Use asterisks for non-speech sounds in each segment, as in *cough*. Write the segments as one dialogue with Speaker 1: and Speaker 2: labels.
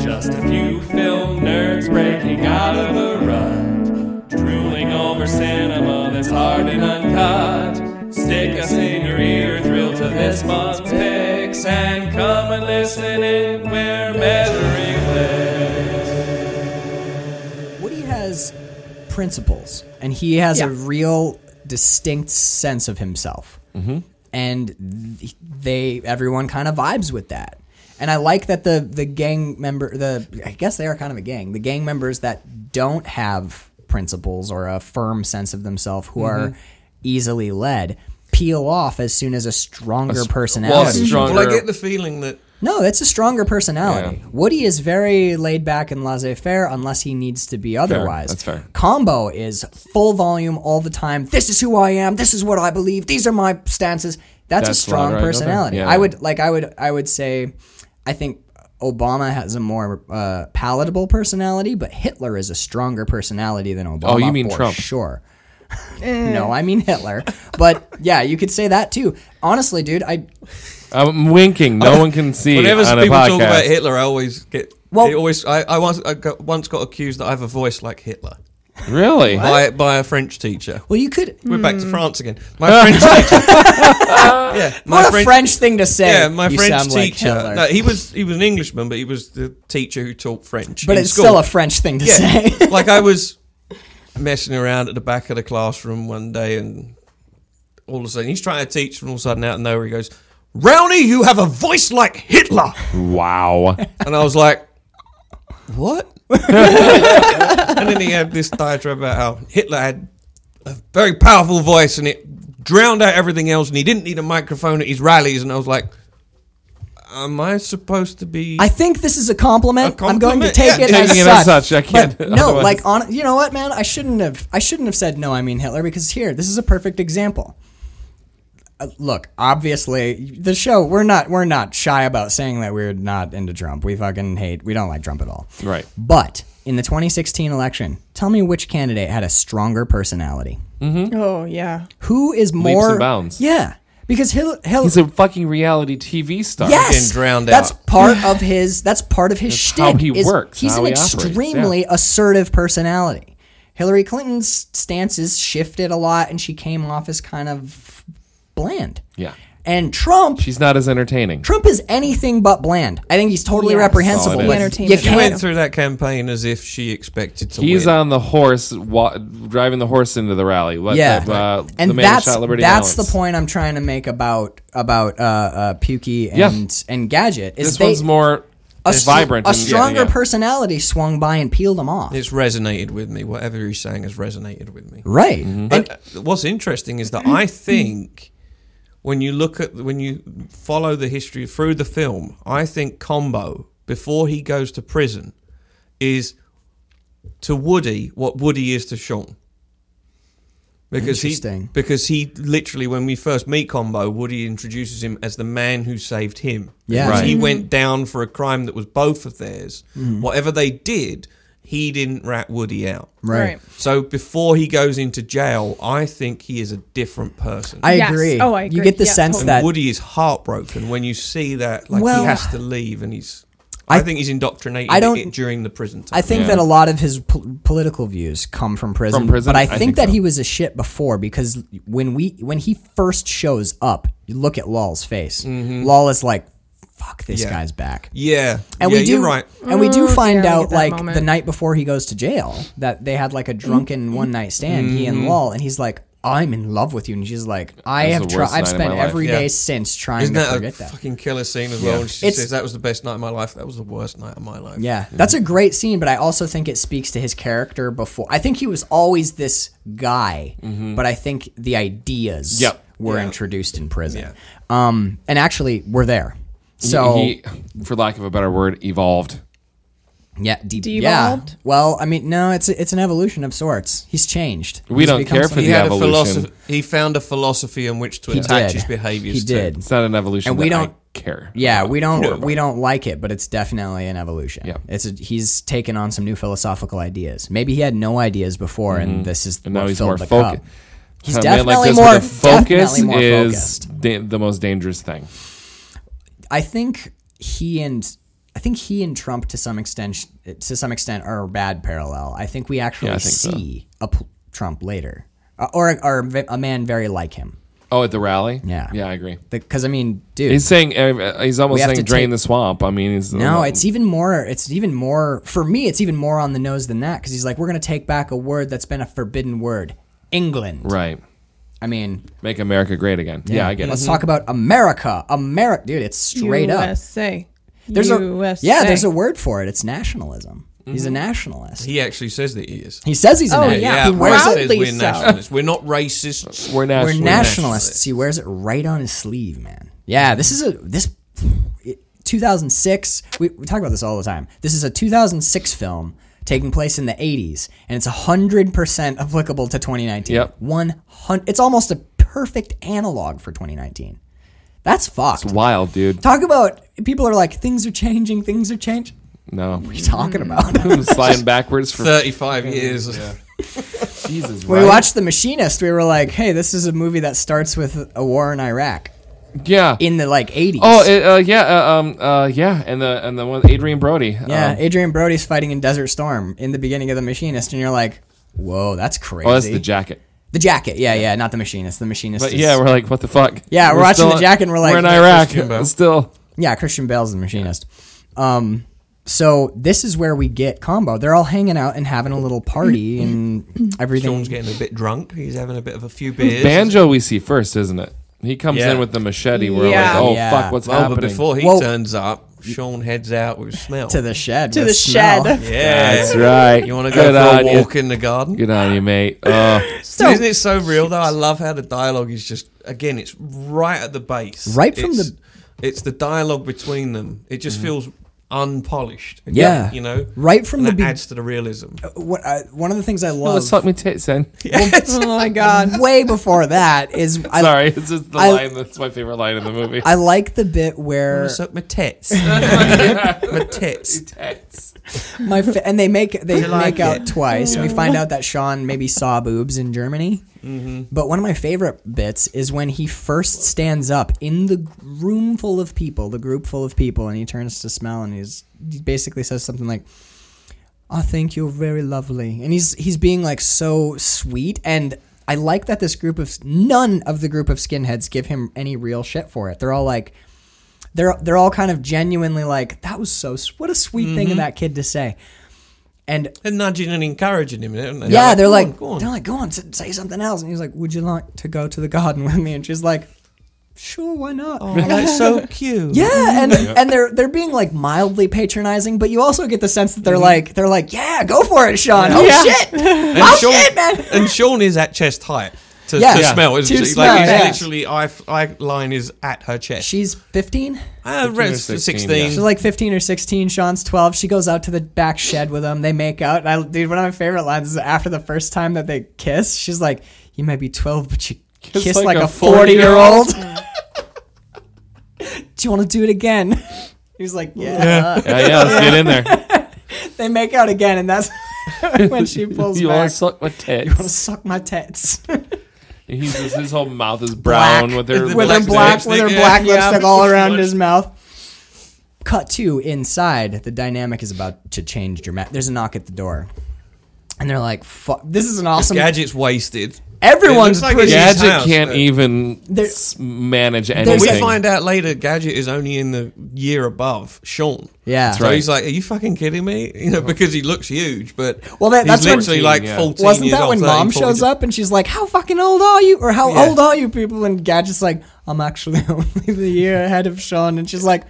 Speaker 1: Just a few film nerds breaking out of a rut, drooling over cinema that's hard and uncut. Stick us in your ear, thrill to this month's picks, and come and listen in. We're measuring flicks.
Speaker 2: Woody has principles, and he has a
Speaker 3: Yeah.
Speaker 2: real distinct sense of himself. Mm-hmm. And th- they, everyone, kind of vibes with that. And I like that the the gang member, the I guess they are kind of a gang. The gang members that don't have principles or a firm sense of themselves, who are easily led, peel off as soon as a stronger personality.
Speaker 1: well, stronger.
Speaker 4: Well, I get the feeling that
Speaker 2: No, it's a stronger personality.
Speaker 1: Yeah.
Speaker 2: Woody is very laid back and laissez faire unless he needs to be otherwise.
Speaker 1: That's fair.
Speaker 2: Combo is full volume all the time. This is who I am. This is what I believe. These are my stances. That's, a
Speaker 1: That's
Speaker 2: strong
Speaker 1: right, right,
Speaker 2: personality.
Speaker 1: yeah.
Speaker 2: I would like I would I would say I think Obama has a more uh, palatable personality, but Hitler is a stronger personality than Obama.
Speaker 1: Oh, you mean
Speaker 2: for
Speaker 1: Trump.
Speaker 2: Sure. *laughs* no, I mean Hitler. But yeah, you could say that too. Honestly, dude, I
Speaker 1: I'm winking. No one can see
Speaker 4: whenever
Speaker 1: on a
Speaker 4: people
Speaker 1: podcast.
Speaker 4: talk about Hitler, I always get.
Speaker 2: Well-
Speaker 4: Well, always I, I once I got, once got accused that I have a voice like Hitler
Speaker 1: Really?
Speaker 4: by by a French teacher.
Speaker 2: well, you could.
Speaker 4: We're back to France
Speaker 2: *laughs*
Speaker 4: again. My French teacher. yeah,
Speaker 2: Hmm.
Speaker 4: my
Speaker 2: what a French thing to say.
Speaker 4: Yeah, my
Speaker 2: You
Speaker 4: French
Speaker 2: sound like
Speaker 4: teacher.
Speaker 2: Hitler.
Speaker 4: no, he was he was an Englishman, but he was the teacher who taught French.
Speaker 2: but
Speaker 4: in
Speaker 2: it's
Speaker 4: school.
Speaker 2: still a French thing to say. *laughs*
Speaker 4: like I was messing around at the back of the classroom one day, and all of a sudden he's trying to teach, and all of a sudden out of nowhere he goes, "Rowney, you have a voice like Hitler," *laughs*
Speaker 1: Wow.
Speaker 4: and I was like, "What?" *laughs* and then he had this diatribe about how Hitler had a very powerful voice, and it drowned out everything else, and he didn't need a microphone at his rallies, and I was like. Am I supposed to be?
Speaker 2: I think this is a compliment.
Speaker 4: A
Speaker 2: I'm going to
Speaker 4: compliment?
Speaker 2: take
Speaker 4: Yeah,
Speaker 2: it,
Speaker 1: taking
Speaker 2: as,
Speaker 1: it
Speaker 2: such.
Speaker 1: as such. I can't-
Speaker 4: *laughs*
Speaker 2: But no,
Speaker 1: otherwise-
Speaker 2: like on. You know what, man? I shouldn't have. I shouldn't have said no. I mean Hitler because here, this is a perfect example. Uh, look, obviously, the show we're not we're not shy about saying that we're not into Trump. We fucking hate. We don't like Trump at all.
Speaker 1: Right.
Speaker 2: But in the 2016 election, tell me which candidate had a stronger personality?
Speaker 3: Oh yeah.
Speaker 2: Who is more
Speaker 1: and bounds.
Speaker 2: Yeah, because Hil- Hil-
Speaker 1: He's a fucking reality TV star.
Speaker 2: Yes,
Speaker 4: Getting drowned
Speaker 2: that's
Speaker 4: out.
Speaker 2: part of his. That's part of his shtick.
Speaker 1: how he
Speaker 2: is
Speaker 1: works,
Speaker 2: He's
Speaker 1: how
Speaker 2: an
Speaker 1: he operates,
Speaker 2: extremely assertive personality. Hillary Clinton's stances shifted a lot, and she came off as kind of bland.
Speaker 1: Yeah.
Speaker 2: And Trump,
Speaker 1: She's not as entertaining.
Speaker 2: Trump is anything but bland. I think he's totally
Speaker 3: Yeah.
Speaker 2: reprehensible.
Speaker 1: Solid
Speaker 2: but
Speaker 1: is.
Speaker 3: Entertainment
Speaker 2: you
Speaker 3: value.
Speaker 4: She went
Speaker 2: can't.
Speaker 4: through that campaign as if she expected to
Speaker 1: He's
Speaker 4: win.
Speaker 1: on the horse, wa- driving the horse into the rally. Let
Speaker 2: Yeah,
Speaker 1: the, uh,
Speaker 2: and
Speaker 1: the man
Speaker 2: that's
Speaker 1: shot Liberty
Speaker 2: that's the
Speaker 1: Valance.
Speaker 2: point I'm trying to make about about uh, uh, Pukey and
Speaker 1: Yeah.
Speaker 2: and Gadget. Is
Speaker 1: This
Speaker 2: they,
Speaker 1: one's more
Speaker 2: a str-
Speaker 1: vibrant.
Speaker 2: A
Speaker 1: and- yeah,
Speaker 2: stronger
Speaker 1: yeah.
Speaker 2: personality swung by and peeled them off.
Speaker 4: It's resonated with me. Whatever he's saying has resonated with me.
Speaker 2: right.
Speaker 1: Mm-hmm.
Speaker 2: And
Speaker 1: uh,
Speaker 4: But what's interesting is that I think when you look at when you follow the history through the film, I think Combo before he goes to prison is to Woody what Woody is to Sean. Because he
Speaker 2: Interesting.
Speaker 4: because he literally when we first meet Combo, Woody introduces him as the man who saved him.
Speaker 2: Yeah.
Speaker 4: Because
Speaker 2: Right.
Speaker 4: he went down for a crime that was both of theirs.
Speaker 2: Mm.
Speaker 4: Whatever they did, he didn't rat Woody out.
Speaker 2: right.
Speaker 4: So before he goes into jail, I think he is a different person.
Speaker 2: I
Speaker 3: Yes.
Speaker 2: agree.
Speaker 3: Oh, I
Speaker 2: You
Speaker 3: agree.
Speaker 2: get the
Speaker 3: Yeah,
Speaker 2: sense
Speaker 3: totally.
Speaker 4: and
Speaker 2: that
Speaker 4: Woody is heartbroken when you see that. Like
Speaker 2: Well,
Speaker 4: he has to leave, and he's. I,
Speaker 2: I-
Speaker 4: think he's indoctrinated
Speaker 2: I don't-
Speaker 4: it during the prison time.
Speaker 2: I think
Speaker 1: Yeah.
Speaker 2: that a lot of his pol- political views come from prison.
Speaker 1: From prison?
Speaker 2: But I
Speaker 1: I
Speaker 2: think,
Speaker 1: think
Speaker 2: that
Speaker 1: so.
Speaker 2: he was a shit before because when we when he first shows up, you look at Lawl's face.
Speaker 1: Mm-hmm.
Speaker 2: Law is like, "Fuck, this
Speaker 4: Yeah.
Speaker 2: guy's back."
Speaker 4: yeah,
Speaker 2: And
Speaker 4: yeah,
Speaker 2: we do,
Speaker 4: you're right.
Speaker 2: and we do
Speaker 3: Mm,
Speaker 2: find
Speaker 3: yeah, I
Speaker 2: out
Speaker 3: get that
Speaker 2: like the
Speaker 3: moment.
Speaker 2: night before he goes to jail that they had like a drunken one night stand. He and Lol, and he's like, "I'm in love with you," and she's like, "I
Speaker 1: That's
Speaker 2: have
Speaker 1: the
Speaker 2: tried.
Speaker 1: worst
Speaker 2: I've
Speaker 1: night of
Speaker 2: spent
Speaker 1: my life."
Speaker 2: every day
Speaker 4: Yeah.
Speaker 2: since trying
Speaker 4: Isn't
Speaker 2: to
Speaker 4: that a
Speaker 2: forget that."
Speaker 4: fucking killer scene as well? And she
Speaker 2: It's-
Speaker 4: says that was the best night of my life. That was the worst night of my life.
Speaker 2: Yeah, that's a great scene, but I also think it speaks to his character before. I think he was always this guy, but I think the ideas
Speaker 1: Yep.
Speaker 2: were
Speaker 4: Yeah.
Speaker 2: introduced in prison.
Speaker 4: Yeah.
Speaker 2: Um, and actually, we're there. So
Speaker 1: He, he, for lack of a better word, evolved.
Speaker 2: yeah, de- yeah.
Speaker 3: Devolved?
Speaker 2: Well, I mean, no, it's it's an evolution of sorts. He's changed.
Speaker 1: We
Speaker 2: He's
Speaker 1: don't
Speaker 2: become
Speaker 1: care
Speaker 2: something-
Speaker 1: for
Speaker 4: He
Speaker 1: the
Speaker 4: had a
Speaker 1: evolution.
Speaker 4: philosophy. He found a philosophy in which to
Speaker 2: He
Speaker 4: attach
Speaker 2: did.
Speaker 4: his behaviors.
Speaker 2: He
Speaker 4: to.
Speaker 2: did.
Speaker 1: It's not an evolution.
Speaker 2: And we
Speaker 1: that I
Speaker 2: don't-
Speaker 1: care.
Speaker 2: Yeah,
Speaker 1: about.
Speaker 2: we
Speaker 1: Care
Speaker 2: don't
Speaker 1: about.
Speaker 2: we don't like it, but it's definitely an evolution.
Speaker 1: Yeah.
Speaker 2: It's a, he's taken on some new philosophical ideas. Maybe he had no ideas before, and this is
Speaker 1: Mm-hmm. And now
Speaker 2: what
Speaker 1: he's
Speaker 2: filled
Speaker 1: more
Speaker 2: the
Speaker 1: focused.
Speaker 2: cup. He's definitely more-
Speaker 1: the focus
Speaker 2: definitely more
Speaker 1: is
Speaker 2: focused.
Speaker 1: da- the most dangerous thing.
Speaker 2: I think he and I think he and Trump to some extent to some extent are a bad parallel. I think we actually
Speaker 3: I think so.
Speaker 2: see a p- Trump later, Uh, or or a ve- a man very like him.
Speaker 3: Oh, at the rally.
Speaker 2: Yeah.
Speaker 3: Yeah, I agree.
Speaker 2: Because I mean, dude,
Speaker 3: He's saying uh, he's almost
Speaker 2: We have
Speaker 3: saying
Speaker 2: to
Speaker 3: drain
Speaker 2: take-
Speaker 3: the swamp. I mean, he's
Speaker 2: No, it's even more. It's even more for me. It's even more on the nose than that because he's like, we're gonna take back a word that's been a forbidden word, England.
Speaker 3: *laughs* right.
Speaker 2: I mean,
Speaker 3: Make America great again. Yeah, I get
Speaker 2: let's
Speaker 3: it. Mm-hmm.
Speaker 2: talk about America. America, dude. It's straight up.
Speaker 5: USA.
Speaker 2: There's
Speaker 5: USA.
Speaker 2: a yeah. There's a word for it. It's nationalism.
Speaker 3: Mm-hmm.
Speaker 2: He's a nationalist.
Speaker 4: He actually says that he is.
Speaker 2: He says he's a
Speaker 5: Oh,
Speaker 2: nationalist.
Speaker 5: yeah.
Speaker 2: He wears
Speaker 5: Proud-
Speaker 2: it.
Speaker 4: says
Speaker 5: Proudly
Speaker 4: we're
Speaker 5: so.
Speaker 4: nationalists. We're
Speaker 3: *laughs*
Speaker 4: not racists.
Speaker 3: We're
Speaker 2: We're
Speaker 3: nationalists.
Speaker 2: nationalists. He wears it right on his sleeve, man. Yeah, this is a this. it- 2006. We, we talk about this all the time. This is a 2006 film taking place in the 80s, and it's 100% applicable to 2019.
Speaker 3: Yep.
Speaker 2: 100. It's almost a perfect analog for 2019. That's fucked.
Speaker 3: Wild, dude.
Speaker 2: Talk about people are like things are changing, things are changing. *laughs*
Speaker 3: No.
Speaker 2: What are you talking about? *laughs*
Speaker 3: Sliding backwards for
Speaker 4: Thirty-five years.
Speaker 3: Jesus.
Speaker 2: When
Speaker 3: right?
Speaker 2: we watched The Machinist, we were like, "Hey, this is a movie that starts with a war in Iraq
Speaker 3: *laughs* Yeah.
Speaker 2: in the like 80s."
Speaker 3: oh, it, uh, yeah. Uh, um. Uh. Yeah. And the and the one with Adrian Brody.
Speaker 2: Yeah,
Speaker 3: Um,
Speaker 2: Adrian Brody's fighting in Desert Storm in the beginning of The Machinist, and you're like, "Whoa, that's crazy."
Speaker 3: oh, that's the jacket.
Speaker 2: The jacket, yeah, yeah, not The Machinist. The Machinist,
Speaker 3: But
Speaker 2: is,
Speaker 3: yeah, we're like, what the fuck?
Speaker 2: Yeah, we're watching
Speaker 3: still-
Speaker 2: the jacket and we're like,
Speaker 3: we're in
Speaker 2: yeah,
Speaker 4: Christian Bale.
Speaker 3: Iraq. Still.
Speaker 2: yeah, Christian Bale's The Machinist. Um, so this is where we get combo. They're all hanging out and having a little party
Speaker 3: Mm-hmm.
Speaker 2: and everything.
Speaker 4: Sean's getting a bit drunk. He's having a bit of a few beers.
Speaker 3: Banjo we see first, isn't it? He comes
Speaker 4: Yeah.
Speaker 3: in with the machete. We're
Speaker 5: Yeah.
Speaker 3: like, oh
Speaker 2: Yeah.
Speaker 3: fuck, what's
Speaker 4: Well, but
Speaker 3: happening?
Speaker 4: before he
Speaker 2: Well-
Speaker 4: turns up, Sean heads out with smell.
Speaker 2: To the shed.
Speaker 5: To
Speaker 2: with
Speaker 5: the
Speaker 2: smell.
Speaker 5: shed.
Speaker 4: yeah,
Speaker 3: That's right.
Speaker 4: *laughs* You want to go
Speaker 3: Good
Speaker 4: for a
Speaker 3: on you.
Speaker 4: walk in the garden?
Speaker 3: Good on you,
Speaker 2: *laughs*
Speaker 3: mate. Uh,
Speaker 5: So-
Speaker 4: Isn't it so real though? I love how the dialogue is just again, it's right at the base,
Speaker 2: Right from
Speaker 4: It's-
Speaker 2: the- Mm-hmm.
Speaker 4: It's the dialogue between them. It just feels unpolished.
Speaker 2: Yeah.
Speaker 4: you know,
Speaker 2: Right from
Speaker 4: and
Speaker 2: the
Speaker 4: that
Speaker 2: be- Uh,
Speaker 4: adds to the realism.
Speaker 2: What, I, one of the things I
Speaker 3: oh,
Speaker 2: love *laughs*
Speaker 3: let's *laughs* suck me tits in.
Speaker 5: oh my god.
Speaker 2: way before that is I,
Speaker 3: Sorry, this is the
Speaker 2: I-
Speaker 3: line. That's my favorite line in the movie.
Speaker 2: I like the bit where
Speaker 4: Suck
Speaker 2: *laughs*
Speaker 4: my tits, my tits.
Speaker 3: Tits.
Speaker 2: My fa- and they make
Speaker 4: *laughs*
Speaker 2: they
Speaker 4: You like
Speaker 2: make out
Speaker 4: it.
Speaker 2: twice. We find out that Sean maybe saw boobs in Germany.
Speaker 4: Mm-hmm.
Speaker 2: But one of my favorite bits is when he first stands up in the room full of people, the group full of people, and he turns to smell and he's he basically says something like, "I think you're very lovely," and he's he's being like so sweet and. I like that this group of none of the group of skinheads give him any real shit for it. They're all like, they're they're all kind of genuinely like that was so s- what a sweet thing
Speaker 4: Mm-hmm.
Speaker 2: of that kid to say and
Speaker 4: They're nudging and encouraging him. Aren't they?
Speaker 2: yeah, they're
Speaker 4: "Go
Speaker 2: like,
Speaker 4: on, go on."
Speaker 2: they're like, go on, s- say something else. And he's like, would you like to go to the garden *laughs* with me? And she's like, sure, why not?
Speaker 4: "Oh, that's so
Speaker 2: *laughs*
Speaker 4: cute.
Speaker 2: Yeah,
Speaker 4: *laughs*
Speaker 2: and and they're they're being like mildly patronizing, but you also get the sense that they're like they're like, yeah, go for it, Sean. Oh
Speaker 5: Yeah.
Speaker 2: shit,
Speaker 4: Mm-hmm. *laughs* and
Speaker 2: oh
Speaker 4: Sean,
Speaker 2: shit, man.
Speaker 4: and Sean is at chest height. To,
Speaker 2: Yeah.
Speaker 4: to
Speaker 2: Yeah.
Speaker 4: smell, isn't
Speaker 2: To
Speaker 4: she?
Speaker 2: smell,
Speaker 4: like he's
Speaker 2: yeah.
Speaker 4: literally eye, eye line is at her chest.
Speaker 2: She's fifteen.
Speaker 4: Uh,
Speaker 3: 15 or
Speaker 4: 16.
Speaker 3: 16, yeah.
Speaker 2: She's like fifteen or sixteen. Sean's twelve. She goes out to the back shed with him. They make out. And I, dude, one of my favorite lines is after the first time that they kiss, she's like, "You might be twelve, but you kiss, like, a forty-year-old." *laughs* do you want to do it again? *laughs* He's like, yeah.
Speaker 3: Yeah, yeah, let's get in there.
Speaker 2: They make out again, and that's *laughs* when she *laughs* pulls
Speaker 3: you want
Speaker 2: back.
Speaker 3: to suck my
Speaker 2: you want to *laughs*
Speaker 3: tits?
Speaker 2: suck my tits. *laughs*
Speaker 3: He's just, his whole mouth is brown
Speaker 2: Black.
Speaker 3: with her.
Speaker 2: with her
Speaker 4: lipstick.
Speaker 2: black, with her
Speaker 4: Yeah,
Speaker 2: black
Speaker 4: yeah.
Speaker 2: lipstick all around his mouth. Cut to inside. The dynamic is about to change dramatically. There's a knock at the door, and they're like, "Fuck! This is an awesome."
Speaker 4: Gadget's wasted.
Speaker 2: Everyone's
Speaker 4: It looks like
Speaker 2: pretty.
Speaker 4: it's-
Speaker 3: Gadget
Speaker 4: house,
Speaker 3: can't
Speaker 4: uh,
Speaker 3: even
Speaker 2: There-
Speaker 3: s- manage
Speaker 2: a-
Speaker 3: anything.
Speaker 4: We find out later Gadget is only in the year above Sean.
Speaker 2: Yeah.
Speaker 4: So
Speaker 3: right.
Speaker 4: he's like, Are you fucking kidding me? *laughs* You know, because he looks huge, but
Speaker 2: Well, that- that's
Speaker 4: he's
Speaker 2: when-
Speaker 4: literally
Speaker 3: 14,
Speaker 4: like
Speaker 3: yeah.
Speaker 4: 14
Speaker 2: Wasn't
Speaker 4: years
Speaker 2: that
Speaker 4: old,
Speaker 2: when mom
Speaker 4: 13, 14.
Speaker 2: shows up and she's like, "How fucking old are you?" or "How
Speaker 4: Yeah.
Speaker 2: old are you people?" And Gadget's like, "I'm actually *laughs* only the year ahead of Sean," and she's like,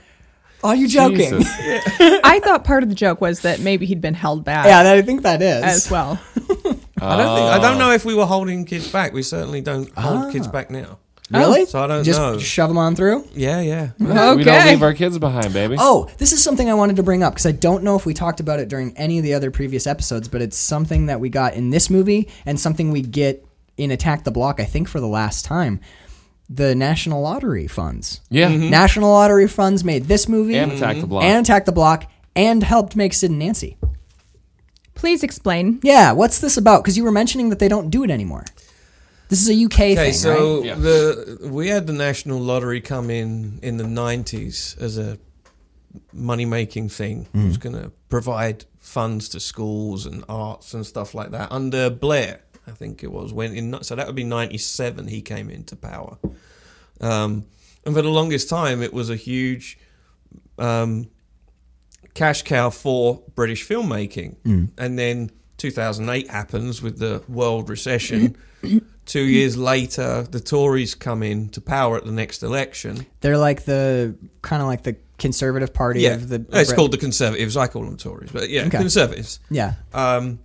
Speaker 2: "Are you joking?"
Speaker 3: Jesus.
Speaker 2: *laughs*
Speaker 5: *laughs* I thought part of the joke was that maybe he'd been held back
Speaker 2: Yeah, that, I think that is.
Speaker 5: as well.
Speaker 4: I don't think
Speaker 2: Ah.
Speaker 4: I don't know if we were holding kids back. We certainly don't hold kids back now.
Speaker 2: Really?
Speaker 4: So I don't
Speaker 2: just
Speaker 4: know.
Speaker 2: shove them on through.
Speaker 4: Yeah, yeah.
Speaker 3: We don't
Speaker 5: Okay.
Speaker 3: leave our kids behind, baby.
Speaker 2: Oh, this is something I wanted to bring up because I don't know if we talked about it during any of the other previous episodes, but it's something that we got in this movie and something we get in Attack the Block, I think, for the last time. The National Lottery funds.
Speaker 3: Yeah.
Speaker 2: National Lottery funds made this movie
Speaker 3: Mm-hmm. And Attack the Block.
Speaker 2: Mm-hmm. and Attack the Block and helped make Sid and Nancy.
Speaker 4: *laughs*
Speaker 5: Please explain.
Speaker 2: Yeah, what's this about? Because you were mentioning that they don't do it anymore. This is a UK
Speaker 4: Okay,
Speaker 2: thing,
Speaker 4: so
Speaker 2: right?
Speaker 3: Yeah.
Speaker 4: the we had the national lottery come in in the nineties as a money making thing. It was going to provide funds to schools and arts and stuff like that under Blair, I think it was. When in so that would be ninety seven. He came into power, um, and for the longest time, it was a huge um, cash cow for British filmmaking. And then 2008 happens with the world recession. Two years later, the Tories come in to power at the next election.
Speaker 2: They're like the kind of like the conservative party of the.
Speaker 4: it's called the Conservatives. I call them Tories, but yeah,
Speaker 2: Okay.
Speaker 4: Conservatives.
Speaker 2: Yeah.
Speaker 4: Um,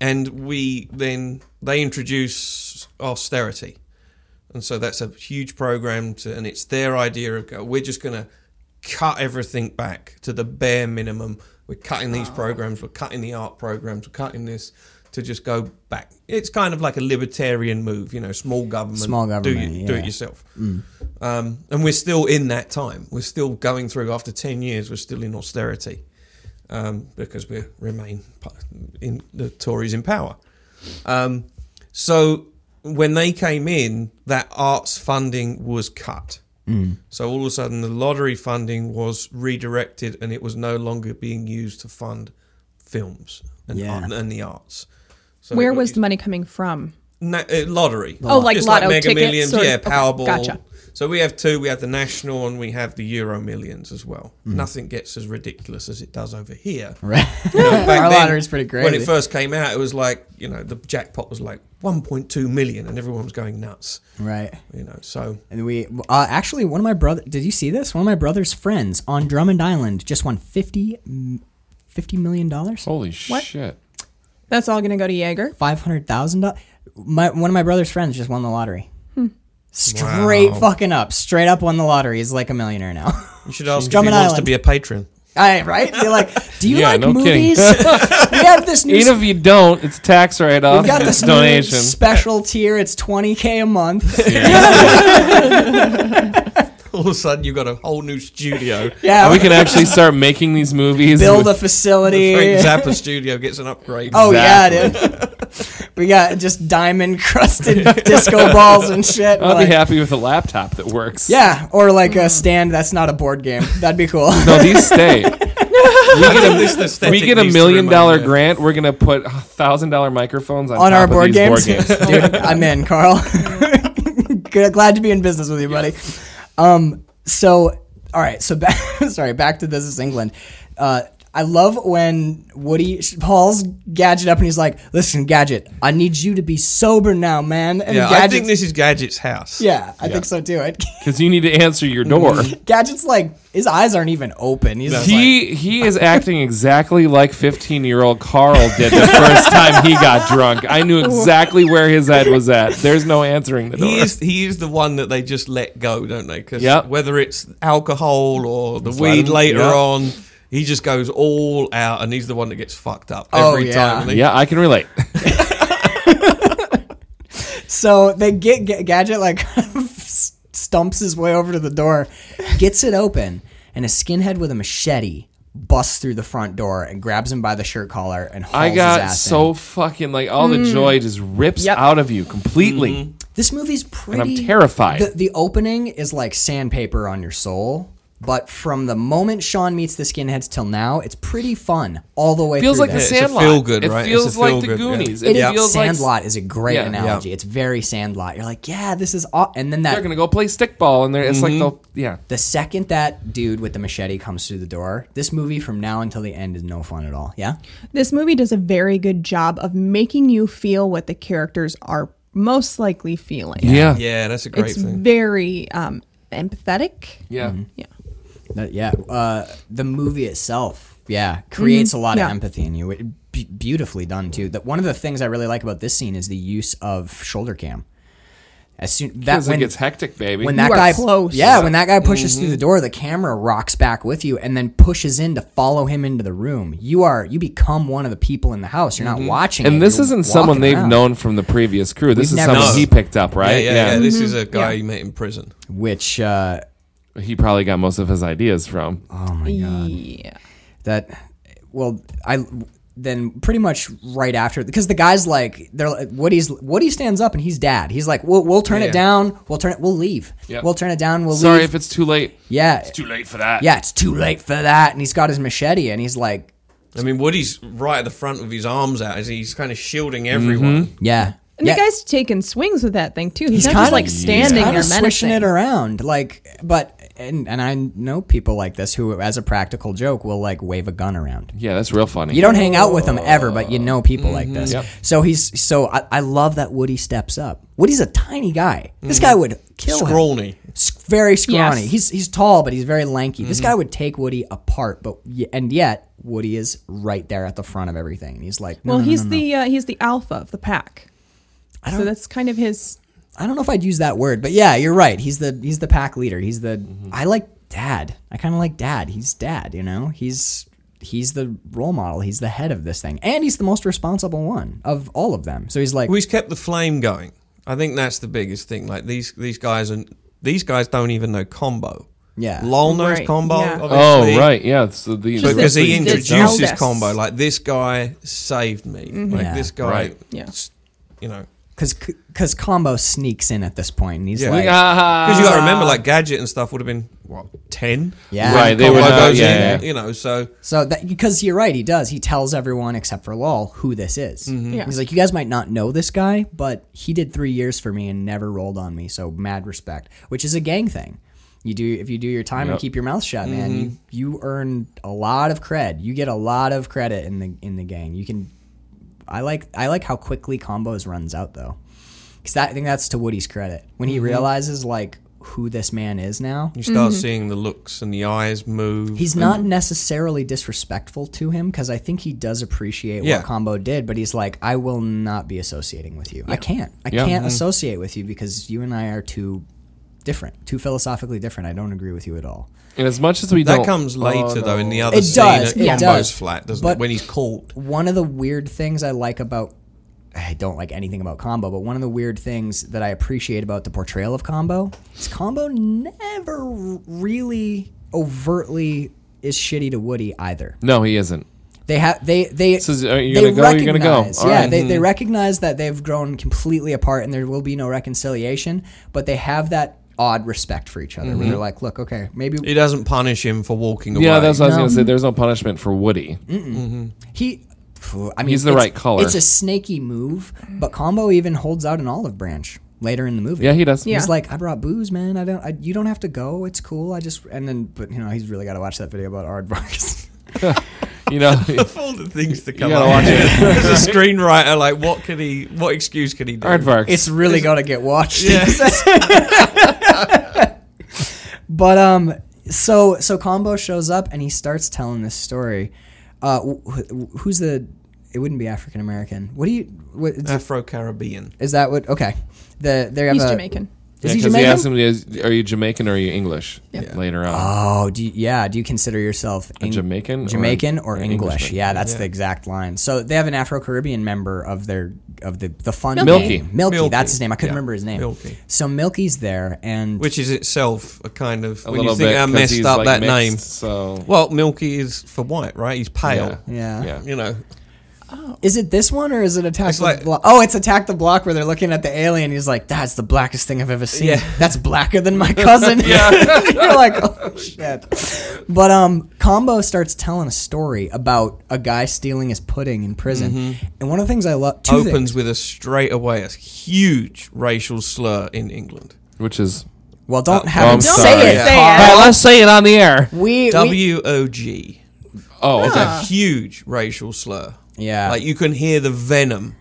Speaker 4: and we then they introduce austerity, and so that's a huge program. To, and it's their idea of go, we're just going to cut everything back to the bare minimum. We're cutting these programs. We're cutting the art programs. We're cutting this to just go back. It's kind of like a libertarian move, you know, small government,
Speaker 2: Small
Speaker 4: do,
Speaker 2: government,
Speaker 4: you, do
Speaker 2: yeah. Mm.
Speaker 4: it yourself. Um, and we're still in that time. We're still going through after ten years. We're still in austerity um, because we remain pa- in the Tories in power. Um, so when they came in, that arts funding was cut. So all of a sudden, the lottery funding was redirected, and it was no longer being used to fund films and,
Speaker 2: Yeah.
Speaker 4: art, and the arts. So
Speaker 5: Where
Speaker 4: it
Speaker 5: was the money coming from?
Speaker 4: na- uh, lottery.
Speaker 5: Oh, like
Speaker 4: Just
Speaker 5: lotto
Speaker 4: Mega
Speaker 5: tickets
Speaker 4: Millions,
Speaker 5: sort of-
Speaker 4: yeah,
Speaker 5: okay,
Speaker 4: Powerball.
Speaker 5: gotcha.
Speaker 4: So we have two. We have the national and we have the Euro Millions as well.
Speaker 5: Hmm.
Speaker 4: Nothing gets as ridiculous as it does over
Speaker 5: *laughs*
Speaker 4: here.
Speaker 2: Right.
Speaker 4: You know, back
Speaker 2: Our
Speaker 4: then,
Speaker 2: lottery's pretty great.
Speaker 4: When it first came out, it was like you know the jackpot was like 1.2 million, and everyone was going nuts.
Speaker 2: right.
Speaker 4: You know, so
Speaker 2: And we uh, actually one of my brother. Did you see this? One of my brother's friends on Drummond Island just won 50, m- 50 million dollars.
Speaker 3: Holy shit!
Speaker 5: That's all going to go to Jaeger.
Speaker 2: Five hundred thousand dollars. My one of my brother's friends just won the lottery. Straight
Speaker 4: Wow.
Speaker 2: fucking up. Straight up won the lottery. He's like a millionaire now. *laughs*
Speaker 4: you should ask
Speaker 2: Drummond
Speaker 4: if he wants to
Speaker 2: Island.
Speaker 4: be a
Speaker 5: *laughs*
Speaker 4: patron.
Speaker 2: I, right? You're like, do you
Speaker 3: Yeah,
Speaker 2: like
Speaker 3: no kidding. *laughs*
Speaker 2: movies? we have this new
Speaker 3: Even if you don't, it's tax write-off.
Speaker 2: We've got this
Speaker 3: it's donation.
Speaker 2: new special tier. It's 20k a
Speaker 3: *laughs*
Speaker 2: month.
Speaker 5: *laughs*
Speaker 4: All of a sudden, you've got a whole new studio.
Speaker 2: Yeah,
Speaker 3: And
Speaker 2: we
Speaker 3: we can actually start making these movies.
Speaker 2: build
Speaker 3: *laughs*
Speaker 2: a
Speaker 3: with-
Speaker 2: facility.
Speaker 4: Frank Zappa studio gets an upgrade. *laughs*
Speaker 2: Oh yeah, dude. *laughs* we got just diamond
Speaker 3: *laughs*
Speaker 2: crusted disco balls and shit.
Speaker 3: I'll
Speaker 2: Like,
Speaker 3: be happy with a laptop that works.
Speaker 2: Yeah, or like a stand that's not a board game. That'd be
Speaker 3: *laughs*
Speaker 2: cool.
Speaker 3: No,
Speaker 2: *laughs*
Speaker 3: these stay.
Speaker 4: we
Speaker 5: *laughs*
Speaker 4: get a, this
Speaker 3: we get a million dollar grant. We're gonna put thousand dollar microphones on,
Speaker 2: On
Speaker 3: top
Speaker 2: our
Speaker 3: of
Speaker 2: board
Speaker 3: these
Speaker 2: games,
Speaker 3: Board games.
Speaker 2: *laughs* dude. I'm in, Carl. *laughs* Good, glad to be in business with you, buddy. Um, so all right, so back, *laughs* sorry, back to this is England. Uh, I love when Woody Paul's Gadget up and he's like, "Listen, Gadget, I need you to be sober now, man." And
Speaker 4: Yeah, I
Speaker 2: Gadget's-
Speaker 4: think this is Gadget's house.
Speaker 2: Yeah, I think so too. It,
Speaker 3: because you need to
Speaker 2: *laughs*
Speaker 3: answer your door.
Speaker 2: Gadget's like his eyes aren't even open. He's just like,
Speaker 3: He he is acting exactly like 15 year old Carl did the first time he got drunk. I knew exactly where his head was at. There's no answering the door.
Speaker 4: He is he is the one that they just let go, don't they? Because
Speaker 3: Yep.
Speaker 4: whether it's alcohol or the
Speaker 3: Just let
Speaker 4: weed
Speaker 3: him-
Speaker 4: later
Speaker 3: yeah.
Speaker 4: on, he just goes all out, and he's the one that gets fucked up
Speaker 2: Oh,
Speaker 4: every
Speaker 2: yeah.
Speaker 4: time.
Speaker 3: yeah, I can relate.
Speaker 2: so they get, Ga- Gadget like *laughs* s- stumps his way over to the door, gets it open, and a skinhead with a machete busts through the front door and grabs him by the shirt collar and hauls
Speaker 3: I
Speaker 2: his
Speaker 3: got
Speaker 2: ass
Speaker 3: so
Speaker 2: in. Mm.
Speaker 3: fucking like all the joy just rips
Speaker 5: Yep.
Speaker 3: out of you completely.
Speaker 2: This movie's pretty.
Speaker 3: terrified.
Speaker 2: The, the opening is like sandpaper on your soul. But from the moment Sean meets the skinheads till now, it's pretty fun all the way.
Speaker 3: Feels
Speaker 2: through
Speaker 3: like the
Speaker 2: this.
Speaker 4: it's a feel
Speaker 3: Sandlot.
Speaker 4: good,
Speaker 3: it
Speaker 4: right? It's
Speaker 3: feels
Speaker 4: a
Speaker 3: like
Speaker 4: feel
Speaker 3: the
Speaker 4: good, yeah.
Speaker 3: Goonies.
Speaker 2: It,
Speaker 3: It, feels like
Speaker 2: Sandlot is a great
Speaker 3: Yeah.
Speaker 2: analogy. It's very Sandlot. You're like, yeah, this is, aw-. and then
Speaker 3: they're
Speaker 2: that
Speaker 3: gonna go play stickball, and they're it's
Speaker 2: Mm-hmm.
Speaker 3: like they'll yeah.
Speaker 2: the second that dude with the machete comes through the door, this movie from now until the end is no fun at all. Yeah,
Speaker 5: This movie does a very good job of making you feel what the characters are most likely feeling.
Speaker 3: Yeah. Yeah.
Speaker 4: Yeah, that's a great
Speaker 5: It's
Speaker 4: thing.
Speaker 5: very um, empathetic.
Speaker 2: Mm-hmm.
Speaker 5: Yeah.
Speaker 2: That- yeah. Uh, the movie itself, yeah, creates a lot
Speaker 5: Yeah.
Speaker 2: of empathy in you. It, be- beautifully done too. That one of the things I really like about this scene is the use of shoulder cam. As soon that
Speaker 3: Because it
Speaker 2: when
Speaker 3: gets hectic, baby.
Speaker 2: when that
Speaker 5: are
Speaker 2: guy
Speaker 5: close.
Speaker 2: yeah when that guy pushes through the
Speaker 5: Mm-hmm.
Speaker 2: door the camera rocks back with you and then pushes in to follow him into the room you are you become one of the people in the house you're not
Speaker 5: Mm-hmm.
Speaker 2: watching it,
Speaker 3: and this
Speaker 2: you're
Speaker 3: isn't someone
Speaker 2: walking
Speaker 3: they've
Speaker 2: around.
Speaker 3: known from the previous crew. This
Speaker 2: We've
Speaker 3: is
Speaker 2: never-
Speaker 3: someone
Speaker 4: No.
Speaker 3: he picked up,
Speaker 4: Yeah,
Speaker 3: right?
Speaker 4: yeah, yeah. This is a guy you met in prison.
Speaker 2: which uh
Speaker 3: He probably got
Speaker 2: Oh,
Speaker 3: most of his ideas from.
Speaker 5: Yeah.
Speaker 2: that well i then pretty much right after because the guy's like they're like, Woody's Woody stands up and he's dad. He's like we'll, we'll turn
Speaker 4: Yeah.
Speaker 2: it down. We'll turn it. We'll leave.
Speaker 3: Yep.
Speaker 2: We'll turn it down. We'll
Speaker 3: Sorry
Speaker 2: leave.
Speaker 3: if it's too late.
Speaker 2: yeah,
Speaker 3: It's too late for that.
Speaker 2: yeah. It's too late for that. And he's got his machete and he's like
Speaker 4: I mean, Woody's right at the front with his arms out. He's kind of shielding everyone.
Speaker 2: yeah.
Speaker 5: And
Speaker 2: yeah.
Speaker 5: the guy's taking swings with that thing too. He's, not
Speaker 2: kinda-
Speaker 5: just like standing
Speaker 2: he's kinda
Speaker 5: or
Speaker 2: swishing
Speaker 5: menacing.
Speaker 2: it around, like. But and and I know people like this who, as a practical joke, will like wave a gun around.
Speaker 3: Yeah, that's real funny.
Speaker 2: You don't hang out with them ever, but you know people like this.
Speaker 3: Yep.
Speaker 2: So he's so I, I love that Woody steps up. Woody's a tiny guy. This guy would kill him.
Speaker 4: Scrawny.
Speaker 2: S- Very scrawny.
Speaker 5: Yes.
Speaker 2: He's he's tall, but he's very lanky. This guy would take Woody apart, but y- and yet Woody is right there at the front of everything, and he's like, no,
Speaker 5: Well,
Speaker 2: no, no,
Speaker 5: he's
Speaker 2: no.
Speaker 5: the uh, he's the alpha of the pack.
Speaker 2: I
Speaker 5: So
Speaker 2: don't-
Speaker 5: that's kind of his.
Speaker 2: I don't know if I'd use that word, but yeah, you're right. He's the he's the pack leader. He's the I like dad. I kind of like dad. He's dad, you know. He's he's the role model. He's the head of this thing, and he's the most responsible one of all of them. So he's like,
Speaker 4: Well, he's kept the flame going. I think that's the biggest thing. Like these these guys and these guys don't even know combo.
Speaker 2: Yeah.
Speaker 4: Lol knows
Speaker 5: Right,
Speaker 4: combo.
Speaker 5: yeah.
Speaker 3: Oh
Speaker 4: obviously,
Speaker 3: right, yeah. So the
Speaker 5: Just
Speaker 4: Because
Speaker 5: that
Speaker 4: he
Speaker 5: he's
Speaker 3: *laughs*
Speaker 4: introduces
Speaker 5: eldest. Mm-hmm.
Speaker 4: combo. Like this guy saved me. Like
Speaker 2: Yeah.
Speaker 4: this guy.
Speaker 3: Right.
Speaker 5: Yeah.
Speaker 4: s- You know.
Speaker 2: because because combo sneaks in at this point, and he's
Speaker 4: Yeah.
Speaker 2: like,
Speaker 4: Yeah. Because
Speaker 3: because
Speaker 4: you got to remember, like gadget and stuff would have been what ten.
Speaker 2: Yeah.
Speaker 3: Right, they
Speaker 4: Combo
Speaker 3: were not-
Speaker 4: goes
Speaker 3: yeah,
Speaker 4: in,
Speaker 3: yeah.
Speaker 4: You know. So
Speaker 2: So that because you're right, he does. He tells everyone except for Lol who this is.
Speaker 5: Yeah.
Speaker 2: He's like, you guys might not know this guy, but he did three years for me and never rolled on me. So mad respect, which is a gang thing. You do if you do your time and
Speaker 3: Yep.
Speaker 2: keep your mouth shut, man. You you earn a lot of cred. You get a lot of credit in the in the gang. You can. I like I like how quickly combos runs out though, because I think that's to Woody's credit when he realizes like who this man is now.
Speaker 4: you start
Speaker 5: Mm-hmm.
Speaker 4: seeing the looks and the eyes move.
Speaker 2: He's not necessarily disrespectful to him because I think he does appreciate
Speaker 4: Yeah.
Speaker 2: what Combo did, but he's like, I will not be associating with you. I can't. I
Speaker 3: Yeah.
Speaker 4: Mm-hmm.
Speaker 2: can't associate with you because you and I are too different, too philosophically different. I don't agree with you at all.
Speaker 3: and as much as we
Speaker 4: That
Speaker 3: don't,
Speaker 4: comes later
Speaker 3: Oh, no.
Speaker 4: though in the other
Speaker 2: It
Speaker 4: scene
Speaker 2: does,
Speaker 4: at
Speaker 2: it
Speaker 4: Combo's
Speaker 2: does.
Speaker 4: flat, doesn't
Speaker 2: But-
Speaker 4: it? When he's called.
Speaker 2: One of the weird things I like about. I don't like anything about Combo, but one of the weird things that I appreciate about the portrayal of Combo is Combo never really overtly is shitty to Woody either.
Speaker 3: No, he isn't.
Speaker 2: They have they they.
Speaker 3: So is- are you
Speaker 2: they
Speaker 3: gonna go? You're gonna go.
Speaker 2: recognize-
Speaker 3: All
Speaker 2: yeah,
Speaker 3: right. Mm-hmm.
Speaker 2: they, they recognize that they've grown completely apart and there will be no reconciliation, but they have that odd respect for each other where
Speaker 3: Mm-hmm.
Speaker 2: they're like, look, okay, maybe
Speaker 4: He doesn't punish him for walking away.
Speaker 3: Yeah, that's what I was
Speaker 2: No. Mm.
Speaker 3: gonna say. There's no punishment for Woody.
Speaker 2: he. phew, I mean,
Speaker 3: He's the
Speaker 2: it's-
Speaker 3: right color.
Speaker 2: It's a snaky move, but Combo even holds out an olive branch later in the movie.
Speaker 3: Yeah, he does.
Speaker 5: Yeah.
Speaker 2: He's like, I brought booze, man. I don't. I, you don't have to go. It's cool. I just and then, but you know, he's really got to watch that video about aardvarks. *laughs*
Speaker 3: You know, *laughs*
Speaker 4: *laughs* all the things to come
Speaker 3: gotta
Speaker 4: out.
Speaker 3: watch it.
Speaker 4: As
Speaker 3: *laughs*
Speaker 4: a screenwriter, like what can he? What excuse can he do?
Speaker 3: aardvarks.
Speaker 2: *laughs* it's really gonna get watched.
Speaker 3: *laughs*
Speaker 4: Yeah.
Speaker 2: But um, so so Combo shows up and he starts telling this story. Uh, wh- who's the? It wouldn't be African American. What do you? What,
Speaker 4: Afro Caribbean.
Speaker 2: is that? What? Okay. The they have
Speaker 5: He's
Speaker 2: a-
Speaker 5: Jamaican.
Speaker 2: Is
Speaker 3: Yeah,
Speaker 2: he
Speaker 3: 'cause
Speaker 2: Jamaican?
Speaker 3: asked him, is- "Are you Jamaican or are you English?" Later on,
Speaker 2: oh, do you, yeah. Do you consider yourself Eng-
Speaker 3: Jamaican or-
Speaker 2: Jamaican or,
Speaker 3: or
Speaker 2: English?
Speaker 3: Englishman.
Speaker 2: Yeah, that's the exact line. So they have an Afro Caribbean member of their of the the fun
Speaker 3: Milky.
Speaker 2: Milky.
Speaker 4: Milky.
Speaker 2: That's his name. I couldn't
Speaker 4: Yeah.
Speaker 2: remember his name.
Speaker 4: Milky.
Speaker 2: So Milky's there, and
Speaker 4: which is itself a kind of
Speaker 3: a
Speaker 4: when
Speaker 3: little
Speaker 4: you think
Speaker 3: bit
Speaker 4: how
Speaker 3: 'cause
Speaker 4: messed
Speaker 3: he's,
Speaker 4: up
Speaker 3: like,
Speaker 4: that
Speaker 3: mixed,
Speaker 4: name.
Speaker 3: So
Speaker 4: Well, Milky is for white, right? He's pale.
Speaker 2: yeah.
Speaker 3: yeah.
Speaker 4: You know,
Speaker 2: Is it this one or is it Attack
Speaker 4: It's
Speaker 2: the
Speaker 4: like-
Speaker 2: Block? Oh, it's Attack the Block where they're looking at the alien. He's like, "That's the blackest thing I've ever seen.
Speaker 4: Yeah.
Speaker 2: That's blacker than
Speaker 4: *laughs*
Speaker 2: my cousin." *laughs* You're like, "Oh shit!" But um, Combo starts telling a story about a guy stealing his pudding in prison, and one of the things I love two
Speaker 4: Mm-hmm. opens
Speaker 2: things.
Speaker 4: with a straight away a huge racial slur in England.
Speaker 3: which is
Speaker 2: Well, don't have
Speaker 3: oh,
Speaker 2: him
Speaker 3: I'm sorry.
Speaker 2: say it.
Speaker 5: Yeah.
Speaker 3: Hey, let's say it on the air.
Speaker 2: We, we
Speaker 4: W O G.
Speaker 3: Oh,
Speaker 4: It's
Speaker 2: Ah.
Speaker 3: okay.
Speaker 4: a huge racial slur.
Speaker 2: Yeah.
Speaker 4: like you can hear the venom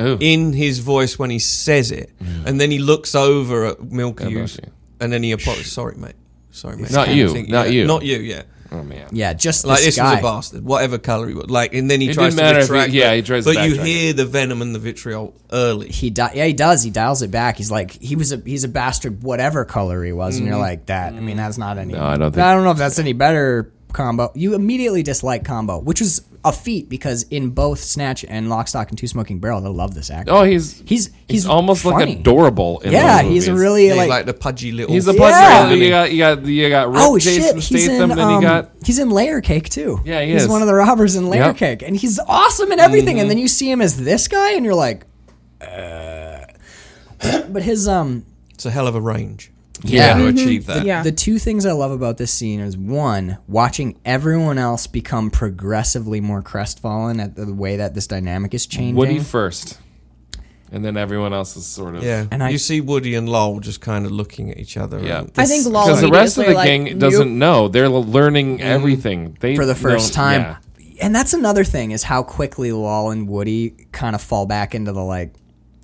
Speaker 3: Ooh.
Speaker 4: in his voice when he says it,
Speaker 3: Mm.
Speaker 4: and then he looks over at Milky,
Speaker 3: Yeah,
Speaker 4: who's-
Speaker 3: Milky.
Speaker 4: and then he apologizes. Sorry, mate. Sorry, mate.
Speaker 3: Not
Speaker 4: I
Speaker 3: you.
Speaker 4: think-
Speaker 3: Not
Speaker 4: yeah,
Speaker 3: you.
Speaker 4: Not you. Yeah.
Speaker 3: oh man.
Speaker 2: yeah, just
Speaker 4: Like
Speaker 2: this,
Speaker 4: this
Speaker 2: guy.
Speaker 4: was a bastard, whatever color he was. Like, and then he
Speaker 3: It
Speaker 4: tries
Speaker 3: didn't
Speaker 4: to
Speaker 3: matter if
Speaker 4: retract.
Speaker 3: he- yeah,
Speaker 4: it,
Speaker 3: he tries to
Speaker 4: But you
Speaker 3: backtrack.
Speaker 4: hear the venom and the vitriol early.
Speaker 2: he di- yeah he does he dials it back he's like he was a he's a bastard whatever color he was and you're like that i mean that's not any
Speaker 3: Mm. No, I don't think-
Speaker 2: i don't know if that's any better combo you immediately dislike combo which was a feat because in both Snatch and Lock, Stock, and Two Smoking Barrels, I love this actor.
Speaker 3: Oh, he's
Speaker 2: he's he's,
Speaker 3: he's almost
Speaker 2: funny.
Speaker 3: like adorable. In
Speaker 2: Yeah,
Speaker 3: those
Speaker 2: he's a
Speaker 3: movies.
Speaker 2: really
Speaker 4: He's like,
Speaker 2: like,
Speaker 4: the pudgy little.
Speaker 3: He's a
Speaker 2: Yeah.
Speaker 3: yeah. You got you got you got Rick
Speaker 2: oh
Speaker 3: Jason
Speaker 2: shit, he's
Speaker 3: Statham,
Speaker 2: in
Speaker 3: and
Speaker 2: um,
Speaker 3: you got
Speaker 2: he's in Layer Cake too.
Speaker 3: Yeah, he
Speaker 2: he's
Speaker 3: is.
Speaker 2: one of the robbers in Layer
Speaker 3: Yep. Mm-hmm.
Speaker 2: Cake, and he's awesome in everything. And then you see him as this guy, and you're like, uh. but his um
Speaker 4: it's a hell of a range.
Speaker 2: Yeah.
Speaker 3: Mm-hmm.
Speaker 4: to achieve that.
Speaker 5: Yeah.
Speaker 2: The two things I love about this scene is one, watching everyone else become progressively more crestfallen at the way that this dynamic is changing.
Speaker 3: Woody first, and then everyone else is sort of
Speaker 4: Yeah,
Speaker 2: And I-
Speaker 4: you see Woody and Lowell just kind of looking at each other.
Speaker 3: Yeah.
Speaker 4: and-
Speaker 5: I think Lol
Speaker 3: Because the rest of the
Speaker 5: like,
Speaker 3: gang doesn't know. They're l- learning everything. They
Speaker 2: Mm-hmm. for the first
Speaker 3: don't-
Speaker 2: time.
Speaker 3: yeah.
Speaker 2: And that's another thing is how quickly Lal and Woody kind of fall back into the like,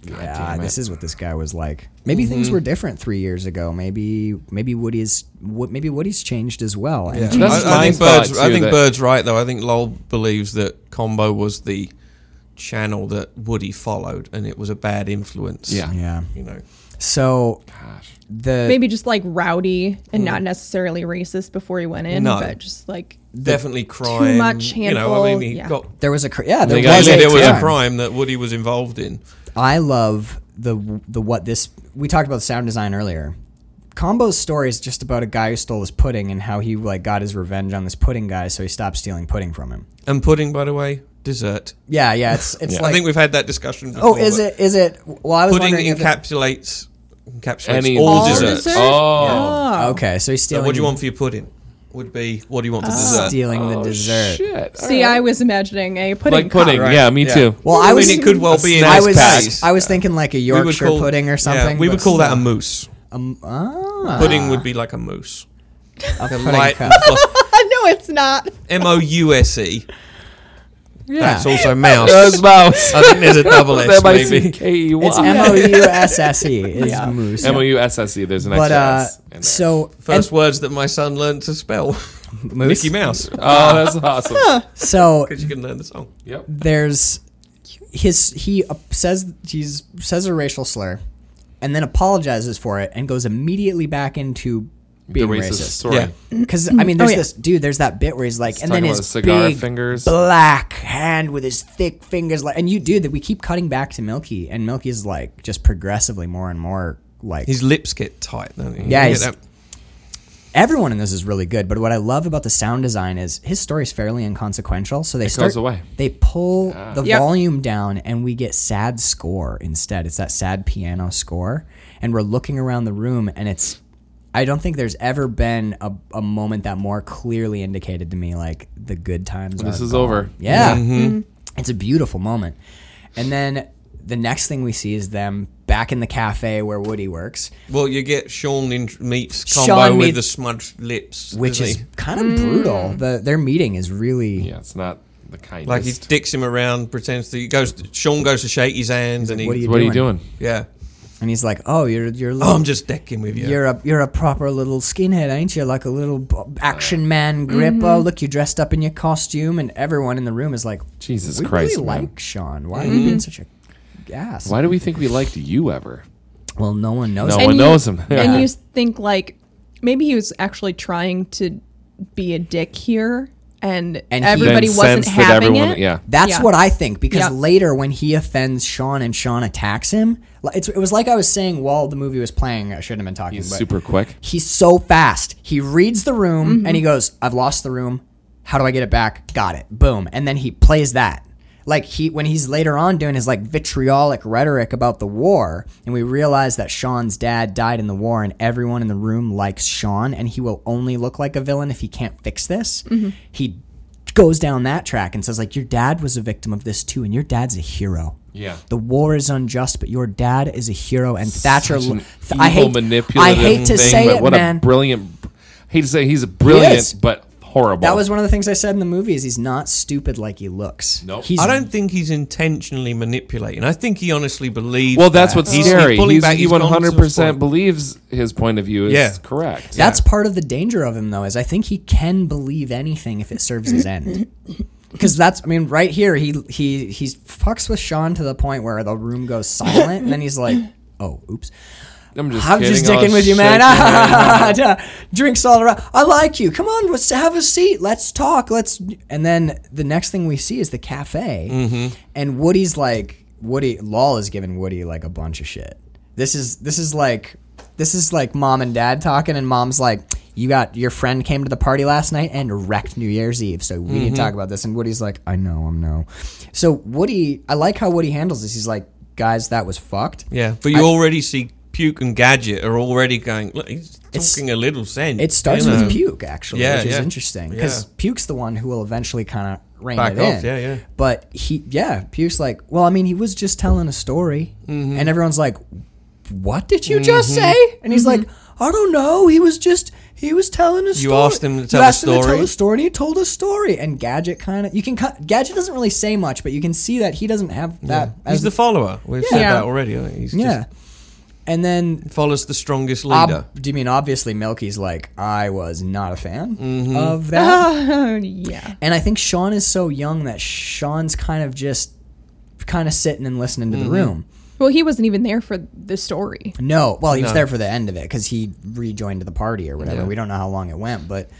Speaker 2: yeah,
Speaker 3: damn it. Mm-hmm.
Speaker 2: this is what this guy was like. Maybe things were different three years ago. Maybe maybe Woody's wo- maybe Woody's changed as well. And
Speaker 4: Yeah.
Speaker 2: he-
Speaker 3: That's
Speaker 4: I, I
Speaker 3: my
Speaker 4: think
Speaker 3: thought,
Speaker 4: Bird's. I
Speaker 3: too,
Speaker 4: think
Speaker 3: that-
Speaker 4: Bird's right though. I think Lowell believes that Combo was the channel that Woody followed, and it was a bad influence.
Speaker 3: Yeah.
Speaker 2: yeah.
Speaker 4: you know.
Speaker 2: So the
Speaker 5: maybe just like rowdy and
Speaker 2: Mm.
Speaker 5: not necessarily racist before he went in,
Speaker 4: No.
Speaker 5: but just like
Speaker 4: Definitely crime.
Speaker 5: much
Speaker 4: You know, I mean, he
Speaker 5: handful, yeah.
Speaker 4: got.
Speaker 2: there was a cr- yeah there
Speaker 3: They
Speaker 2: was,
Speaker 3: got
Speaker 4: Clearly,
Speaker 3: Yeah,
Speaker 2: a
Speaker 4: there was a
Speaker 2: time.
Speaker 4: crime that Woody was involved in.
Speaker 2: I love the the what this we talked about the sound design earlier. Combo's story is just about a guy who stole his pudding and how he like got his revenge on this pudding guy, so he stopped stealing pudding from him.
Speaker 4: And pudding, by the way, dessert.
Speaker 2: Yeah, yeah, it's it's
Speaker 4: I
Speaker 2: like
Speaker 4: think we've had that discussion. Before,
Speaker 2: oh, is
Speaker 4: but
Speaker 2: it is it? Well, I was
Speaker 4: pudding
Speaker 2: wondering if it-
Speaker 4: encapsulates encapsulates
Speaker 3: Any
Speaker 4: all,
Speaker 5: all
Speaker 4: desserts.
Speaker 5: dessert?
Speaker 3: Oh,
Speaker 2: okay, so he's
Speaker 4: So
Speaker 2: stealing.
Speaker 4: what do you want for your pudding? Would be what do you want
Speaker 2: Uh,
Speaker 4: for dessert?
Speaker 2: Stealing the
Speaker 3: Oh,
Speaker 2: dessert.
Speaker 3: Shit.
Speaker 5: See, I was imagining a pudding.
Speaker 3: like pudding.
Speaker 5: cup.
Speaker 3: Yeah, me
Speaker 4: Yeah.
Speaker 3: too.
Speaker 2: Well, I
Speaker 4: I
Speaker 2: was.
Speaker 4: mean, it could well be in
Speaker 2: I
Speaker 4: this
Speaker 2: was.
Speaker 4: case.
Speaker 2: I was thinking like a
Speaker 4: We would
Speaker 2: Yorkshire
Speaker 4: call-
Speaker 2: pudding or something.
Speaker 4: Yeah, we would
Speaker 2: but
Speaker 4: call that a
Speaker 2: still.
Speaker 4: mousse.
Speaker 2: Um, ah,
Speaker 4: Pudding would be like a mousse.
Speaker 2: a
Speaker 4: A
Speaker 2: pudding
Speaker 4: light
Speaker 2: cup.
Speaker 5: *laughs* no, it's not.
Speaker 4: M O U S E.
Speaker 2: Yeah, *laughs*
Speaker 4: That's also mouse.
Speaker 3: Those mouse.
Speaker 4: I think there's a double S maybe.
Speaker 2: it's
Speaker 3: M-I-C-K-E-Y.
Speaker 2: M O U S S E. It's moose.
Speaker 3: M-O-U-S-S-E. E, There's an
Speaker 2: But
Speaker 3: extra
Speaker 2: uh,
Speaker 3: S in there.
Speaker 2: so
Speaker 4: First words that my son learned to spell.
Speaker 3: *laughs*
Speaker 2: and moose.
Speaker 4: Mickey Mouse.
Speaker 3: Oh,
Speaker 2: uh,
Speaker 3: that's awesome.
Speaker 2: So
Speaker 4: *laughs* Because you can learn the song.
Speaker 3: yep.
Speaker 2: there's his he uh, says he's says a racial slur, and then apologizes for it and goes immediately back into
Speaker 3: The
Speaker 2: being
Speaker 3: racist
Speaker 2: racist.
Speaker 3: story.
Speaker 4: Yeah.
Speaker 2: Because I mean, there's
Speaker 5: yeah.
Speaker 2: this dude. There's that bit where he's like, and then
Speaker 3: talking about
Speaker 2: his
Speaker 3: his cigar
Speaker 2: big
Speaker 3: fingers.
Speaker 2: black hand with his thick fingers, like, and you do that. We keep cutting back to Milky, and Milky's like just progressively more and more like
Speaker 4: His lips get tight, don't they? You
Speaker 2: Yeah,
Speaker 4: get
Speaker 2: he's-
Speaker 4: that-
Speaker 2: everyone in this is really good, but what I love about the sound design is his story is fairly inconsequential. So they start
Speaker 3: away. Ah.
Speaker 2: They pull the
Speaker 5: Yep.
Speaker 2: volume down, and we get sad score instead. It's that sad piano score, and we're looking around the room, and it's. I don't think there's ever been a, a moment that more clearly indicated to me like the good times.
Speaker 3: This
Speaker 2: are
Speaker 3: is Mm-hmm.
Speaker 2: gone.
Speaker 3: over.
Speaker 2: Yeah. It's a beautiful moment. And then the next thing we see is them back in the cafe where Woody works.
Speaker 4: Well, you get Sean in, meets combo
Speaker 2: Sean
Speaker 4: with
Speaker 2: meets-
Speaker 4: the smudged lips,
Speaker 2: which
Speaker 4: doesn't
Speaker 2: is
Speaker 4: he?
Speaker 2: kind of brutal.
Speaker 5: Mm.
Speaker 2: The their meeting is really
Speaker 3: Yeah, it's not the kindest.
Speaker 4: like he dicks him around, pretends to he goes. Sean goes to shake his hand, and he
Speaker 2: what are you
Speaker 3: what are
Speaker 2: doing?
Speaker 3: you doing?
Speaker 4: yeah.
Speaker 2: And he's like, "Oh, you're you're
Speaker 4: Oh,
Speaker 2: little,
Speaker 4: I'm just decking with you.
Speaker 2: you're a you're a proper little skinhead, ain't you? Like a little b- action man grip.
Speaker 5: Mm-hmm.
Speaker 2: Oh, look, you dressed up in your costume." And everyone in the room is like,
Speaker 3: Jesus
Speaker 2: "We
Speaker 3: Christ,
Speaker 2: really
Speaker 3: man.
Speaker 2: like Sean. Why are
Speaker 5: Mm-hmm.
Speaker 2: you being such a ass?"
Speaker 3: Why do we think we liked you ever?
Speaker 2: Well, no one knows.
Speaker 3: No
Speaker 2: him.
Speaker 3: one
Speaker 5: you-
Speaker 3: knows him. Yeah.
Speaker 5: *laughs*
Speaker 2: *laughs*
Speaker 5: And you think like maybe he was actually trying to be a dick here, and,
Speaker 2: And he-
Speaker 5: everybody
Speaker 3: Then
Speaker 5: wasn't
Speaker 3: sense that
Speaker 5: having
Speaker 3: everyone-
Speaker 5: it. *laughs*
Speaker 3: yeah.
Speaker 2: That's
Speaker 5: Yeah.
Speaker 2: what I think because
Speaker 5: Yeah.
Speaker 2: later when he offends Sean and Sean attacks him, li- it's, it was like I was saying while the movie was playing. I shouldn't have been talking.
Speaker 3: He's
Speaker 2: but
Speaker 3: super quick.
Speaker 2: He's so fast. He reads the room and he goes, "I've lost the room. How do I get it back? Got it. Boom." And then he plays that. Like he when he's later on doing his like vitriolic rhetoric about the war, and we realize that Sean's dad died in the war, and everyone in the room likes Sean, and he will only look like a villain if he can't fix this. He goes down that track and says like, "Your dad was a victim of this too, and your dad's a hero."
Speaker 3: Yeah.
Speaker 2: The war is unjust, but your dad is a hero, and Thatcher.
Speaker 3: Such an
Speaker 2: th- I
Speaker 3: evil,
Speaker 2: hate. I
Speaker 3: manipulative
Speaker 2: hate to
Speaker 3: thing,
Speaker 2: say
Speaker 3: but
Speaker 2: it,
Speaker 3: what
Speaker 2: man.
Speaker 3: a brilliant. I hate to say he's brilliant, but horrible.
Speaker 2: that was one of the things I said in the movie. Is he's not stupid like he looks.
Speaker 3: Nope.
Speaker 2: He's,
Speaker 4: I don't think he's intentionally manipulating. I think he honestly believes.
Speaker 3: well. That's what's
Speaker 4: He's- he's
Speaker 3: scary.
Speaker 4: pulling
Speaker 3: He's,
Speaker 4: back,
Speaker 3: he
Speaker 4: he's gone
Speaker 3: one
Speaker 4: to
Speaker 3: hundred
Speaker 4: this point.
Speaker 3: percent believes his point of view is
Speaker 4: Yeah.
Speaker 3: correct.
Speaker 2: That's part of the danger of him, though. Is I think he can believe anything if it serves his end. Because that's, I mean, right here he he he fucks with Sean to the point where the room goes silent, and then he's like, "Oh, oops."
Speaker 3: I'm just.
Speaker 2: I'm
Speaker 3: kidding. Oh,
Speaker 2: just
Speaker 3: I'll
Speaker 2: dicking with you, man. *laughs*
Speaker 3: shake your hand.
Speaker 2: Drinks all around. I like you. Come on, let's have a seat. Let's talk. Let's. And then the next thing we see is the cafe,
Speaker 3: Mm-hmm.
Speaker 2: and Woody's like Woody. Law is giving Woody like a bunch of shit. This is this is like this is like mom and dad talking, and mom's like, "You got your friend came to the party last night and wrecked New Year's Eve, so we
Speaker 3: Mm-hmm.
Speaker 2: need to talk about this." And Woody's like, "I know, I'm no." So Woody, I like how Woody handles this. He's like, "Guys, that was fucked."
Speaker 4: Yeah, but you already see Puke and Gadget are already going. Look, he's talking a little sense.
Speaker 2: It starts
Speaker 4: you know.
Speaker 2: with Puke actually,
Speaker 4: Yeah,
Speaker 2: which is
Speaker 4: yeah.
Speaker 2: interesting because
Speaker 4: Yeah.
Speaker 2: Puke's the one who will eventually kind of rein
Speaker 4: Back
Speaker 2: it
Speaker 4: off,
Speaker 2: in.
Speaker 4: yeah, yeah.
Speaker 2: But he, yeah, Puke's like, well, I mean, he was just telling a story,
Speaker 4: Mm-hmm.
Speaker 2: and everyone's like, what did you just say? And he's
Speaker 4: Mm-hmm.
Speaker 2: like, I don't know. He was just. He was telling a story.
Speaker 4: asked him to tell
Speaker 2: you
Speaker 4: a
Speaker 2: asked Him to tell
Speaker 4: story?
Speaker 2: a story, and he told a story. And Gadget kind of you can cut. Gadget doesn't really say much, but you can see that he doesn't have that.
Speaker 4: He's
Speaker 2: as-
Speaker 4: the follower. We've said
Speaker 5: Yeah.
Speaker 4: that already. haven't we? He's
Speaker 2: yeah. And then
Speaker 4: just follows the strongest
Speaker 2: Ob-
Speaker 4: leader.
Speaker 2: do you mean obviously Milky's like I was not a fan
Speaker 4: Mm-hmm.
Speaker 2: of
Speaker 4: *laughs*
Speaker 2: that,
Speaker 5: Oh, yeah.
Speaker 2: and I think Sean is so young that Sean's kind of just kind of sitting and listening to
Speaker 4: Mm-hmm.
Speaker 2: the room.
Speaker 5: Well, he wasn't even there for the story.
Speaker 2: No, well he was
Speaker 4: No.
Speaker 2: there for the end of it because he rejoined the party or whatever. We don't know how long it went, but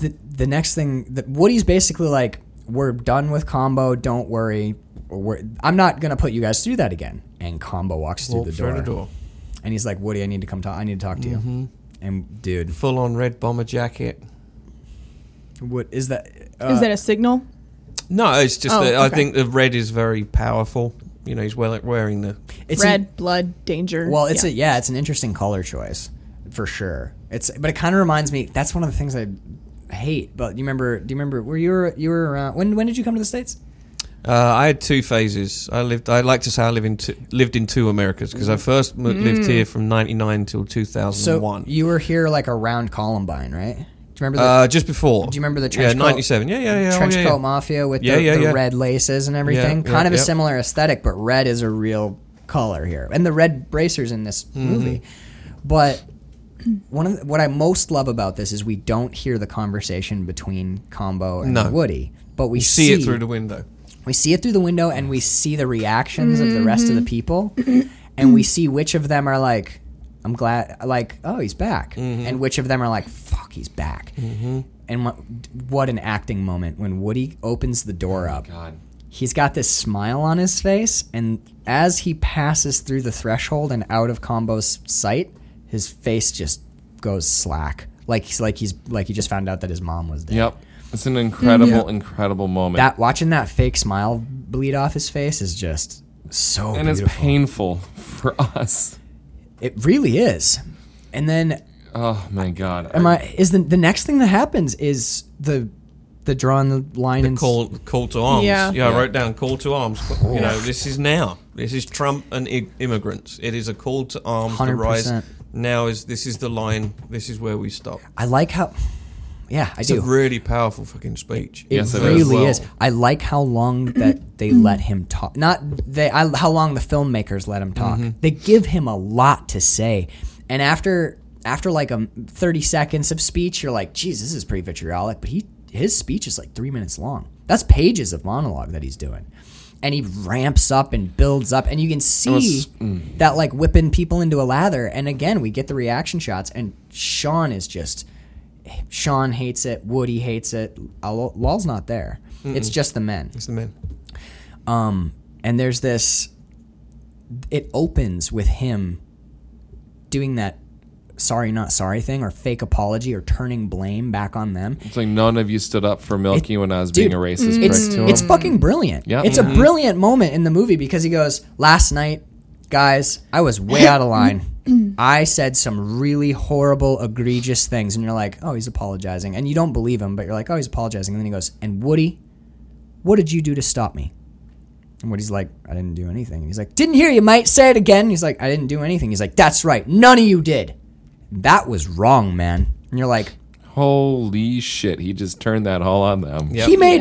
Speaker 2: the the next thing that Woody's basically like we're done with combo. Don't worry, we're, I'm not gonna put you guys through that again. And combo walks through
Speaker 4: Walks
Speaker 2: the door,
Speaker 4: through the door. Mm-hmm.
Speaker 2: and he's like Woody, I need to come talk. I need to talk to you. And dude,
Speaker 4: Full on red bomber jacket.
Speaker 2: what is that? uh,
Speaker 5: Is that a signal?
Speaker 4: No, it's just
Speaker 5: Oh,
Speaker 4: that I
Speaker 5: okay.
Speaker 4: think the red is very powerful. You know, he's well wearing the.
Speaker 2: It's
Speaker 5: Red
Speaker 2: an-
Speaker 5: blood danger.
Speaker 2: well, it's
Speaker 5: yeah.
Speaker 2: a yeah, it's an interesting color choice for sure. It's but it kind of reminds me. That's one of the things I hate. But you remember? Do you remember? Were you were- you were around? When when did you come to the states?
Speaker 4: Uh, I had two phases. I lived. I like to say I live in two, lived in two Americas because I first mo- lived here from '99 till
Speaker 2: Mm. So
Speaker 4: 2001.
Speaker 2: you were here like around Columbine, right? Do you remember the
Speaker 4: uh, just before.
Speaker 2: Do you remember the
Speaker 4: Yeah,
Speaker 2: trench coat-
Speaker 4: '97. Yeah, yeah, yeah. oh,
Speaker 2: trench
Speaker 4: yeah,
Speaker 2: coat
Speaker 4: yeah.
Speaker 2: mafia with
Speaker 4: Yeah,
Speaker 2: the,
Speaker 4: yeah,
Speaker 2: the
Speaker 4: yeah.
Speaker 2: red laces and everything?
Speaker 4: yeah,
Speaker 2: kind of a
Speaker 4: yeah.
Speaker 2: similar aesthetic, but red is a real color here, and the red bracers in this
Speaker 4: Mm-hmm.
Speaker 2: movie. But one of the, what I most love about this is we don't hear the conversation between Combo and
Speaker 4: No.
Speaker 2: Woody, but we
Speaker 4: See, it through the window.
Speaker 2: we see it through the window and we see the reactions of the rest of the people and we see which of them are like i'm glad like oh he's back and which of them are like fuck he's back and what, what an acting moment when woody opens the door up
Speaker 3: God.
Speaker 2: he's got this smile on his face and as he passes through the threshold and out of combo's sight his face just goes slack like he's like he's like he just found out that his mom was dead
Speaker 3: Yep. It's an incredible, incredible moment.
Speaker 2: that watching that fake smile bleed off his face is just so
Speaker 3: and it's
Speaker 2: beautiful.
Speaker 3: painful for us.
Speaker 2: it really is. And then
Speaker 3: Oh my god.
Speaker 2: am I is the the next thing that happens is the the drawing the line and s-
Speaker 4: Call, call to arms.
Speaker 5: Yeah.
Speaker 4: Yeah. I wrote down call to arms. You know, this is now. This is Trump and I- immigrants. It is a call to arms. The rise
Speaker 2: 100%.
Speaker 4: now is this is the line. This is where we stop.
Speaker 2: I like how yeah, I
Speaker 4: It's
Speaker 2: do.
Speaker 4: a really powerful fucking speech.
Speaker 2: it
Speaker 3: Yes, it
Speaker 2: really
Speaker 3: is.
Speaker 2: is. I like how long
Speaker 3: *clears throat*
Speaker 2: that they let him talk. Not they. I, how long the filmmakers let him talk.
Speaker 3: Mm-hmm.
Speaker 2: They give him a lot to say, and after after like um thirty seconds of speech, you're like, "Geez, this is pretty vitriolic." But he his speech is like three minutes long. That's pages of monologue that he's doing, and he ramps up and builds up, and you can see
Speaker 3: mm.
Speaker 2: that like whipping people into a lather. And again, we get the reaction shots, and Sean is just. Sean hates it. Woody hates it. Al- Lal's not there. It's just the men.
Speaker 4: It's the men.
Speaker 2: Um, and there's this. It opens with him doing that sorry not sorry thing or fake apology or turning blame back on them.
Speaker 3: It's like none of you stood up for Milky when I was
Speaker 2: dude, mm,
Speaker 3: being a racist prick
Speaker 2: It's
Speaker 3: to him.
Speaker 2: it's fucking brilliant.
Speaker 3: Yeah. Mm-hmm.
Speaker 2: It's a brilliant moment in the movie because he goes, "Last night, guys, I was way out of line. I said some really horrible, egregious things." And you're like, "Oh, he's apologizing." And you don't believe him, but you're like, "Oh, he's apologizing." And then he goes, "And Woody, what did you do to stop me?" And Woody's like, I didn't do anything. And he's like, Didn't hear you, mate. Say it again. He's like, I didn't do anything. He's like, That's right. None of you did. That was wrong, man. And you're like,
Speaker 3: Holy shit! He just turned that all on them.
Speaker 4: Yeah.
Speaker 2: he made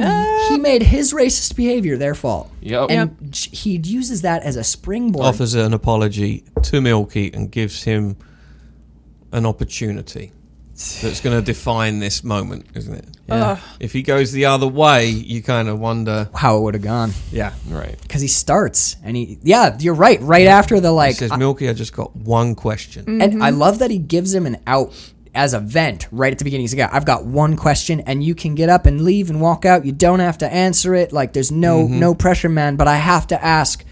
Speaker 2: he made his racist behavior their fault.
Speaker 3: Yep.
Speaker 2: And j- he uses that as a springboard.
Speaker 4: Offers an apology to Milky and gives him an opportunity. that's going to define this moment, isn't it? If he goes the other way, you kind of wonder.
Speaker 2: How it would have gone.
Speaker 4: Yeah.
Speaker 3: Right.
Speaker 2: Because he starts and he, yeah, you're right. Right after the
Speaker 4: He
Speaker 2: like,
Speaker 4: says, Milky, I just got one question.
Speaker 2: And I
Speaker 5: Mm-hmm.
Speaker 2: love that he gives him an out as a vent right at the beginning. He's like, I've got one question and you can get up and leave and walk out. You don't have to answer it. Like there's no no pressure, man. But I have to ask,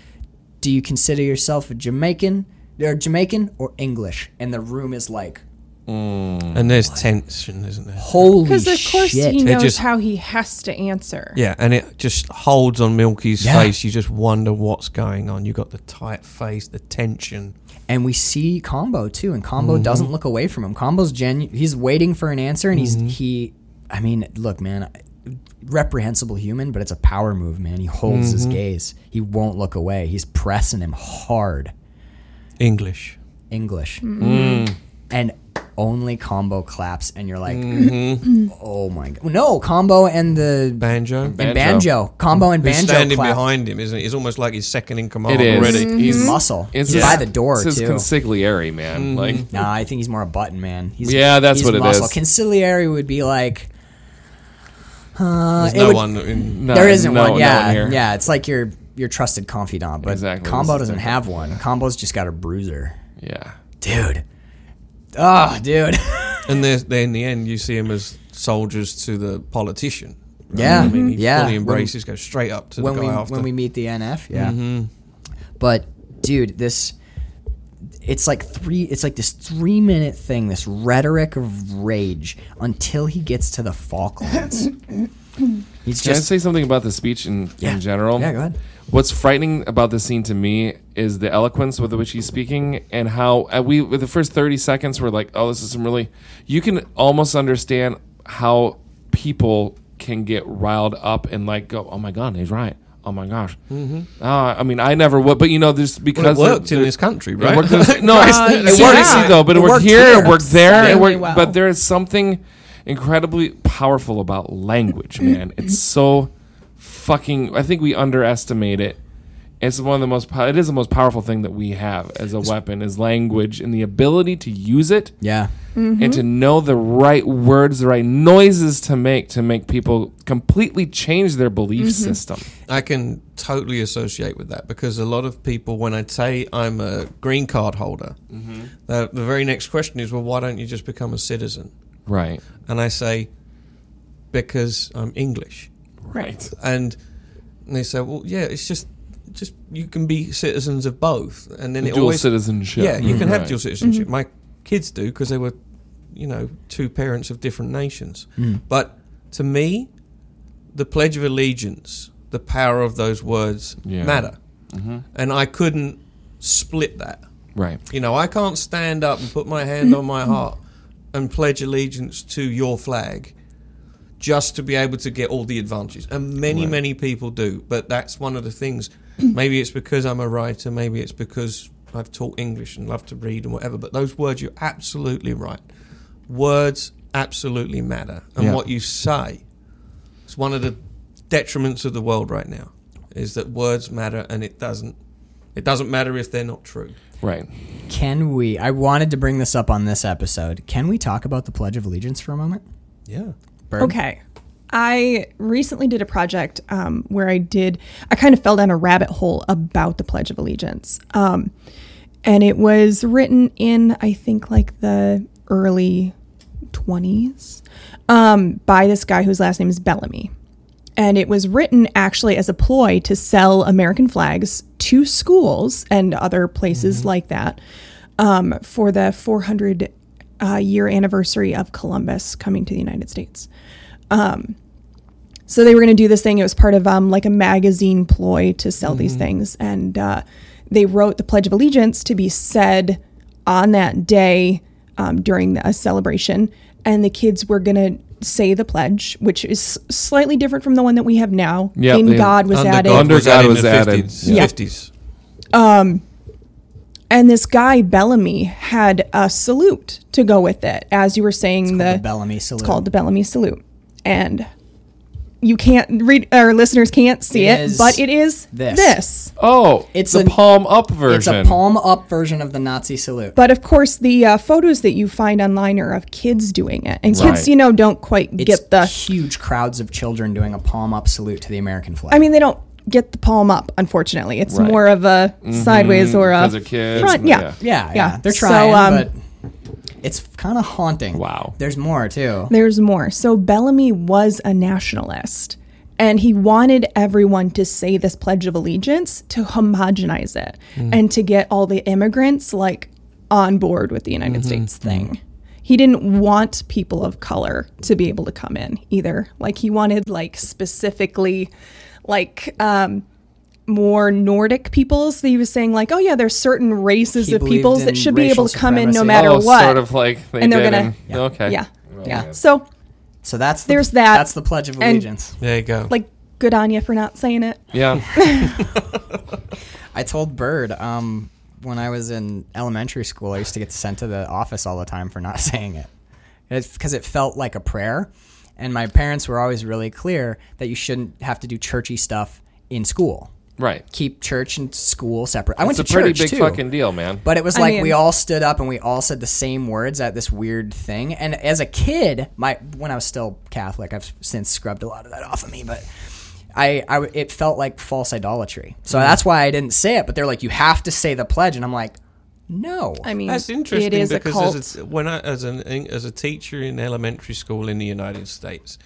Speaker 2: do you consider yourself a Jamaican or Jamaican or English? And the room is like,
Speaker 4: And there's tension, isn't there?
Speaker 2: holy
Speaker 5: Because of course
Speaker 2: shit.
Speaker 5: he
Speaker 4: They
Speaker 5: knows
Speaker 4: just-
Speaker 5: how he has to answer.
Speaker 4: Yeah, and it just holds on Milky's
Speaker 2: Yeah.
Speaker 4: face. You just wonder what's going on. You got the tight face, the tension.
Speaker 2: and we see combo too and combo doesn't look away from him combo's genu he's waiting for an answer and he's he i mean look man I- reprehensible human but it's a power move man he holds his gaze he won't look away he's pressing him hard
Speaker 4: English.
Speaker 2: english Mm. and only combo claps and you're like *clears throat* oh my god no combo and the
Speaker 4: Banjo.
Speaker 2: and banjo combo and
Speaker 4: Who's
Speaker 2: banjo
Speaker 4: standing
Speaker 2: clap.
Speaker 4: behind him, isn't it? It's almost like he's second in
Speaker 3: It
Speaker 4: command
Speaker 3: is.
Speaker 4: already.
Speaker 2: He's
Speaker 3: He's
Speaker 2: muscle
Speaker 3: It's
Speaker 2: he's
Speaker 3: his-
Speaker 2: Mm-hmm. by the door
Speaker 3: It's his
Speaker 2: too
Speaker 3: consigliere, man. Like
Speaker 2: Nah, I think he's more a button man. He's,
Speaker 3: Yeah, that's
Speaker 2: he's
Speaker 3: what it
Speaker 2: muscle.
Speaker 3: is.
Speaker 2: Conciliary would be like
Speaker 4: There's
Speaker 2: Uh, it
Speaker 4: no
Speaker 2: would-
Speaker 4: one. In,
Speaker 3: no,
Speaker 2: there isn't
Speaker 3: no-
Speaker 2: one.
Speaker 3: no
Speaker 2: Yeah,
Speaker 3: here.
Speaker 2: yeah, it's like your your trusted confidant, but
Speaker 3: Exactly,
Speaker 2: Combo
Speaker 3: this is
Speaker 2: doesn't have one. Combo's just got a bruiser,
Speaker 3: yeah.
Speaker 2: dude. Oh, dude. *laughs*
Speaker 4: and there's, then in the end, you see him as soldiers to the politician. right?
Speaker 2: Yeah,
Speaker 4: I mean, he
Speaker 2: yeah.
Speaker 4: fully embraces, goes straight up to
Speaker 2: when
Speaker 4: the
Speaker 2: we
Speaker 4: guy after.
Speaker 2: when we meet the NF, yeah.
Speaker 3: Mm-hmm.
Speaker 2: But dude, this it's like three it's like this three minute thing, this rhetoric of rage until he gets to the
Speaker 4: *laughs*
Speaker 2: Falklands. He's
Speaker 3: Can I
Speaker 2: just
Speaker 3: say something about the speech in,
Speaker 2: Yeah.
Speaker 3: in general?
Speaker 2: Yeah, go ahead.
Speaker 3: What's frightening about this scene to me is the eloquence with which he's speaking, and how uh, we with the first thirty seconds we're like, "Oh, this is some really." You can almost understand how people can get riled up and like go, "Oh my god, he's right." Oh my gosh. Mm-hmm. I mean, I never would, but you know, there's
Speaker 4: Well, it
Speaker 3: because
Speaker 4: worked
Speaker 3: there-
Speaker 4: in this country,
Speaker 3: it
Speaker 4: right?
Speaker 3: worked *laughs* in- no, it worked
Speaker 5: yeah.
Speaker 3: see, though, but it,
Speaker 2: It
Speaker 3: worked,
Speaker 2: worked
Speaker 3: here,
Speaker 2: here
Speaker 3: it worked there, it
Speaker 5: extremely
Speaker 3: worked,
Speaker 5: well.
Speaker 3: but there is something incredibly powerful about language, man. It's so fucking. I think we underestimate it. It's one of the most. pow- It is the most powerful thing that we have as a weapon is language and the ability to use it
Speaker 2: Yeah.
Speaker 3: and to know the right words, the right noises to make to make people completely change their belief system.
Speaker 4: I can totally associate with that because a lot of people, when I say I'm a green card holder, the, the very next question is, well, why don't you just become a citizen?
Speaker 3: Right.
Speaker 4: And I say, because I'm English.
Speaker 3: Right.
Speaker 4: And they say, well, yeah, it's just, just you can be citizens of both. And then it
Speaker 3: Dual
Speaker 4: always,
Speaker 3: citizenship. Mm-hmm.
Speaker 4: yeah, you can have
Speaker 3: Right.
Speaker 4: dual citizenship. My kids do because they were, you know, two parents of different nations.
Speaker 3: Mm.
Speaker 4: But to me, the Pledge of Allegiance, the power of those words
Speaker 3: Yeah. Mm-hmm.
Speaker 4: matter, and I couldn't split that.
Speaker 3: Right.
Speaker 4: You know, I can't stand up and put my hand on my heart and pledge allegiance to your flag just to be able to get all the advantages. And many, many people do. But that's one of the things. *clears throat* Maybe it's because I'm a writer, maybe it's because I've taught English and love to read and whatever. But those words, you're absolutely right. Words absolutely matter. And
Speaker 3: Yeah.
Speaker 4: what you say is one of the detriments of the world right now is that words matter and it doesn't. It doesn't matter if they're not true.
Speaker 3: Right.
Speaker 2: Can we? I wanted to bring this up on this episode. Can we talk about the Pledge of Allegiance for a moment?
Speaker 4: Yeah.
Speaker 2: Bird?
Speaker 5: Okay. I recently did a project um, where I did, I kind of fell down a rabbit hole about the Pledge of Allegiance. Um, and it was written in, I think, like the early 20s um, by this guy whose last name is Bellamy. And it was written actually as a ploy to sell American flags to schools and other places like that um, for the 400 uh, year anniversary of Columbus coming to the United States. So they were going to do this thing. It was part of um, like a magazine ploy to sell these
Speaker 3: Mm-hmm.
Speaker 5: things. And uh, they wrote the Pledge of Allegiance to be said on that day um, during the, a celebration. And the kids were going to say the pledge, which is slightly different from the one that we have now.
Speaker 3: Yeah,
Speaker 5: In
Speaker 3: they-
Speaker 5: God was
Speaker 4: Under
Speaker 5: added.
Speaker 4: God
Speaker 3: Under
Speaker 4: was
Speaker 3: God
Speaker 4: added
Speaker 3: was
Speaker 4: in the
Speaker 3: added.
Speaker 4: 50s.
Speaker 5: Yeah.
Speaker 4: 50s.
Speaker 5: and this guy, Bellamy, had a salute to go with it as you were saying
Speaker 2: The
Speaker 5: the,
Speaker 2: Bellamy salute.
Speaker 5: It's called the Bellamy Salute. And you can't read our listeners can't see
Speaker 2: It
Speaker 5: it,
Speaker 2: is
Speaker 5: but it is
Speaker 2: this.
Speaker 5: this.
Speaker 3: Oh,
Speaker 2: It's
Speaker 3: it's the
Speaker 2: an-
Speaker 3: palm up version.
Speaker 2: It's a palm up version of the Nazi salute.
Speaker 5: But of course, the uh, photos that you find online are of kids doing it, and
Speaker 3: Right.
Speaker 5: kids, you know, don't quite
Speaker 2: it's
Speaker 5: get the.
Speaker 2: huge crowds of children doing a palm up salute to the American flag.
Speaker 5: I mean, they don't get the palm up. Unfortunately, it's
Speaker 3: Right.
Speaker 5: more of a sideways or a
Speaker 3: Mm-hmm. because they're kids
Speaker 5: front.
Speaker 3: and-
Speaker 5: Yeah.
Speaker 3: yeah.
Speaker 2: yeah, yeah,
Speaker 5: yeah.
Speaker 2: they're
Speaker 5: So,
Speaker 2: trying,
Speaker 5: um,
Speaker 2: but it's kind of haunting.
Speaker 3: Wow.
Speaker 2: there's more too.
Speaker 5: There's more. So Bellamy was a nationalist, and he wanted everyone to say this Pledge of Allegiance to homogenize it
Speaker 2: Mm.
Speaker 5: and to get all the immigrants like on board with the United
Speaker 2: Mm-hmm.
Speaker 5: States thing. He didn't want people of color to be able to come in either. Like he wanted like specifically like um more Nordic peoples. He was saying like, oh yeah, there's certain races
Speaker 2: He
Speaker 5: of peoples
Speaker 2: believed in
Speaker 5: that should be able to
Speaker 2: racial
Speaker 5: come in no
Speaker 2: supremacy.
Speaker 5: matter
Speaker 3: oh,
Speaker 5: what.
Speaker 3: sort of Oh, like they
Speaker 5: And they're
Speaker 3: did
Speaker 5: gonna-
Speaker 3: in-
Speaker 5: Yeah.
Speaker 3: okay.
Speaker 5: Yeah.
Speaker 2: yeah.
Speaker 5: Yeah. So
Speaker 2: So that's the,
Speaker 5: There's that.
Speaker 2: That's the Pledge of
Speaker 5: And-
Speaker 2: Allegiance.
Speaker 4: There you go.
Speaker 5: like good on you for not saying it. *laughs*
Speaker 3: Yeah.
Speaker 2: I told Bird um, when I was in elementary school, I used to get sent to the office all the time for not *laughs* saying it. Because it felt like a prayer. And my parents were always really clear that you shouldn't have to do churchy stuff in school.
Speaker 3: right.
Speaker 2: Keep church and school separate. I went
Speaker 3: It's
Speaker 2: to
Speaker 3: a pretty
Speaker 2: church
Speaker 3: big
Speaker 2: too.
Speaker 3: fucking deal, man.
Speaker 2: But it was
Speaker 5: I
Speaker 2: like we
Speaker 5: mean-
Speaker 2: all stood up and we all said the same words at this weird thing. And as a kid, my when I was still Catholic, I've since scrubbed a lot of that off of me, but I, I w- it felt like false idolatry. So
Speaker 5: Mm-hmm.
Speaker 2: that's why I didn't say it. But they're like, you have to say the pledge, and I'm like, no.
Speaker 5: I mean,
Speaker 4: That's interesting
Speaker 5: It is a
Speaker 4: because
Speaker 5: cult.
Speaker 4: As a, when I as an as a teacher in elementary school in the United States,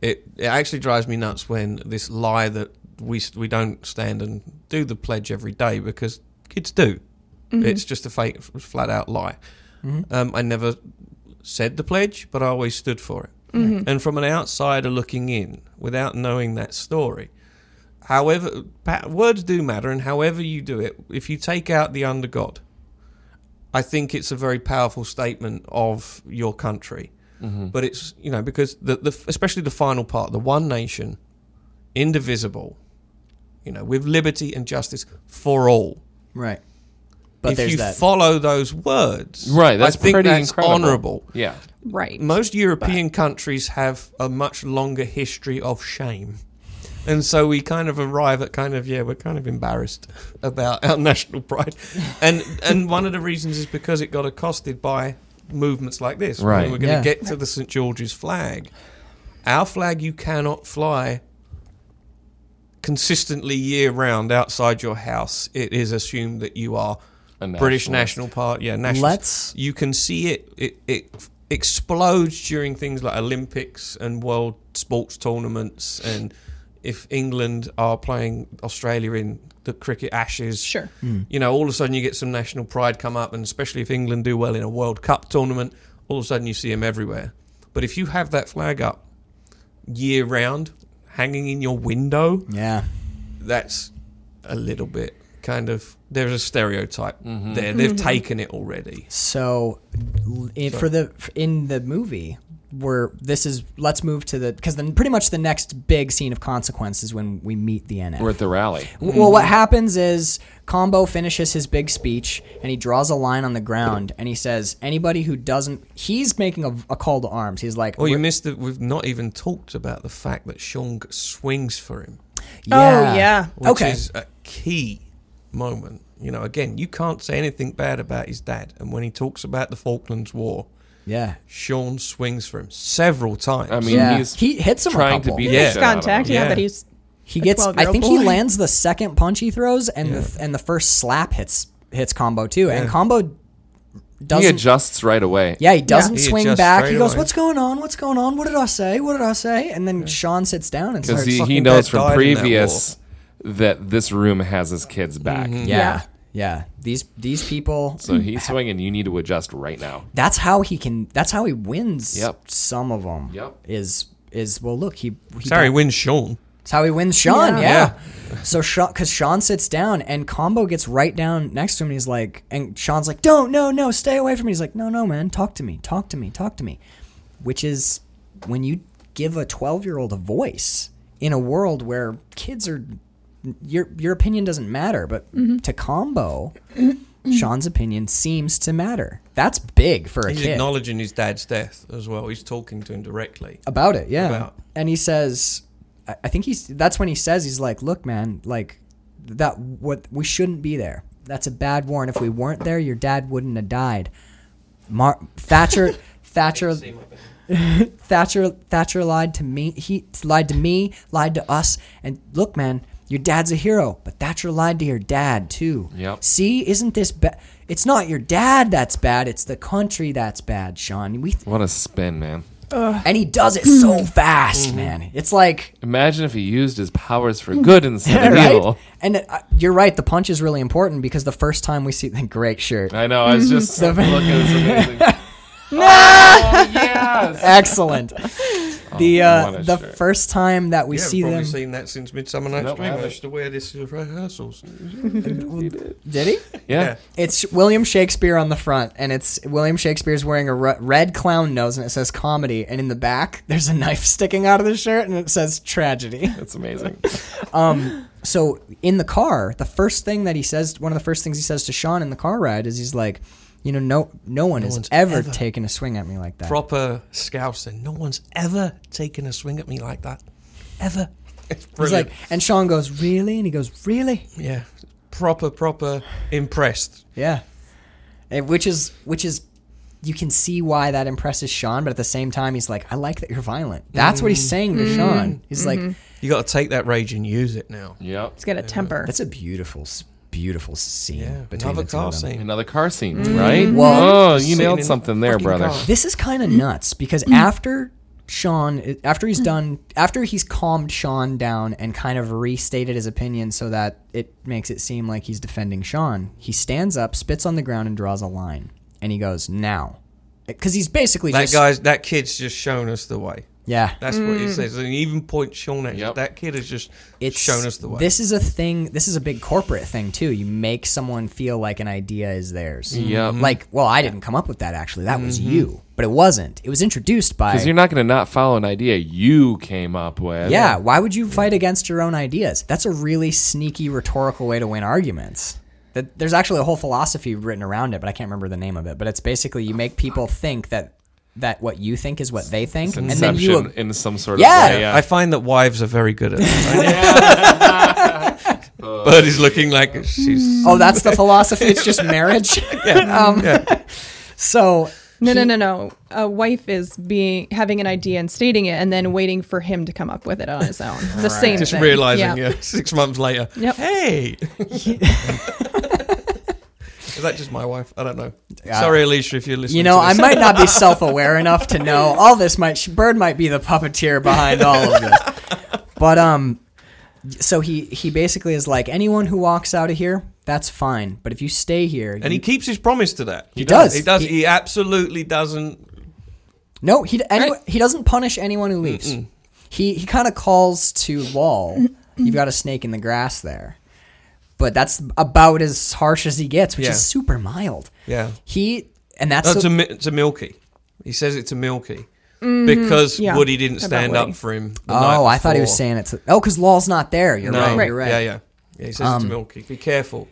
Speaker 4: it it actually drives me nuts when this lie that we s- we don't stand and do the pledge every day because kids do.
Speaker 5: Mm-hmm.
Speaker 4: It's just a fake, flat out lie. Um, I never said the pledge, but I always stood for it.
Speaker 5: Mm-hmm.
Speaker 4: And from an outsider looking in, without knowing that story, however pa- words do matter, and however you do it, if you take out the under God, I think it's a very powerful statement of your country.
Speaker 3: Mm-hmm.
Speaker 4: But it's you know because the, the especially the final part, the one nation, indivisible, you know, with liberty and justice for all.
Speaker 2: right. But
Speaker 4: if
Speaker 2: there's
Speaker 4: you
Speaker 2: that.
Speaker 4: follow those words,
Speaker 3: Right. That's
Speaker 4: I think
Speaker 3: pretty
Speaker 4: that's
Speaker 3: incredible.
Speaker 4: honorable.
Speaker 3: Yeah.
Speaker 5: right.
Speaker 4: Most European countries have a much longer history of shame. And so we kind of arrive at kind of yeah we're kind of embarrassed *laughs* about our national
Speaker 3: *laughs*
Speaker 4: pride, and and one of the reasons is because it got accosted by movements like this. When
Speaker 3: Right.
Speaker 4: we're going to
Speaker 2: Yeah.
Speaker 4: get to the St George's flag. Our flag you cannot fly consistently year round outside your house. It is assumed that you are
Speaker 3: A nationalist.
Speaker 4: British National Party. Yeah, national.
Speaker 2: Let's-
Speaker 4: You can see it. It it explodes during things like Olympics and world sports tournaments, and if England are playing Australia in the cricket Ashes,
Speaker 5: Sure.
Speaker 4: You know, all of a sudden you get some national pride come up, and especially if England do well in a World Cup tournament, all of a sudden you see them everywhere. But if you have that flag up year round, hanging in your window,
Speaker 2: yeah.
Speaker 4: that's a little bit kind of there's a stereotype there. They've taken it already.
Speaker 2: So, l- in, for the f- in the movie, where this is let's move to the because then pretty much the next big scene of consequence is when we meet the NF.
Speaker 3: We're at the rally.
Speaker 2: W- Well, what
Speaker 3: Mm-hmm.
Speaker 2: happens is Combo finishes his big speech and he draws a line on the ground and he says, "Anybody who doesn't," he's making a, a call to arms. He's
Speaker 3: Oh,
Speaker 2: like,
Speaker 4: Well, you
Speaker 2: "We're-
Speaker 4: missed that we've not even talked about the fact that Sean swings for him,
Speaker 5: Oh yeah.
Speaker 4: which
Speaker 2: Okay.
Speaker 4: is a key moment. You know, again, you can't say anything bad about his dad. And when he talks about the Falklands War,
Speaker 2: yeah,
Speaker 4: Sean swings for him several times.
Speaker 3: I mean,
Speaker 2: yeah."
Speaker 3: he's
Speaker 2: He hits him a
Speaker 3: trying to
Speaker 2: couple.
Speaker 3: beat
Speaker 4: Yeah.
Speaker 3: the shit out of him.
Speaker 5: Contact. Yeah.
Speaker 4: Yeah.
Speaker 5: That he's.
Speaker 2: He
Speaker 5: a
Speaker 2: gets. I
Speaker 5: 12-year-old
Speaker 2: think he
Speaker 5: boy.
Speaker 2: lands the second punch he throws, and the, and the first slap hits hits Combo too, and Combo
Speaker 3: He
Speaker 2: doesn't.
Speaker 3: adjusts right away.
Speaker 2: Yeah, he doesn't
Speaker 4: He
Speaker 2: swing
Speaker 4: adjusts
Speaker 2: back. He
Speaker 4: straight
Speaker 2: goes,
Speaker 4: away.
Speaker 2: "What's going on? What's going on? What did I say? What did I say?" And then Sean sits down and
Speaker 3: Because
Speaker 2: starts.
Speaker 3: he, he
Speaker 4: fucking
Speaker 3: knows
Speaker 4: dad
Speaker 3: from
Speaker 4: died in that
Speaker 3: previous that, this room has his kids back.
Speaker 4: Mm-hmm.
Speaker 2: yeah, yeah. These these people.
Speaker 3: So
Speaker 4: *laughs*
Speaker 3: he's swinging. You need to adjust right now.
Speaker 2: that's how he can. That's how he wins.
Speaker 3: Yep.
Speaker 2: Some of them.
Speaker 3: Yep.
Speaker 2: Is is well. Look, he. he
Speaker 4: Sorry,
Speaker 2: got-
Speaker 4: wins Sean.
Speaker 2: That's how he wins Sean. Yeah.
Speaker 5: Yeah.
Speaker 2: *laughs* So Sean, because Sean sits down and Combo gets right down next to him, and he's like, and Sean's like, "Don't, no, no, stay away from me." He's like, "No, no, man, talk to me, talk to me, talk to me," which is when you give a twelve-year-old a voice in a world where kids are your your opinion doesn't matter, but to Combo, *clears throat* Sean's opinion seems to matter. That's big for a
Speaker 4: He's
Speaker 2: kid Uh,
Speaker 4: acknowledging his dad's death as well. He's talking to him directly.
Speaker 2: about it. Yeah,
Speaker 4: About-
Speaker 2: and he says, I I think he's that's when he says he's like, look, man, like that what we shouldn't be there. That's a bad warrant. If we weren't there, your dad wouldn't have died. Mar- Thatcher, Thatcher, *laughs* Thatcher, Thatcher lied to me. He lied to me, lied to us. And look, man, your dad's a hero, but Thatcher lied to your dad too.
Speaker 3: Yep.
Speaker 2: See, isn't this bad? It's not your dad that's bad. It's the country that's bad, Sean. We
Speaker 3: What a spin, man.
Speaker 2: and he does it so
Speaker 3: Mm-hmm.
Speaker 2: fast, man. It's like
Speaker 3: Imagine if he used his powers for good
Speaker 4: *laughs*
Speaker 3: instead of
Speaker 2: right?
Speaker 3: evil.
Speaker 2: And uh, you're right. The punch is really important because the first time we see *laughs* the great shirt,
Speaker 3: I know. I was
Speaker 4: *laughs*
Speaker 3: just looking at this
Speaker 5: *laughs*
Speaker 3: amazing. oh,
Speaker 4: *laughs*
Speaker 3: yes. *laughs*
Speaker 2: excellent. the uh,
Speaker 3: Oh, what a
Speaker 2: the
Speaker 3: shirt.
Speaker 2: first time that we
Speaker 4: yeah,
Speaker 2: see
Speaker 4: probably
Speaker 2: them,
Speaker 4: seen that since Midsummer Night's
Speaker 3: Nope,
Speaker 4: Dream.
Speaker 3: haven't.
Speaker 4: I used to wear this to rehearsals.
Speaker 2: did he?
Speaker 3: Yeah.
Speaker 2: It's William Shakespeare on the front, and it's William Shakespeare's wearing a re- red clown nose, and it says comedy. And in the back, there's a knife sticking out of the shirt, and it says tragedy.
Speaker 3: That's amazing.
Speaker 2: so in the car, the first thing that he says, one of the first things he says to Sean in the car ride is he's like, you know, no, no one has
Speaker 4: one's
Speaker 2: ever,
Speaker 4: ever-
Speaker 2: taken a swing at me like that.
Speaker 4: Proper scousing. No one's ever taken a swing at me like that. Ever. It's
Speaker 2: he's
Speaker 4: brilliant.
Speaker 2: like, and Sean goes, really? And he goes, really?
Speaker 4: yeah. Proper, proper impressed.
Speaker 2: Yeah. And which is, which is, you can see why that impresses Sean, but at the same time, he's like, I like that you're violent. That's what he's
Speaker 4: Mm.
Speaker 2: saying to Sean. He's like,
Speaker 4: You got to take that rage and use it now.
Speaker 3: yep.
Speaker 5: It's got a temper.
Speaker 2: that's a beautiful, s- beautiful scene
Speaker 4: Yeah.
Speaker 2: between
Speaker 4: Another
Speaker 2: the two
Speaker 4: car
Speaker 2: of them.
Speaker 4: scene.
Speaker 3: Another car scene,
Speaker 2: Mm.
Speaker 3: right?
Speaker 2: Well-
Speaker 3: oh, you
Speaker 4: Sitting
Speaker 3: nailed
Speaker 4: in
Speaker 3: something there,
Speaker 4: fucking
Speaker 3: brother.
Speaker 4: car.
Speaker 2: This is kind of nuts because after Sean, after he's done, after he's calmed Sean down and kind of restated his opinion so that it makes it seem like he's defending Sean, he stands up, spits on the ground, and draws a line. And he goes, now. Because he's basically
Speaker 4: That
Speaker 2: just.
Speaker 4: guy's, that kid's just shown us the way.
Speaker 2: Yeah.
Speaker 4: That's what he says. And he even point Sean at
Speaker 3: Yep.
Speaker 4: that kid has just
Speaker 2: Mm. It's,
Speaker 4: shown us the way.
Speaker 2: This is a thing. This is a big corporate thing too. You make someone feel like an idea is theirs.
Speaker 3: Yep.
Speaker 2: Like, well, I didn't come up with that actually. That was
Speaker 4: Mm-hmm.
Speaker 2: you, but it wasn't. It was introduced by.
Speaker 3: Because you're not going to not follow an idea you came up with.
Speaker 2: Yeah, why would you fight against your own ideas? That's a really sneaky rhetorical way to win arguments. That there's actually a whole philosophy written around it, but I can't remember the name of it. But it's basically you make people think that that what you think is what they think, and then
Speaker 3: Inception
Speaker 2: you
Speaker 3: in some sort
Speaker 2: Yeah.
Speaker 3: of way. Yeah.
Speaker 4: I find that wives are very good
Speaker 2: *laughs*
Speaker 4: at that. *laughs* Bird is looking like she's.
Speaker 2: oh, that's the philosophy. It's just marriage. *laughs* um, So
Speaker 5: No, no, no, no. A wife is being having an idea and stating it, and then waiting for him to come up with it on his own. The same.
Speaker 4: Just
Speaker 5: thing.
Speaker 4: realizing,
Speaker 5: Yeah.
Speaker 4: yeah. *laughs* six months later.
Speaker 2: *laughs*
Speaker 5: Yep.
Speaker 4: Hey! *laughs* Is that just my wife? I don't know. Sorry, Alicia, if you're listening.
Speaker 2: you know,
Speaker 4: to
Speaker 2: I
Speaker 4: this.
Speaker 2: might not
Speaker 4: *laughs*
Speaker 2: be self-aware enough to know all this. Might Bird might be the puppeteer behind all of this, but um, so he he basically is like anyone who walks out of here, that's fine. But if you stay here,
Speaker 4: And he
Speaker 2: you-
Speaker 4: keeps his promise to that. He,
Speaker 2: does.
Speaker 4: He does.
Speaker 2: He-
Speaker 4: He, absolutely doesn't.
Speaker 2: No, he any, he doesn't punish anyone who leaves. He he kind of calls to Lol. You've got a snake in the grass there, but that's about as harsh as he gets, which
Speaker 4: Yeah.
Speaker 2: is super mild.
Speaker 4: Yeah.
Speaker 2: He and that's
Speaker 4: No,
Speaker 2: the-
Speaker 4: to, Mi- to Milky. He says it to Milky because
Speaker 5: Mm-hmm. yeah,
Speaker 4: Woody didn't
Speaker 5: about
Speaker 4: stand
Speaker 5: Woody.
Speaker 4: up for him. the night
Speaker 2: oh, I thought he was
Speaker 4: before.
Speaker 2: saying it. To, oh, because Lol's not there. You're
Speaker 4: No.
Speaker 2: right. You're right. Um,
Speaker 4: Yeah, yeah. Yeah, he says it to Milky. Be careful.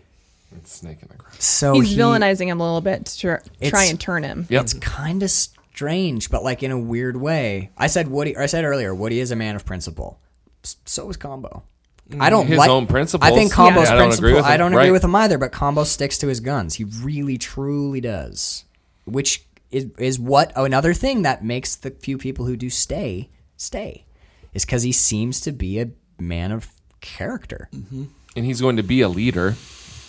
Speaker 3: Snake in the grass.
Speaker 2: So
Speaker 5: He's
Speaker 2: Oh, he,
Speaker 5: villainizing him a little bit to tr- try
Speaker 2: It's-
Speaker 5: and turn him.
Speaker 3: Yep.
Speaker 2: It's kind of strange, but like in a weird way. I said Woody. Or I said earlier, Woody is a man of principle. S- So is Combo. I don't
Speaker 3: Mm, His
Speaker 2: like
Speaker 3: own principles.
Speaker 2: I think
Speaker 3: Yeah.
Speaker 2: Combo's
Speaker 3: I don't agree
Speaker 2: principle.
Speaker 3: with him.
Speaker 2: I don't agree
Speaker 3: Right.
Speaker 2: with him either. But Combo sticks to his guns. He really, truly does. Which is is what another thing that makes the few people who do stay stay is because he seems to be a man of character.
Speaker 3: and he's going to be a leader.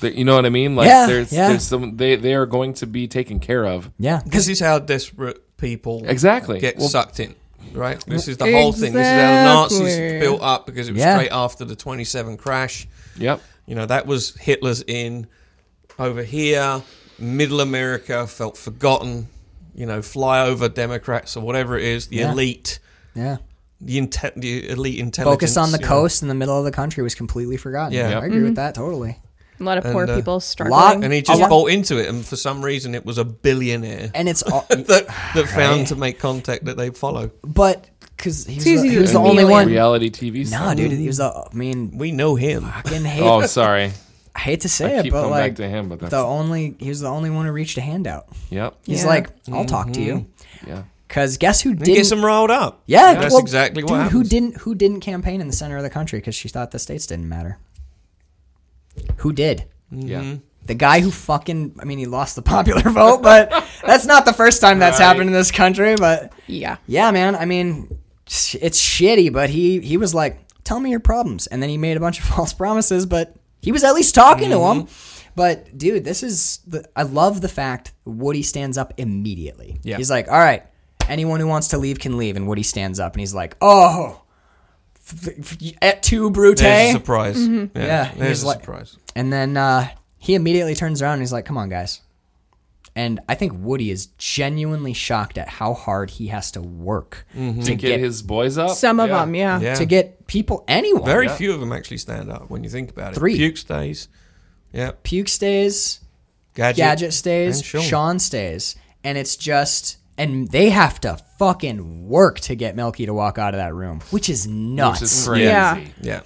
Speaker 3: That- You know what I mean? Like
Speaker 2: Yeah,
Speaker 3: there's
Speaker 2: yeah.
Speaker 3: there's some they they are going to be taken care of.
Speaker 2: Yeah,
Speaker 4: This is how desperate people
Speaker 3: Exactly.
Speaker 4: get
Speaker 3: Well,
Speaker 4: sucked in, right? This is the whole thing. This is how Nazis
Speaker 5: Exactly.
Speaker 4: built up because it was
Speaker 2: Yeah.
Speaker 4: straight after the 27 crash.
Speaker 3: Yep.
Speaker 4: You know, that was Hitler's in over here. Middle America felt forgotten. You know, flyover Democrats or whatever it is, the
Speaker 2: Yeah.
Speaker 4: elite,
Speaker 2: yeah.
Speaker 4: the, inte- the elite intelligence.
Speaker 2: Focus on the
Speaker 4: you know.
Speaker 2: coast in the middle of the country was completely forgotten.
Speaker 4: Yeah.
Speaker 2: I
Speaker 3: Yep.
Speaker 2: agree with that totally.
Speaker 5: A lot of poor
Speaker 4: And, uh,
Speaker 5: people
Speaker 2: lot-
Speaker 5: struggling.
Speaker 4: And he just bought into it, and for some reason, it was a billionaire
Speaker 2: And it's
Speaker 3: *laughs*
Speaker 2: all,
Speaker 4: that, that found to make contact that they follow.
Speaker 2: But because he was,
Speaker 5: It's
Speaker 2: the,
Speaker 5: easy
Speaker 2: he
Speaker 5: to
Speaker 2: was the
Speaker 5: chameleon.
Speaker 2: only one. No,
Speaker 3: Reality TV. stuff.
Speaker 2: dude, he was the. I mean,
Speaker 4: We know him.
Speaker 3: *laughs*
Speaker 2: fucking hate.
Speaker 3: Oh,
Speaker 2: *laughs*
Speaker 3: sorry.
Speaker 2: I hate to say
Speaker 3: I
Speaker 2: it,
Speaker 3: keep
Speaker 2: but
Speaker 3: coming
Speaker 2: like
Speaker 3: back to him, but
Speaker 2: the
Speaker 3: that's
Speaker 2: only he was the only one who reached a handout.
Speaker 3: yep.
Speaker 2: He's
Speaker 5: Yeah.
Speaker 2: like, I'll talk to you.
Speaker 3: Yeah.
Speaker 2: Because guess who
Speaker 4: It
Speaker 2: didn't?
Speaker 4: gets them riled up.
Speaker 2: yeah,
Speaker 4: that's
Speaker 2: well,
Speaker 4: exactly what
Speaker 2: dude,
Speaker 4: happens.
Speaker 2: Who didn't? Who didn't campaign in the center of the country because she thought the states didn't matter? Who did?
Speaker 3: Yeah.
Speaker 2: The guy who fucking, I mean, he lost the popular *laughs* vote, but that's not the first time that's happened in this country. But
Speaker 5: Yeah.
Speaker 2: yeah, man, I mean, sh- it's shitty, but he, he was like, tell me your problems. And then he made a bunch of *laughs* false promises, but he was at least talking to him.
Speaker 4: Mm-hmm.
Speaker 2: But dude, this is, the, I love the fact Woody stands up immediately.
Speaker 4: Yeah.
Speaker 2: He's like, all right, anyone who wants to leave can leave. And Woody stands up and he's like, oh, f- f- et tu, Brute.
Speaker 4: There's a surprise. Yeah,
Speaker 2: Yeah,
Speaker 4: there's
Speaker 2: he's
Speaker 4: a
Speaker 2: like-
Speaker 4: surprise.
Speaker 2: And then uh, he immediately turns around and he's like, "Come on, guys." And I think Woody is genuinely shocked at how hard he has to work to
Speaker 4: Mm-hmm.
Speaker 3: To
Speaker 2: get,
Speaker 3: get his boys up.
Speaker 5: Some of them, yeah.
Speaker 4: Yeah.
Speaker 2: to get people anyone.
Speaker 4: Very few of them actually stand up when you think about it.
Speaker 2: Three.
Speaker 4: Puke stays. Yeah.
Speaker 2: Puke stays,
Speaker 4: Gadget.
Speaker 2: Gadget stays,
Speaker 4: and Sean.
Speaker 2: Sean. stays, and it's just and they have to fucking work to get Melky to walk out of that room, which is nuts.
Speaker 3: Which is crazy.
Speaker 5: Yeah.
Speaker 4: Yeah.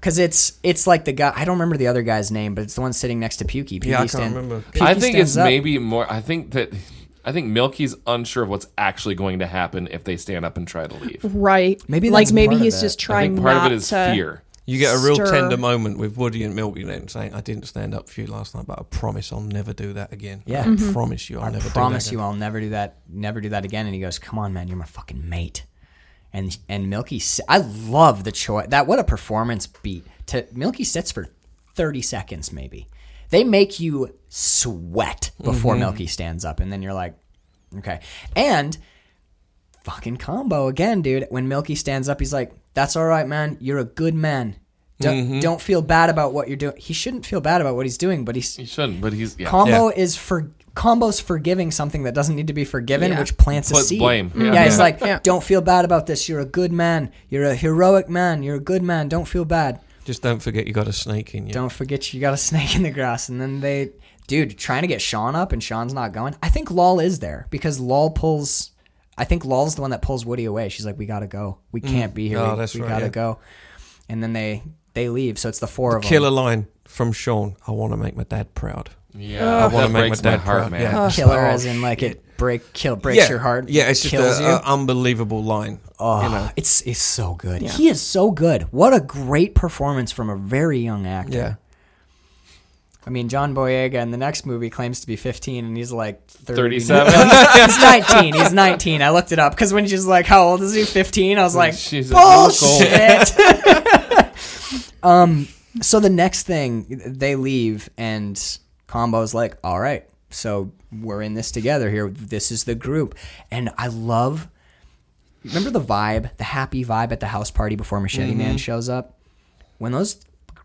Speaker 2: Cause it's it's like the guy I don't remember the other guy's name, but it's the one sitting next to Pukey.
Speaker 4: Yeah, I
Speaker 2: Pukey
Speaker 4: can't remember.
Speaker 2: Pukey
Speaker 3: I think
Speaker 2: stands
Speaker 3: it's
Speaker 2: up.
Speaker 3: maybe more. I think that. I think Milky's unsure of what's actually going to happen if they stand up and try to leave.
Speaker 5: Right.
Speaker 2: Maybe
Speaker 5: like
Speaker 2: that's
Speaker 5: maybe
Speaker 2: part of
Speaker 5: he's
Speaker 2: it.
Speaker 5: just
Speaker 3: I
Speaker 5: trying
Speaker 3: think part
Speaker 5: not
Speaker 3: of it is
Speaker 5: to.
Speaker 3: fear.
Speaker 4: You get a real
Speaker 5: Stir.
Speaker 4: tender moment with Woody and Milky then saying, I didn't stand up for you last night, but I promise I'll never do that again.
Speaker 2: Yeah.
Speaker 4: I promise you I'll
Speaker 2: I
Speaker 4: never
Speaker 2: promise
Speaker 4: do
Speaker 2: you
Speaker 4: that
Speaker 2: I'll never do that never do that again and he goes come on man you're my fucking mate and and Milky si- I love the choice that what a performance beat to Milky sits for 30 seconds maybe they make you sweat
Speaker 4: Mm-hmm.
Speaker 2: before Milky stands up and then you're like okay and fucking combo again dude when Milky stands up he's like that's all right man you're a good man don't,
Speaker 4: Mm-hmm.
Speaker 2: don't feel bad about what you're doing he shouldn't feel bad about what he's doing but he's
Speaker 3: He shouldn't, but he's yeah.
Speaker 2: combo is for combos forgiving something that doesn't need to be forgiven,
Speaker 5: Yeah.
Speaker 2: which plants a
Speaker 3: Put
Speaker 2: seed.
Speaker 3: blame.
Speaker 2: Yeah,
Speaker 4: Mm-hmm.
Speaker 3: Yeah.
Speaker 2: it's
Speaker 3: Yeah.
Speaker 2: like
Speaker 5: Yeah.
Speaker 2: don't feel bad about this. You're a good man. You're a heroic man. You're a good man. Don't feel bad.
Speaker 4: Just don't forget you got a snake in you.
Speaker 2: Don't forget you got a *laughs* snake in the grass. And then they, dude, trying to get Sean up, and Sean's not going. I think Lol is there because Lol pulls. I think Lol's the one that pulls Woody away. She's like, "We gotta go. We can't be here.
Speaker 4: Oh,
Speaker 2: we
Speaker 4: that's
Speaker 2: we
Speaker 4: right,
Speaker 2: gotta
Speaker 4: yeah.
Speaker 2: go." And then they they leave. So it's the four of them.
Speaker 4: Killer line from Sean, I want to make my dad proud.
Speaker 3: yeah.
Speaker 4: I wanna
Speaker 3: that
Speaker 4: make my
Speaker 3: breaks my
Speaker 4: dad
Speaker 3: heart,
Speaker 4: proud.
Speaker 3: man.
Speaker 4: Yeah.
Speaker 2: Killer,
Speaker 4: Oh,
Speaker 2: as in like it break kill breaks your heart.
Speaker 4: Yeah, it's just uh,
Speaker 2: kills
Speaker 4: an
Speaker 2: you.
Speaker 4: unbelievable line.
Speaker 2: Oh, it's it's so good. He is so good. What a great performance from a very young actor.
Speaker 4: Yeah.
Speaker 2: I mean, John Boyega in the next movie claims to be 15, and he's like 30.
Speaker 3: 37.
Speaker 2: *laughs* he's 19. He's 19. I looked it up because when she's like, "How old is he?" 15. I was like,
Speaker 3: She's a
Speaker 2: "Bullshit." *laughs* um. So the next thing they leave, and Combo's like, "All right, so we're in this together here. This is the group," and I love. Remember the vibe, the happy vibe at the house party before Machete
Speaker 3: Mm-hmm.
Speaker 2: Man shows up. When those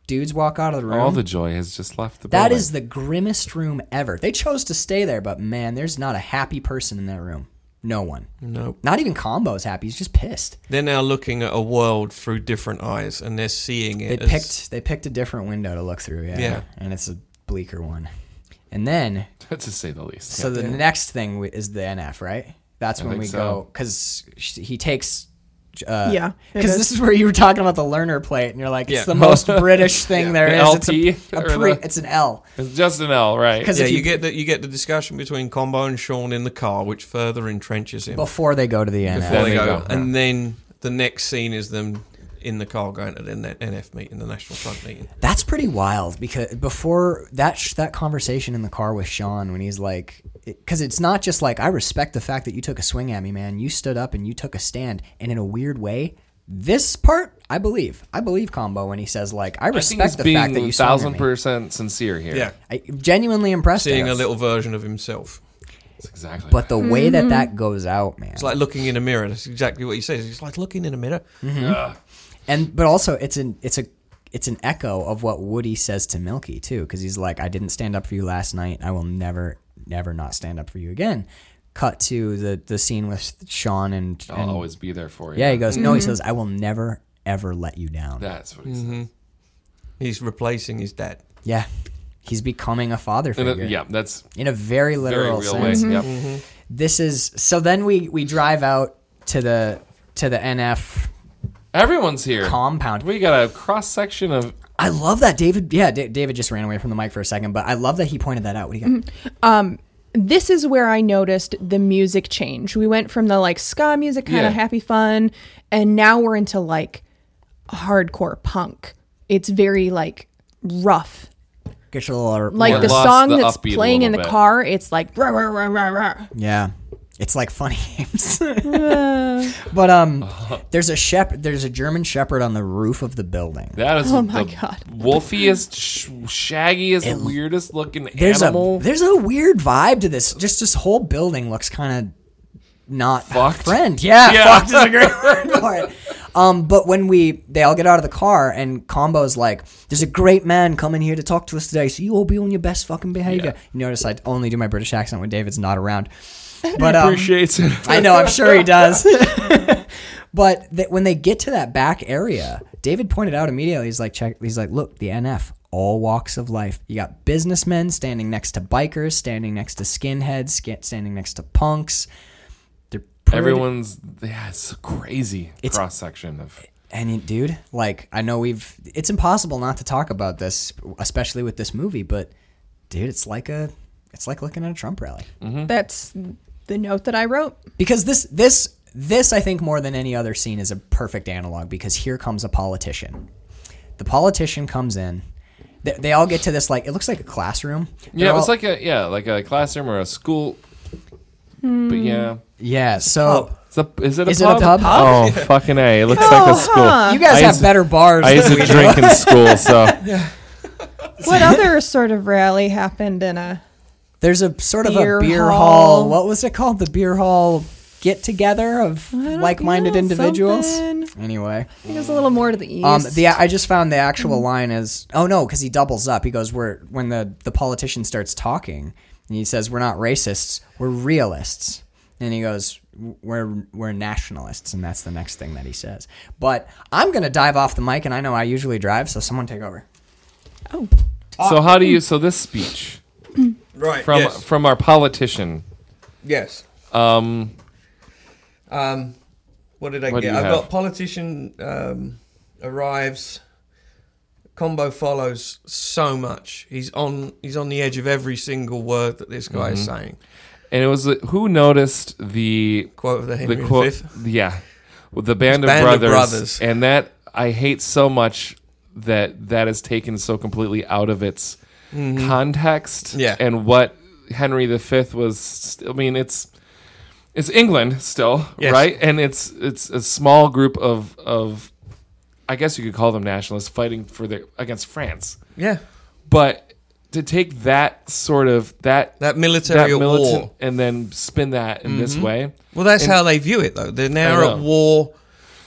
Speaker 2: dudes walk out of the room,
Speaker 3: All the joy has just left the
Speaker 2: Mm-hmm. that
Speaker 3: building.
Speaker 2: is the grimmest room ever. They chose to stay there, but man, there's not a happy person in that room. No one.
Speaker 4: Nope.
Speaker 2: Not even Combo's happy. He's just pissed.
Speaker 4: They're now looking at a world through different eyes and they're seeing
Speaker 2: They
Speaker 4: it as
Speaker 2: picked they picked a different window to look through, yeah.
Speaker 4: Yeah.
Speaker 2: And it's a bleaker one. And then
Speaker 3: *laughs* to say the least.
Speaker 2: so the next thing w- is the NF, right? That's when
Speaker 3: think
Speaker 2: we
Speaker 3: so.
Speaker 2: go cuz he takes uh,
Speaker 5: Yeah, it
Speaker 2: because
Speaker 5: is.
Speaker 2: this is where you were talking about the learner plate, and you're like, it's
Speaker 4: Yeah.
Speaker 2: the
Speaker 3: *laughs*
Speaker 2: most British thing there
Speaker 3: The
Speaker 2: is.
Speaker 3: LP
Speaker 2: it's a,
Speaker 3: or
Speaker 2: a pre,
Speaker 3: the-
Speaker 2: it's an L.
Speaker 3: it's just an L, right?
Speaker 2: 'Cause
Speaker 4: Yeah,
Speaker 2: if
Speaker 4: you,
Speaker 2: you-
Speaker 4: get the you get the discussion between Combo and Sean in the car, which further entrenches him.
Speaker 2: Before they go to the NF,
Speaker 4: before they
Speaker 3: Then they
Speaker 4: go.
Speaker 3: go,
Speaker 4: And then the next scene is them in the car going to the N- NF meeting, the National Front meeting.
Speaker 2: That's pretty wild because before that sh- that conversation in the car with Sean when he's like because it's not just like I respect the fact that you took a swing at me man you stood up and you took a stand and in a weird way this part I believe I believe combo when he says like I
Speaker 3: I think he's
Speaker 2: respect the
Speaker 3: being
Speaker 2: fact that you swung at
Speaker 3: thousand
Speaker 2: me.
Speaker 3: percent sincere here.
Speaker 4: Yeah,
Speaker 2: I genuinely impressed
Speaker 4: seeing
Speaker 2: at
Speaker 4: a
Speaker 2: us.
Speaker 4: little version of himself.
Speaker 3: That's exactly.
Speaker 2: but the way that that goes out man
Speaker 4: It's like looking in a mirror. That's exactly what he says. It's like looking in a mirror.
Speaker 3: Hmm.
Speaker 2: and but also it's an it's a it's an echo of what Woody says to Milky too, because he's like, "I didn't stand up for you last night. I will never, never not stand up for you again." Cut to the the scene with Sean and,
Speaker 3: I'll
Speaker 2: and-
Speaker 3: always be there for you.
Speaker 2: yeah, he goes, "No," he says, "I will never ever let you down."
Speaker 3: That's what he says.
Speaker 4: Mm-hmm. He's replacing his dad.
Speaker 2: yeah, he's becoming a father
Speaker 3: And
Speaker 2: figure.
Speaker 3: it- yeah, that's
Speaker 2: in a very
Speaker 3: very
Speaker 2: literal
Speaker 3: real way.
Speaker 2: sense. Mm-hmm.
Speaker 3: Yep.
Speaker 4: Mm-hmm.
Speaker 2: This is so. Then we we drive out to the to the NF
Speaker 3: Everyone's here.
Speaker 2: compound.
Speaker 3: We got a cross section of
Speaker 2: I love that David. Yeah, Da- David just ran away from the mic for a second, but I love that he pointed that out. What do you got?
Speaker 5: this is where I noticed the music change. We went from the like ska music kind
Speaker 3: Yeah.
Speaker 5: of happy fun, and now we're into like hardcore punk. It's very like rough.
Speaker 2: Get your little
Speaker 5: Like
Speaker 3: Yeah.
Speaker 5: the
Speaker 3: Lost
Speaker 5: song
Speaker 3: the
Speaker 5: that's
Speaker 3: upbeat a
Speaker 5: playing in the
Speaker 3: little bit.
Speaker 5: car, it's like rah, rah, rah, rah, rah.
Speaker 2: Yeah. It's like funny *laughs* games. but
Speaker 3: *laughs*
Speaker 2: um
Speaker 3: Uh-huh.
Speaker 2: there's a shepherd there's a German shepherd on the roof of the building.
Speaker 3: That is
Speaker 5: Oh my
Speaker 3: the
Speaker 5: God.
Speaker 3: wolfiest, sh- shaggiest, weirdest looking
Speaker 2: There's
Speaker 3: animal.
Speaker 2: a
Speaker 3: *laughs*
Speaker 2: there's a weird vibe to this. Just this whole building looks kind of not
Speaker 3: Fucked? *laughs*
Speaker 2: friend. Yeah,
Speaker 3: Yeah.
Speaker 2: fucked is a great word for it. Um, but when we they all get out of the car and Combo's like, "There's a great man coming here to talk to us today, so you all be on your best fucking behavior." You notice I only do my British accent when David's not
Speaker 3: *laughs*
Speaker 2: around. But um,
Speaker 3: Appreciates it.
Speaker 2: I know, I'm sure he does. *laughs* but th- when they get to that back area, David pointed out immediately. He's like, check. He's like, look, the NF, all walks of life. You got businessmen standing next to bikers, standing next to skinheads, sk- standing next to punks. They're pretty-
Speaker 3: Everyone's yeah, it's a crazy cross section of
Speaker 2: And it, dude, like, I know we've. It's impossible not to talk about this, especially with this movie. But dude, it's like a. It's like looking at a Trump rally.
Speaker 3: Mm-hmm.
Speaker 5: That's the note that I wrote.
Speaker 2: because this this this I think more than any other scene is a perfect analog because here comes a politician. The politician comes in. They, they all get to this like it looks like a classroom.
Speaker 3: yeah,
Speaker 2: They're
Speaker 3: it was
Speaker 2: all-
Speaker 3: like a yeah, like a classroom or a school.
Speaker 5: Hmm.
Speaker 3: But yeah,
Speaker 2: yeah. So
Speaker 3: It's a- is it a
Speaker 2: Is it a
Speaker 3: pub?
Speaker 2: pub? *laughs*
Speaker 3: Oh fucking a! It looks
Speaker 5: Oh,
Speaker 3: like a school.
Speaker 2: you guys
Speaker 3: I
Speaker 2: have
Speaker 3: used-
Speaker 2: better bars. *laughs*
Speaker 3: I used
Speaker 2: than
Speaker 3: to
Speaker 2: we do.
Speaker 3: drink in school, so
Speaker 2: *laughs*
Speaker 5: What other sort of rally happened in a
Speaker 2: There's a sort of
Speaker 5: Beer
Speaker 2: a beer hall.
Speaker 5: hall.
Speaker 2: What was it called? The beer hall get together of
Speaker 5: don't
Speaker 2: like-minded
Speaker 5: know,
Speaker 2: individuals.
Speaker 5: something.
Speaker 2: Anyway.
Speaker 5: I think it was a little more to the east.
Speaker 2: Um, the I just found the actual line is oh no because he doubles up. He goes we're when the the politician starts talking and he says we're not racists, we're realists. And he goes we're we're nationalists, and that's the next thing that he says. But I'm gonna dive off the mic, and I know I usually drive, so someone take over.
Speaker 3: so how do you? So this speech
Speaker 4: Right.
Speaker 3: from
Speaker 4: yes.
Speaker 3: from our politician.
Speaker 4: yes. Um. Um. What did I
Speaker 3: What do
Speaker 4: get?
Speaker 3: you
Speaker 4: I've
Speaker 3: have?
Speaker 4: got politician um, arrives. Combo follows so much. He's on. He's on the edge of every single word that this guy
Speaker 3: Mm-hmm.
Speaker 4: is saying.
Speaker 3: And it was who noticed the
Speaker 4: Quote of the Henry
Speaker 3: the quote,
Speaker 4: V.
Speaker 3: yeah, with the band, of,
Speaker 4: Band of
Speaker 3: brothers,
Speaker 4: Brothers.
Speaker 3: and that I hate so much that that is taken so completely out of its context,
Speaker 4: Mm-hmm. Yeah.
Speaker 3: and what Henry V was. I mean, it's it's England still,
Speaker 4: Yes.
Speaker 3: right? And it's it's a small group of of I guess you could call them nationalists fighting for their against France,
Speaker 4: Yeah.
Speaker 3: but to take that sort of that
Speaker 4: That military
Speaker 3: that
Speaker 4: at
Speaker 3: militant
Speaker 4: war. Mm-hmm.
Speaker 3: and then spin that in this way.
Speaker 4: Well, that's how they view it, though. They're
Speaker 3: I
Speaker 4: now at
Speaker 3: know.
Speaker 4: war,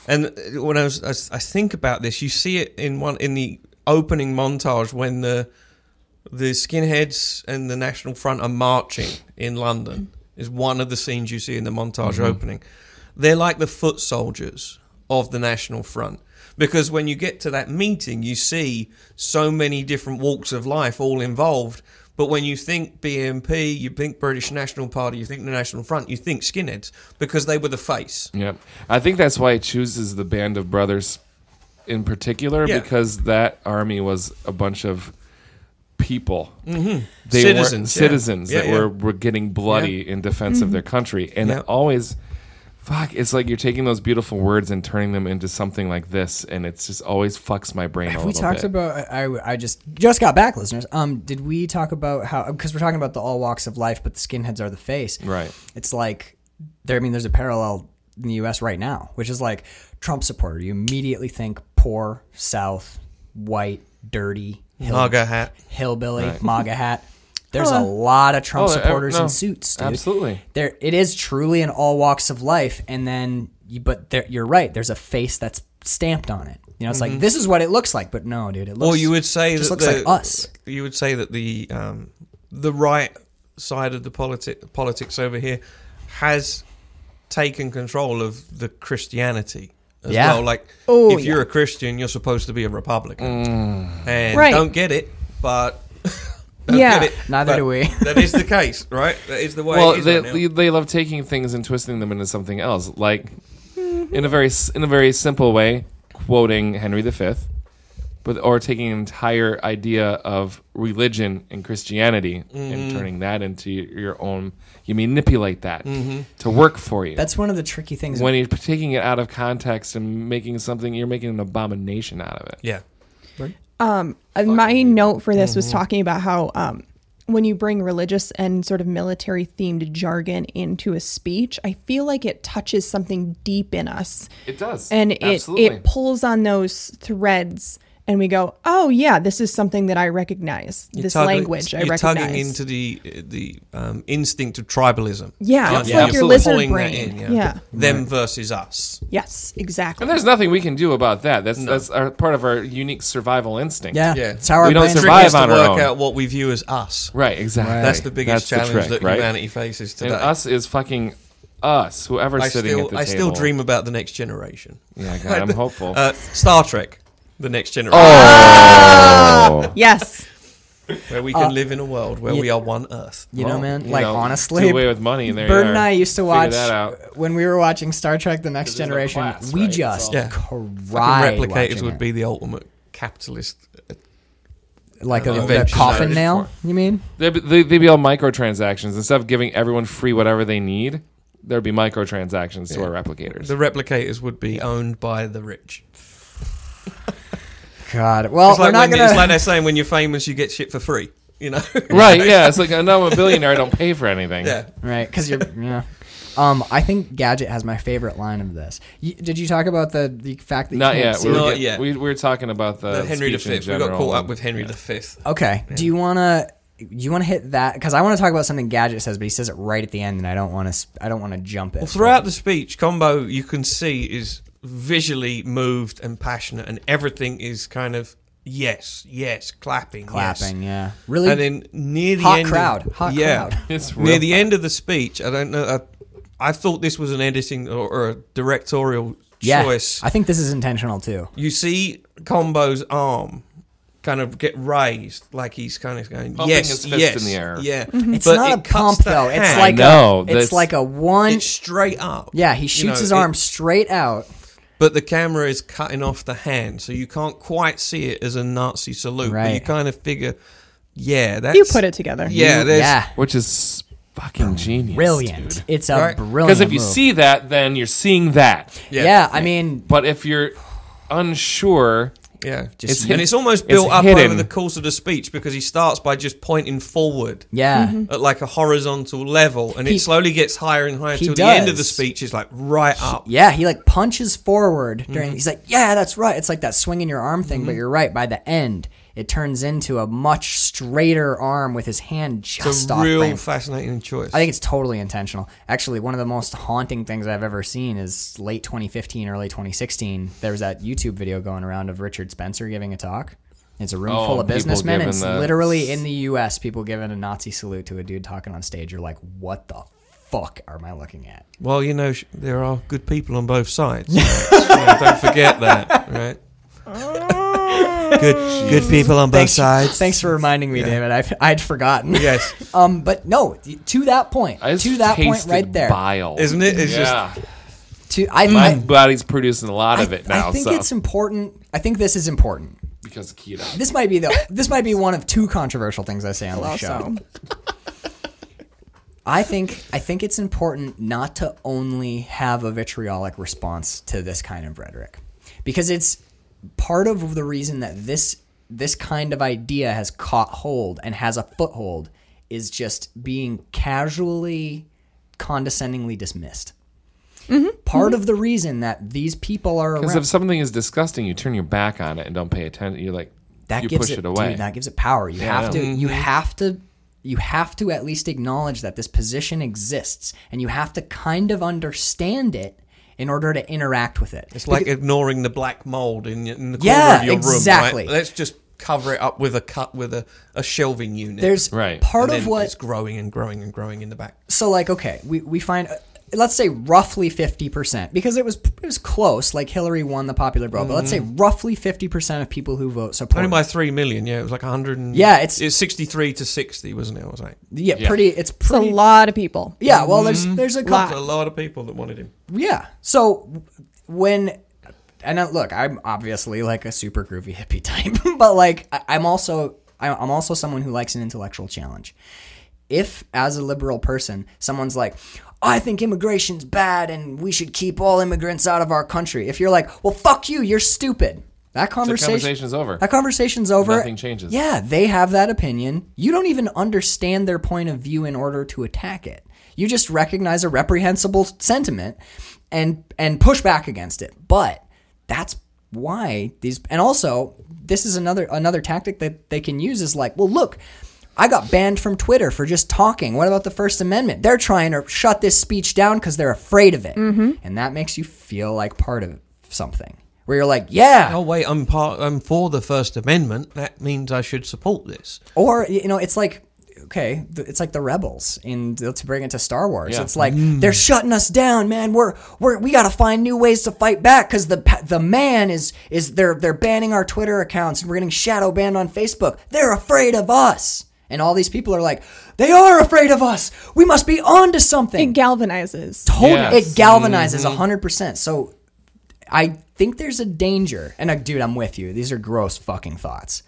Speaker 4: and uh, when I, was, I s- I think about this, you see it in one in the opening montage when the the skinheads and the National Front are marching in London. Is one of the scenes you see in the montage opening. They're like the foot soldiers of the National Front. Because when you get to that meeting, you see so many different walks of life all involved. But when you think BNP, you think British National Party, you think the National Front, you think skinheads because they were the face.
Speaker 3: Yep. I think that's why it chooses the Band of Brothers in particular
Speaker 4: Yeah.
Speaker 3: because that army was a bunch of people. Mm-hmm. They
Speaker 4: Citizens,
Speaker 3: were
Speaker 4: yeah.
Speaker 3: citizens
Speaker 4: Yeah,
Speaker 3: that
Speaker 4: yeah. Mm-hmm.
Speaker 3: Were, were getting bloody in defense of their country. And
Speaker 4: Yeah.
Speaker 3: it always, fuck, it's like you're taking those beautiful words and turning them into something like this. And it's just always fucks my brain a
Speaker 2: Have we
Speaker 3: little
Speaker 2: talked
Speaker 3: bit.
Speaker 2: about I, I just just got back, listeners. Um, did we talk about how because we're talking about the all walks of life, but the skinheads are the face,
Speaker 3: Right.
Speaker 2: It's like there. I mean, there's a parallel in the U.S. right now, which is like Trump supporter. You immediately think poor, South, white, dirty, hill,
Speaker 4: Naga hat.
Speaker 2: hillbilly, MAGA hat. There's a
Speaker 5: Oh.
Speaker 2: lot of Trump
Speaker 3: Oh, uh,
Speaker 2: supporters
Speaker 3: no.
Speaker 2: in suits, dude.
Speaker 3: Absolutely.
Speaker 2: There, it is truly in all walks of life, and then, you, but there, you're right. There's a face that's stamped on it. You know, it's
Speaker 3: Mm-hmm.
Speaker 2: like this is what it looks like, but no, dude, it looks.
Speaker 4: Or you would say
Speaker 2: just
Speaker 4: that
Speaker 2: looks
Speaker 4: the-
Speaker 2: like us.
Speaker 4: You would say that the um, the right side of the politi- politics over here has taken control of the Christianity as
Speaker 2: Yeah.
Speaker 4: well. Like,
Speaker 5: Oh,
Speaker 4: if you're a Christian, you're supposed to be a Republican, and
Speaker 5: Right.
Speaker 4: don't get it, but *laughs* don't
Speaker 5: Yeah.
Speaker 4: get it,
Speaker 2: Neither
Speaker 4: but
Speaker 2: do
Speaker 3: *laughs*
Speaker 2: we. *laughs*
Speaker 4: that is the case, right? That is the way. it
Speaker 3: well
Speaker 4: is
Speaker 3: they,
Speaker 4: right now.
Speaker 3: they love taking things and twisting them into something else like in a very s- in a very simple way quoting henry v but or taking an entire idea of religion and Christianity and turning that into your own. You manipulate that to work for you.
Speaker 2: That's one of the tricky things.
Speaker 3: when you're taking it out of context and making something, you're making an abomination out of it.
Speaker 4: Yeah.
Speaker 5: Uh, my note for this
Speaker 4: Mm-hmm.
Speaker 5: was talking about how um, when you bring religious and sort of military themed jargon into a speech, I feel like it touches something deep in us.
Speaker 3: It does,
Speaker 5: and it it pulls on those threads and we go oh yeah this is something that i recognize this
Speaker 4: Tug-
Speaker 5: language i
Speaker 4: you're
Speaker 5: recognize
Speaker 4: tugging into the the um, instinct of tribalism.
Speaker 5: yeah, it's
Speaker 4: You're
Speaker 5: like your
Speaker 4: sort of
Speaker 5: lizard
Speaker 4: pulling that
Speaker 5: brain
Speaker 4: in,
Speaker 5: yeah.
Speaker 4: Them versus us.
Speaker 5: yes exactly
Speaker 3: and there's nothing we can do about that. That's that's our, part of our unique survival instinct.
Speaker 2: yeah,
Speaker 4: Yeah.
Speaker 2: it's how our
Speaker 3: We don't
Speaker 2: brains work.
Speaker 3: survive
Speaker 4: Trick is to
Speaker 3: on our
Speaker 4: work
Speaker 3: own.
Speaker 4: out what we view as us.
Speaker 3: Right, exactly.
Speaker 4: That's the
Speaker 3: That's
Speaker 4: biggest
Speaker 3: the
Speaker 4: challenge
Speaker 3: trick,
Speaker 4: that
Speaker 3: right?
Speaker 4: humanity faces today.
Speaker 3: And us is fucking us. Whoever's
Speaker 4: I
Speaker 3: sitting at
Speaker 4: still,
Speaker 3: the
Speaker 4: I
Speaker 3: table.
Speaker 4: still dream about the next generation. *laughs*
Speaker 3: Yeah, God, I'm hopeful.
Speaker 4: Uh, Star Trek, the next generation,
Speaker 3: oh,
Speaker 4: *laughs*
Speaker 5: yes
Speaker 4: where we
Speaker 5: Uh,
Speaker 4: can live in a world where we are one Earth.
Speaker 2: You know,
Speaker 3: Well,
Speaker 2: man.
Speaker 3: you
Speaker 2: like
Speaker 3: know,
Speaker 2: honestly,
Speaker 3: do away with money, and there you
Speaker 2: Bird
Speaker 3: are.
Speaker 2: and I used to
Speaker 3: Figure
Speaker 2: watch
Speaker 3: that out.
Speaker 2: when we were watching Star Trek: The Next
Speaker 3: Because there's no
Speaker 2: Generation.
Speaker 3: class,
Speaker 2: we
Speaker 3: right? It's
Speaker 2: just
Speaker 3: all-
Speaker 4: Yeah.
Speaker 2: cried.
Speaker 4: Fucking replicators
Speaker 2: watching
Speaker 4: would
Speaker 2: it.
Speaker 4: be the ultimate capitalist.
Speaker 2: like a,
Speaker 4: an
Speaker 2: the
Speaker 4: invention
Speaker 2: coffin
Speaker 4: that-
Speaker 2: nail. You mean?
Speaker 3: They'd be, they- they'd be all microtransactions instead of giving everyone free whatever they need. There'd be microtransactions to our
Speaker 4: *laughs*
Speaker 3: replicators.
Speaker 4: The replicators would be owned by the rich.
Speaker 2: God. Well,
Speaker 4: It's like,
Speaker 2: we're not
Speaker 4: when,
Speaker 2: gonna.
Speaker 4: it's
Speaker 2: *laughs*
Speaker 4: like they're saying when you're famous, you get shit for free. You know?
Speaker 3: *laughs*
Speaker 4: *laughs*
Speaker 3: right? Yeah, it's like I know I'm a billionaire. I don't pay for anything.
Speaker 4: yeah.
Speaker 2: right because you're yeah um i think gadget has my favorite line of this Y did you talk about the the fact that
Speaker 3: Not
Speaker 2: you can't
Speaker 3: yet.
Speaker 2: see
Speaker 3: We were,
Speaker 4: Not
Speaker 3: get-
Speaker 4: yet.
Speaker 3: We, we were talking about the,
Speaker 4: The Henry
Speaker 3: Uh, speech in
Speaker 4: V. We got
Speaker 3: general.
Speaker 4: caught up with Henry V.
Speaker 2: okay do you want to you want to hit that because i want to talk about something gadget says but he says it right at the end and i don't want to i don't want to jump it
Speaker 4: Well, throughout the speech, Combo, you can see, is visually moved and passionate, and everything is kind of yes, yes, clapping, yes.
Speaker 2: clapping yeah really
Speaker 4: And then near the
Speaker 2: Hot
Speaker 4: end,
Speaker 2: crowd,
Speaker 4: of,
Speaker 2: hot
Speaker 4: yeah, *laughs*
Speaker 2: crowd.
Speaker 3: It's
Speaker 4: near
Speaker 3: real.
Speaker 4: the end of the speech, I don't know. I, I thought this was an editing or, or a directorial
Speaker 2: yeah
Speaker 4: choice.
Speaker 2: i think this is intentional too
Speaker 4: you see Combo's arm kind of get raised, like he's kind of going,
Speaker 3: Pumping
Speaker 4: yes,
Speaker 3: his fist
Speaker 4: yes,
Speaker 3: in the air.
Speaker 4: yeah.
Speaker 2: Mm-hmm. it's
Speaker 4: But
Speaker 2: not
Speaker 4: it
Speaker 2: a
Speaker 4: cuts
Speaker 2: pump
Speaker 4: the
Speaker 2: though it's
Speaker 4: hand.
Speaker 2: like
Speaker 3: know,
Speaker 2: a, it's
Speaker 3: that's-
Speaker 2: like a one
Speaker 4: it's straight up.
Speaker 2: yeah he
Speaker 4: You
Speaker 2: shoots
Speaker 4: know,
Speaker 2: his
Speaker 4: it-
Speaker 2: arm straight out
Speaker 4: but the camera is cutting off the hand, so you can't quite see it as a Nazi salute. But you
Speaker 2: Right.
Speaker 4: kind of figure, yeah, that's
Speaker 5: you put it together
Speaker 4: Yeah, there's,
Speaker 2: yeah
Speaker 3: which is fucking genius.
Speaker 2: brilliant it's a
Speaker 4: Right? 'Cause
Speaker 2: brilliant
Speaker 3: Because if you
Speaker 2: move.
Speaker 3: see that, then you're seeing that.
Speaker 2: yeah, i mean
Speaker 3: But if you're unsure,
Speaker 4: yeah.
Speaker 2: Just-
Speaker 4: and it's almost
Speaker 3: it's
Speaker 4: built up
Speaker 3: hidden.
Speaker 4: over the course of the speech because he starts by just pointing forward
Speaker 2: yeah
Speaker 4: at like a horizontal level, and
Speaker 2: Mm. He-
Speaker 4: it slowly gets higher and higher
Speaker 2: he
Speaker 4: till the end of the
Speaker 2: does.
Speaker 4: speech is like right up.
Speaker 2: Yeah, he like punches forward during. He's like, yeah, that's right. It's like that swinging your arm thing, but you're right. By the end, it turns into a much straighter arm with his hand
Speaker 4: It's
Speaker 2: just
Speaker 4: a
Speaker 2: off
Speaker 4: real
Speaker 2: frame.
Speaker 4: fascinating choice.
Speaker 2: I think it's totally intentional. Actually, one of the most haunting things I've ever seen is late 2015, early 2016. There was that YouTube video going around of Richard Spencer giving a talk. It's a room
Speaker 3: Oh,
Speaker 2: full of
Speaker 3: people
Speaker 2: businessmen. and
Speaker 3: giving
Speaker 2: It's
Speaker 3: the-
Speaker 2: literally in the U.S. People giving a Nazi salute to a dude talking on stage. You're like, what the fuck am I looking at?
Speaker 4: well, you know, sh- there are good people on
Speaker 2: *laughs*
Speaker 4: both sides. right? So don't forget that, right? good, good people on both
Speaker 2: Thanks-
Speaker 4: sides.
Speaker 2: Thanks for reminding me, David. I've, I'd forgotten.
Speaker 4: Yes.
Speaker 2: Um, but no, to that point,
Speaker 3: I just
Speaker 2: to that point
Speaker 3: tasted
Speaker 2: right there.
Speaker 3: bile.
Speaker 4: Isn't it? It's just
Speaker 3: yeah,
Speaker 2: To I,
Speaker 3: my
Speaker 2: I,
Speaker 3: body's producing a lot
Speaker 2: I,
Speaker 3: Mm. of it now.
Speaker 2: I think
Speaker 3: so
Speaker 2: it's important. I think this is important.
Speaker 3: because of keto.
Speaker 2: This might be the this might be one of two controversial things I say on the
Speaker 5: also
Speaker 2: show. I think I think it's important not to only have a vitriolic response to this kind of rhetoric, because it's part of the reason that this this kind of idea has caught hold and has a foothold is just being casually, condescendingly dismissed. Part of the reason that these people are
Speaker 3: Because
Speaker 2: around
Speaker 3: if something is disgusting, you turn your back on it and don't pay attention. You're like,
Speaker 2: that
Speaker 3: you
Speaker 2: gives
Speaker 3: push it,
Speaker 2: it,
Speaker 3: away.
Speaker 2: Dude, that gives it power. You have to.
Speaker 3: Yeah.
Speaker 4: Mm-hmm.
Speaker 2: You have to. You have to at least acknowledge that this position exists, and you have to kind of understand it in order to interact with it.
Speaker 4: It's like ignoring the black mold in, in the corner
Speaker 2: Yeah,
Speaker 4: of your
Speaker 2: exactly.
Speaker 4: room. Right? Let's just cover it up with a cut with a, a shelving unit.
Speaker 2: There's
Speaker 3: Right.
Speaker 2: part
Speaker 4: and
Speaker 2: of
Speaker 4: then
Speaker 2: what
Speaker 4: it's growing and growing and growing in the back.
Speaker 2: so like okay we, we find uh, let's say roughly 50% because it was it was close like hillary won the popular vote but let's say
Speaker 4: Mm-hmm.
Speaker 2: roughly 50% of people who vote support
Speaker 4: Only by three million. Yeah, it was like a hundred. and-
Speaker 2: Yeah, it's-
Speaker 4: it's sixty three to sixty, wasn't it? I was like,
Speaker 2: yeah, pretty it's
Speaker 5: it's a
Speaker 2: pretty
Speaker 5: lot of people
Speaker 2: yeah
Speaker 4: Mm-hmm.
Speaker 2: well there's there's a couple
Speaker 4: there's a lot of people that wanted him.
Speaker 2: Yeah. So w- when and uh, look, I'm obviously like a super groovy hippie *laughs* type, but like I, I'm also I- I'm also someone who likes an intellectual challenge. If as a liberal person, someone's like, I think immigration's bad and we should keep all immigrants out of our country. If you're like, well, fuck you, you're stupid. That conversation,
Speaker 3: conversation's over. *laughs*
Speaker 2: That conversation's over.
Speaker 3: Nothing changes.
Speaker 2: Yeah, they have that opinion. You don't even understand their point of view in order to attack it. You just recognize a reprehensible sentiment and and push back against it. But that's why these and also this is another another tactic that they can use is like, well, look, I got banned from Twitter for just talking. What about the First Amendment? They're trying to shut this speech down because they're afraid of it, and that makes you feel like part of something. Where you're like, yeah,
Speaker 4: Oh wait, I'm part. I'm for the First Amendment. That means I should support this.
Speaker 2: Or you know, it's like okay, th- it's like the rebels in to bring it to Star Wars. It's like they're shutting us down, man. We're we're we got to find new ways to fight back because the pa- the man is is they're they're banning our Twitter accounts and we're getting shadow banned on Facebook. They're afraid of us, and all these people are like, they are afraid of us. We must be on to something.
Speaker 5: It galvanizes.
Speaker 2: Totally.
Speaker 3: Yes. Mm-hmm.
Speaker 2: It galvanizes a 100%. So I think there's a danger. And uh, dude, I'm with you. These are gross fucking thoughts.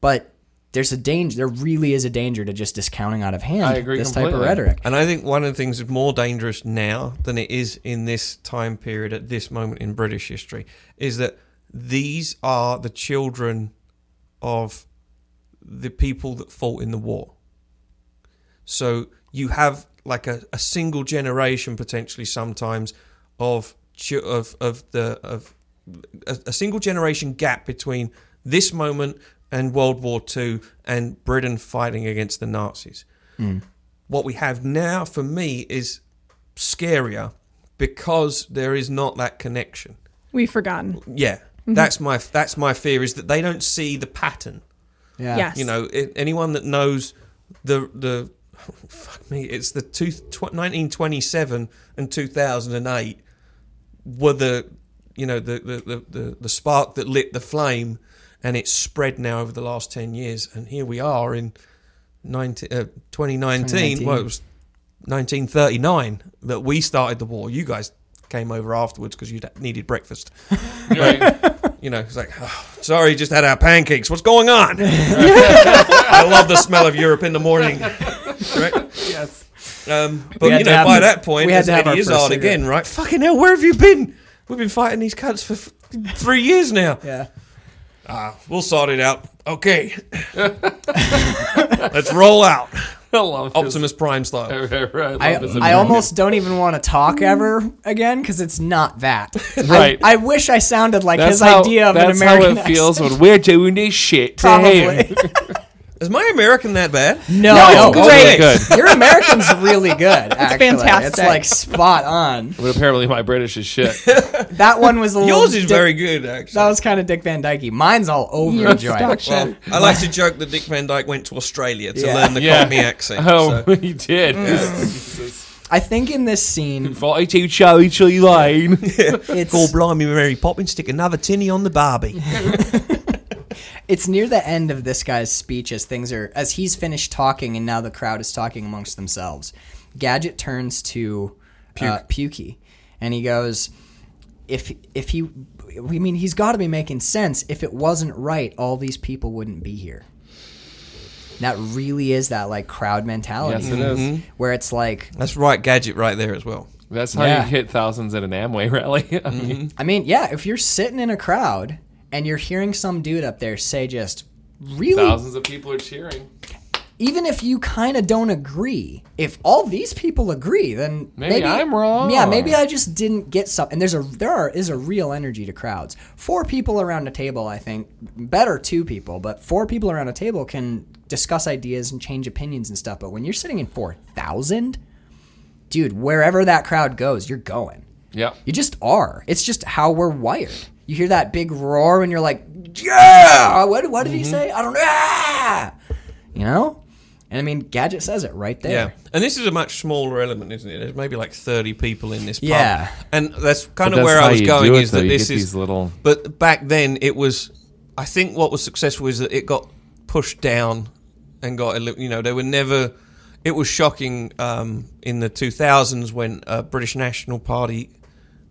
Speaker 2: But there's a danger. There really is a danger to just discounting out of hand
Speaker 3: I agree
Speaker 2: this type of
Speaker 3: completely.
Speaker 2: rhetoric.
Speaker 4: And I think one of the things is more dangerous now than it is in this time period at this moment in British history is that these are the children of the people that fought in the war. So you have like a, a single generation potentially sometimes of chi- of of the of a, a single generation gap between this moment and World War II and Britain fighting against the Nazis what we have now for me is scarier because there is not that connection.
Speaker 5: We've forgotten.
Speaker 4: Yeah. That's my that's my fear is that they don't see the pattern.
Speaker 2: Yeah.
Speaker 5: Yes.
Speaker 4: You know, i anyone that knows the the *laughs* fuck me, it's the two, tw- 1927 and 2008 were the you know the the, the the the spark that lit the flame and it's spread now over the last 10 years and here we are in 19, uh, 2019,
Speaker 2: 2019.
Speaker 4: well it was 1939 that we started the war you guys came over afterwards because you needed breakfast you know it's like "Oh, sorry just had our pancakes what's going on i love the smell of europe in the morning
Speaker 2: *laughs*
Speaker 4: right
Speaker 3: Yes.
Speaker 4: um,
Speaker 2: had
Speaker 4: but you
Speaker 2: to
Speaker 4: know,
Speaker 2: have
Speaker 4: by
Speaker 2: the-
Speaker 4: that point,
Speaker 2: we had to have
Speaker 4: Eddie
Speaker 2: our first
Speaker 4: Izzard
Speaker 2: cigarette.
Speaker 4: again, right? Fucking hell, where have you been? We've been fighting these cunts for f- three years now.
Speaker 2: Yeah.
Speaker 4: Ah, we'll sort it out.
Speaker 2: *laughs*
Speaker 4: Okay, let's roll out,
Speaker 3: I love his-
Speaker 4: Optimus Prime style.
Speaker 2: I,
Speaker 3: I, love his
Speaker 2: I almost don't even want to talk ever again because it's not
Speaker 3: *laughs*
Speaker 2: that. I-
Speaker 3: Right.
Speaker 2: I, wish I sounded like his idea of an
Speaker 3: that's
Speaker 2: American *laughs*
Speaker 3: how it feels
Speaker 2: accent.
Speaker 3: when we're doing this shit to him.
Speaker 1: *laughs*
Speaker 2: *laughs*
Speaker 3: Oh,
Speaker 2: Probably.
Speaker 4: Is my American that bad?
Speaker 2: No,
Speaker 3: No, it's
Speaker 2: great.
Speaker 3: really
Speaker 2: Your American's really good. Actually. It's
Speaker 5: fantastic.
Speaker 2: like spot on.
Speaker 3: But apparently my British
Speaker 1: *laughs*
Speaker 3: is shit.
Speaker 2: That one was a little.
Speaker 4: Yours is
Speaker 2: Dick-
Speaker 4: very good, actually.
Speaker 2: That was kind of Dick Van Dyke. Mine's all over
Speaker 5: You're
Speaker 2: Joy.
Speaker 5: stuck.
Speaker 4: well, I like to joke that Dick Van Dyke went to Australia to
Speaker 2: Yeah.
Speaker 4: learn the
Speaker 3: Yeah.
Speaker 4: Cockney accent.
Speaker 3: oh, *laughs*
Speaker 2: *laughs*
Speaker 4: Oh.
Speaker 3: he did.
Speaker 1: Mm.
Speaker 2: I think in this
Speaker 3: *laughs*
Speaker 2: scene,
Speaker 3: Forty-two Charlie Tree Lane.
Speaker 2: it's
Speaker 4: blimey, Mary Poppins, stick another tinny on the Barbie.
Speaker 2: it's near the end of this guy's speech as things are as he's finished talking and now the crowd is talking amongst themselves. Gadget turns to uh, Pukey and he goes, "If if he, we mean he's got to be making sense. If it wasn't right, all these people wouldn't be here." That really is that like crowd mentality.
Speaker 3: Yes, it is.
Speaker 4: Mm-hmm.
Speaker 2: Where it's like,
Speaker 4: That's right, gadget right there as well.
Speaker 3: That's how
Speaker 2: Yeah.
Speaker 3: you hit thousands at an Amway *laughs* rally. I mean,
Speaker 4: Mm-hmm.
Speaker 2: I mean, yeah, if you're sitting in a crowd and you're hearing some dude up there say just really
Speaker 3: thousands of people are cheering.
Speaker 2: even if you kind of don't agree, if all these people agree, then
Speaker 3: Maybe I'm wrong.
Speaker 2: Yeah, maybe I just didn't get something. And there's a there are, is a real energy to crowds. Four people around a table, I think, better two people, but four people around a table can discuss ideas and change opinions and stuff. But when you're sitting in four thousand, dude, wherever that crowd goes, you're going.
Speaker 3: Yep.
Speaker 2: You just are. It's just how we're wired. You hear that big roar and you're like, yeah. What, what did he say? I don't know. Ah! You know? And I mean, Gadget says it right there.
Speaker 4: Yeah, and this is a much smaller element, isn't it? There's maybe like 30 people in this pub.
Speaker 2: Yeah.
Speaker 4: and that's kind
Speaker 3: But that's
Speaker 4: of where
Speaker 3: how
Speaker 4: I was
Speaker 3: you
Speaker 4: going
Speaker 3: do it,
Speaker 4: is
Speaker 3: though.
Speaker 4: that
Speaker 3: You
Speaker 4: this
Speaker 3: get
Speaker 4: is
Speaker 3: these little-
Speaker 4: But back then, it was. I think what was successful is that it got pushed down and got a little. You know, they were never. It was shocking um, in the 2000s when uh, British National Party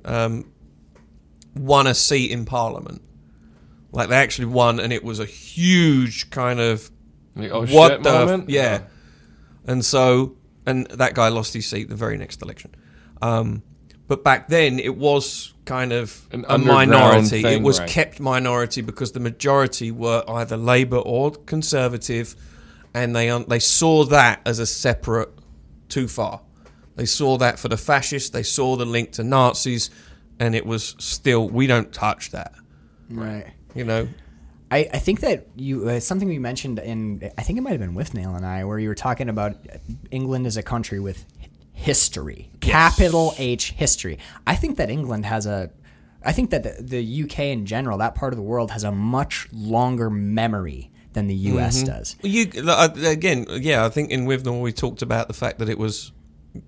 Speaker 4: um, won a seat in Parliament. Like they actually won, and it was a huge kind of
Speaker 3: Like, oh shit
Speaker 4: what the
Speaker 3: moment.
Speaker 4: f- yeah. And so, and that guy lost his seat the very next election. Um, but back then, it was kind of
Speaker 3: An
Speaker 4: a
Speaker 3: underground
Speaker 4: minority.
Speaker 3: thing,
Speaker 4: it was
Speaker 3: right.
Speaker 4: kept minority because the majority were either Labour or Conservative, and they un- they saw that as a separate too far. They saw that for the fascists. They saw the link to Nazis, and it was still we don't touch that.
Speaker 2: Right.
Speaker 4: You know,
Speaker 2: I, I think that you uh, something we mentioned in I think it might have been with Nail and I where you were talking about uh, England as a country with hi- history, capital H history. I think that England has a I think that the, the UK in general, that part of the world has a much longer memory than the US does.
Speaker 4: You like, I- again, yeah. I think in with them we talked about the fact that it was.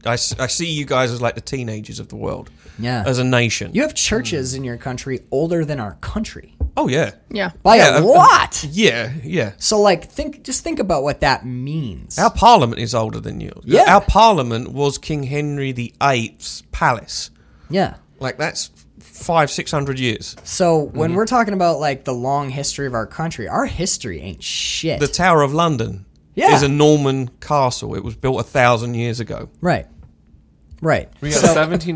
Speaker 4: I, s- I see you guys as like the teenagers of the world.
Speaker 2: Yeah.
Speaker 4: As a nation.
Speaker 2: You have churches in your country older than our country
Speaker 4: oh yeah.
Speaker 5: Yeah.
Speaker 2: by
Speaker 4: Yeah,
Speaker 2: a
Speaker 4: uh,
Speaker 2: lot.
Speaker 4: Yeah, yeah.
Speaker 2: so like think just think about what that means.
Speaker 4: Our parliament is older than yours.
Speaker 2: Yeah.
Speaker 4: Our parliament was King Henry VIII's palace.
Speaker 2: Yeah.
Speaker 4: Like that's five, six hundred years.
Speaker 2: So when we're talking about like the long history of our country, our history ain't shit.
Speaker 4: The Tower of London
Speaker 2: Yeah.
Speaker 4: is a Norman castle. It was built a thousand years ago.
Speaker 2: right. Right.
Speaker 3: We got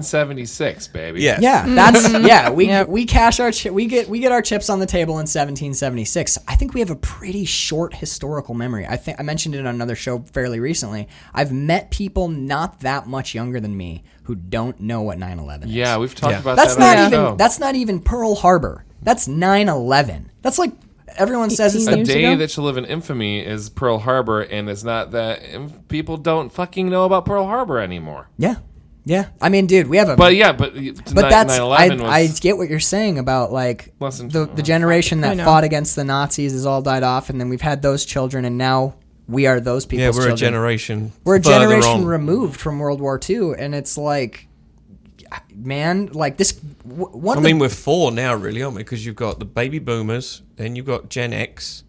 Speaker 3: 1776, baby.
Speaker 4: Yeah.
Speaker 2: Yeah, that's yeah. We we cash our chi- we get we get our chips on the table in 1776. I think we have a pretty short historical memory. I think I mentioned it on another show fairly recently. I've met people not that much younger than me who don't know what 9/11 is.
Speaker 3: Yeah, we've talked
Speaker 4: Yeah.
Speaker 3: about
Speaker 2: that's
Speaker 3: that.
Speaker 2: not
Speaker 3: on the
Speaker 2: even
Speaker 3: show.
Speaker 2: that's not even Pearl Harbor. That's 9/11. That's like
Speaker 5: E-
Speaker 2: everyone says it's
Speaker 3: a
Speaker 2: the
Speaker 5: Years
Speaker 3: day
Speaker 5: ago?
Speaker 3: that shall live in infamy is Pearl Harbor, and it's not that and people don't fucking know about Pearl Harbor anymore.
Speaker 2: yeah yeah. I mean, dude, we have a
Speaker 3: But yeah, but but
Speaker 2: But that's I,
Speaker 3: 9/11 was,
Speaker 2: I get what you're saying about like
Speaker 3: Less than-
Speaker 2: the the generation
Speaker 5: I
Speaker 2: that
Speaker 5: know.
Speaker 2: fought against the Nazis has all died off, and then we've had those children, and now we are those
Speaker 4: Yeah,
Speaker 2: people's
Speaker 4: we're a
Speaker 2: children.
Speaker 4: generation.
Speaker 2: we're a
Speaker 4: further
Speaker 2: generation
Speaker 4: on.
Speaker 2: removed from World War II, and it's like, man, like this. w- One
Speaker 4: I
Speaker 2: of the-
Speaker 4: mean, we're four now, really, aren't we? Because you've got the baby boomers, then you've got Gen X,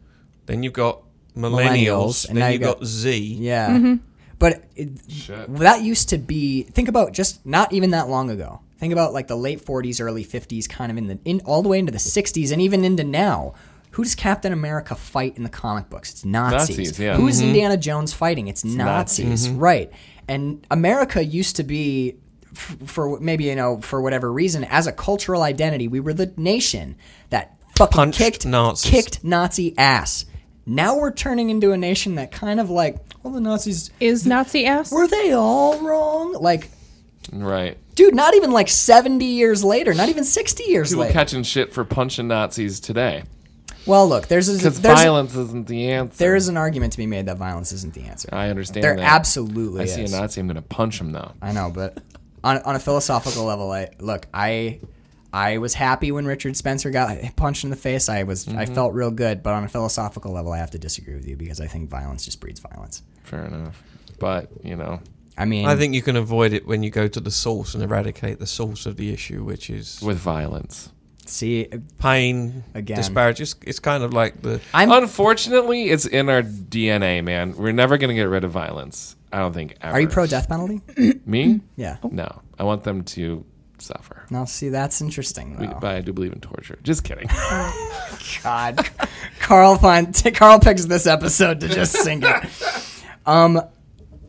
Speaker 4: then you've got millennials,
Speaker 2: Millennials, and now
Speaker 4: then
Speaker 2: you
Speaker 4: you've got,
Speaker 2: got-
Speaker 4: Z.
Speaker 2: yeah, but it,
Speaker 3: Shit.
Speaker 2: that used to be. Think about just not even that long ago. Think about like the late 40s, early 50s, kind of in the in all the way into the 60s, and even into now. Who does Captain America fight in the comic books? It's Nazis.
Speaker 3: Nazis, yeah.
Speaker 2: Who is Indiana Jones fighting? It's, Nazis, right? And America used to be, f- for maybe you know, for whatever reason, as a cultural identity, we were the nation that fucking
Speaker 4: Punched
Speaker 2: kicked
Speaker 4: Nazis.
Speaker 2: kicked Nazi ass. Now we're turning into a nation that kind of like, well, the Nazis
Speaker 5: Is Nazi ass?
Speaker 2: were they all wrong? Like,
Speaker 3: right.
Speaker 2: dude, not even like 70 years later, not even 60 years
Speaker 3: People
Speaker 2: later.
Speaker 3: catching shit for punching Nazis today
Speaker 2: well, look, there's a,
Speaker 3: because
Speaker 2: there's,
Speaker 3: violence isn't the answer.
Speaker 2: there is an argument to be made that violence isn't the answer.
Speaker 3: I understand.
Speaker 2: there
Speaker 3: that.
Speaker 2: absolutely
Speaker 3: Oh, I
Speaker 2: is.
Speaker 3: see a Nazi. I'm gonna punch him now.
Speaker 2: I know, but on, on a philosophical level, I look, I I was happy when Richard Spencer got punched in the face. I was
Speaker 3: Mm-hmm.
Speaker 2: I felt real good, but on a philosophical level, I have to disagree with you because I think violence just breeds violence.
Speaker 3: Fair enough. But you know,
Speaker 2: I mean,
Speaker 4: I think you can avoid it when you go to the source and eradicate the source of the issue, which is
Speaker 3: with violence.
Speaker 2: see, uh,
Speaker 4: pain,
Speaker 2: Again.
Speaker 4: disparage. It's, it's kind of like the.
Speaker 2: I'm
Speaker 3: Unfortunately, it's in our DNA, man. We're never gonna get rid of violence. I don't think ever.
Speaker 2: are you Mm-hmm. pro death
Speaker 4: *laughs*
Speaker 2: penalty?
Speaker 3: me?
Speaker 2: Yeah.
Speaker 3: No, I want them to suffer.
Speaker 2: Now, see, that's interesting.
Speaker 3: We-
Speaker 2: Though.
Speaker 3: But I do believe in torture. Just *laughs* kidding.
Speaker 4: *laughs*
Speaker 2: God, Carl find Carl picks this episode to just sink
Speaker 4: *laughs*
Speaker 2: it. Um,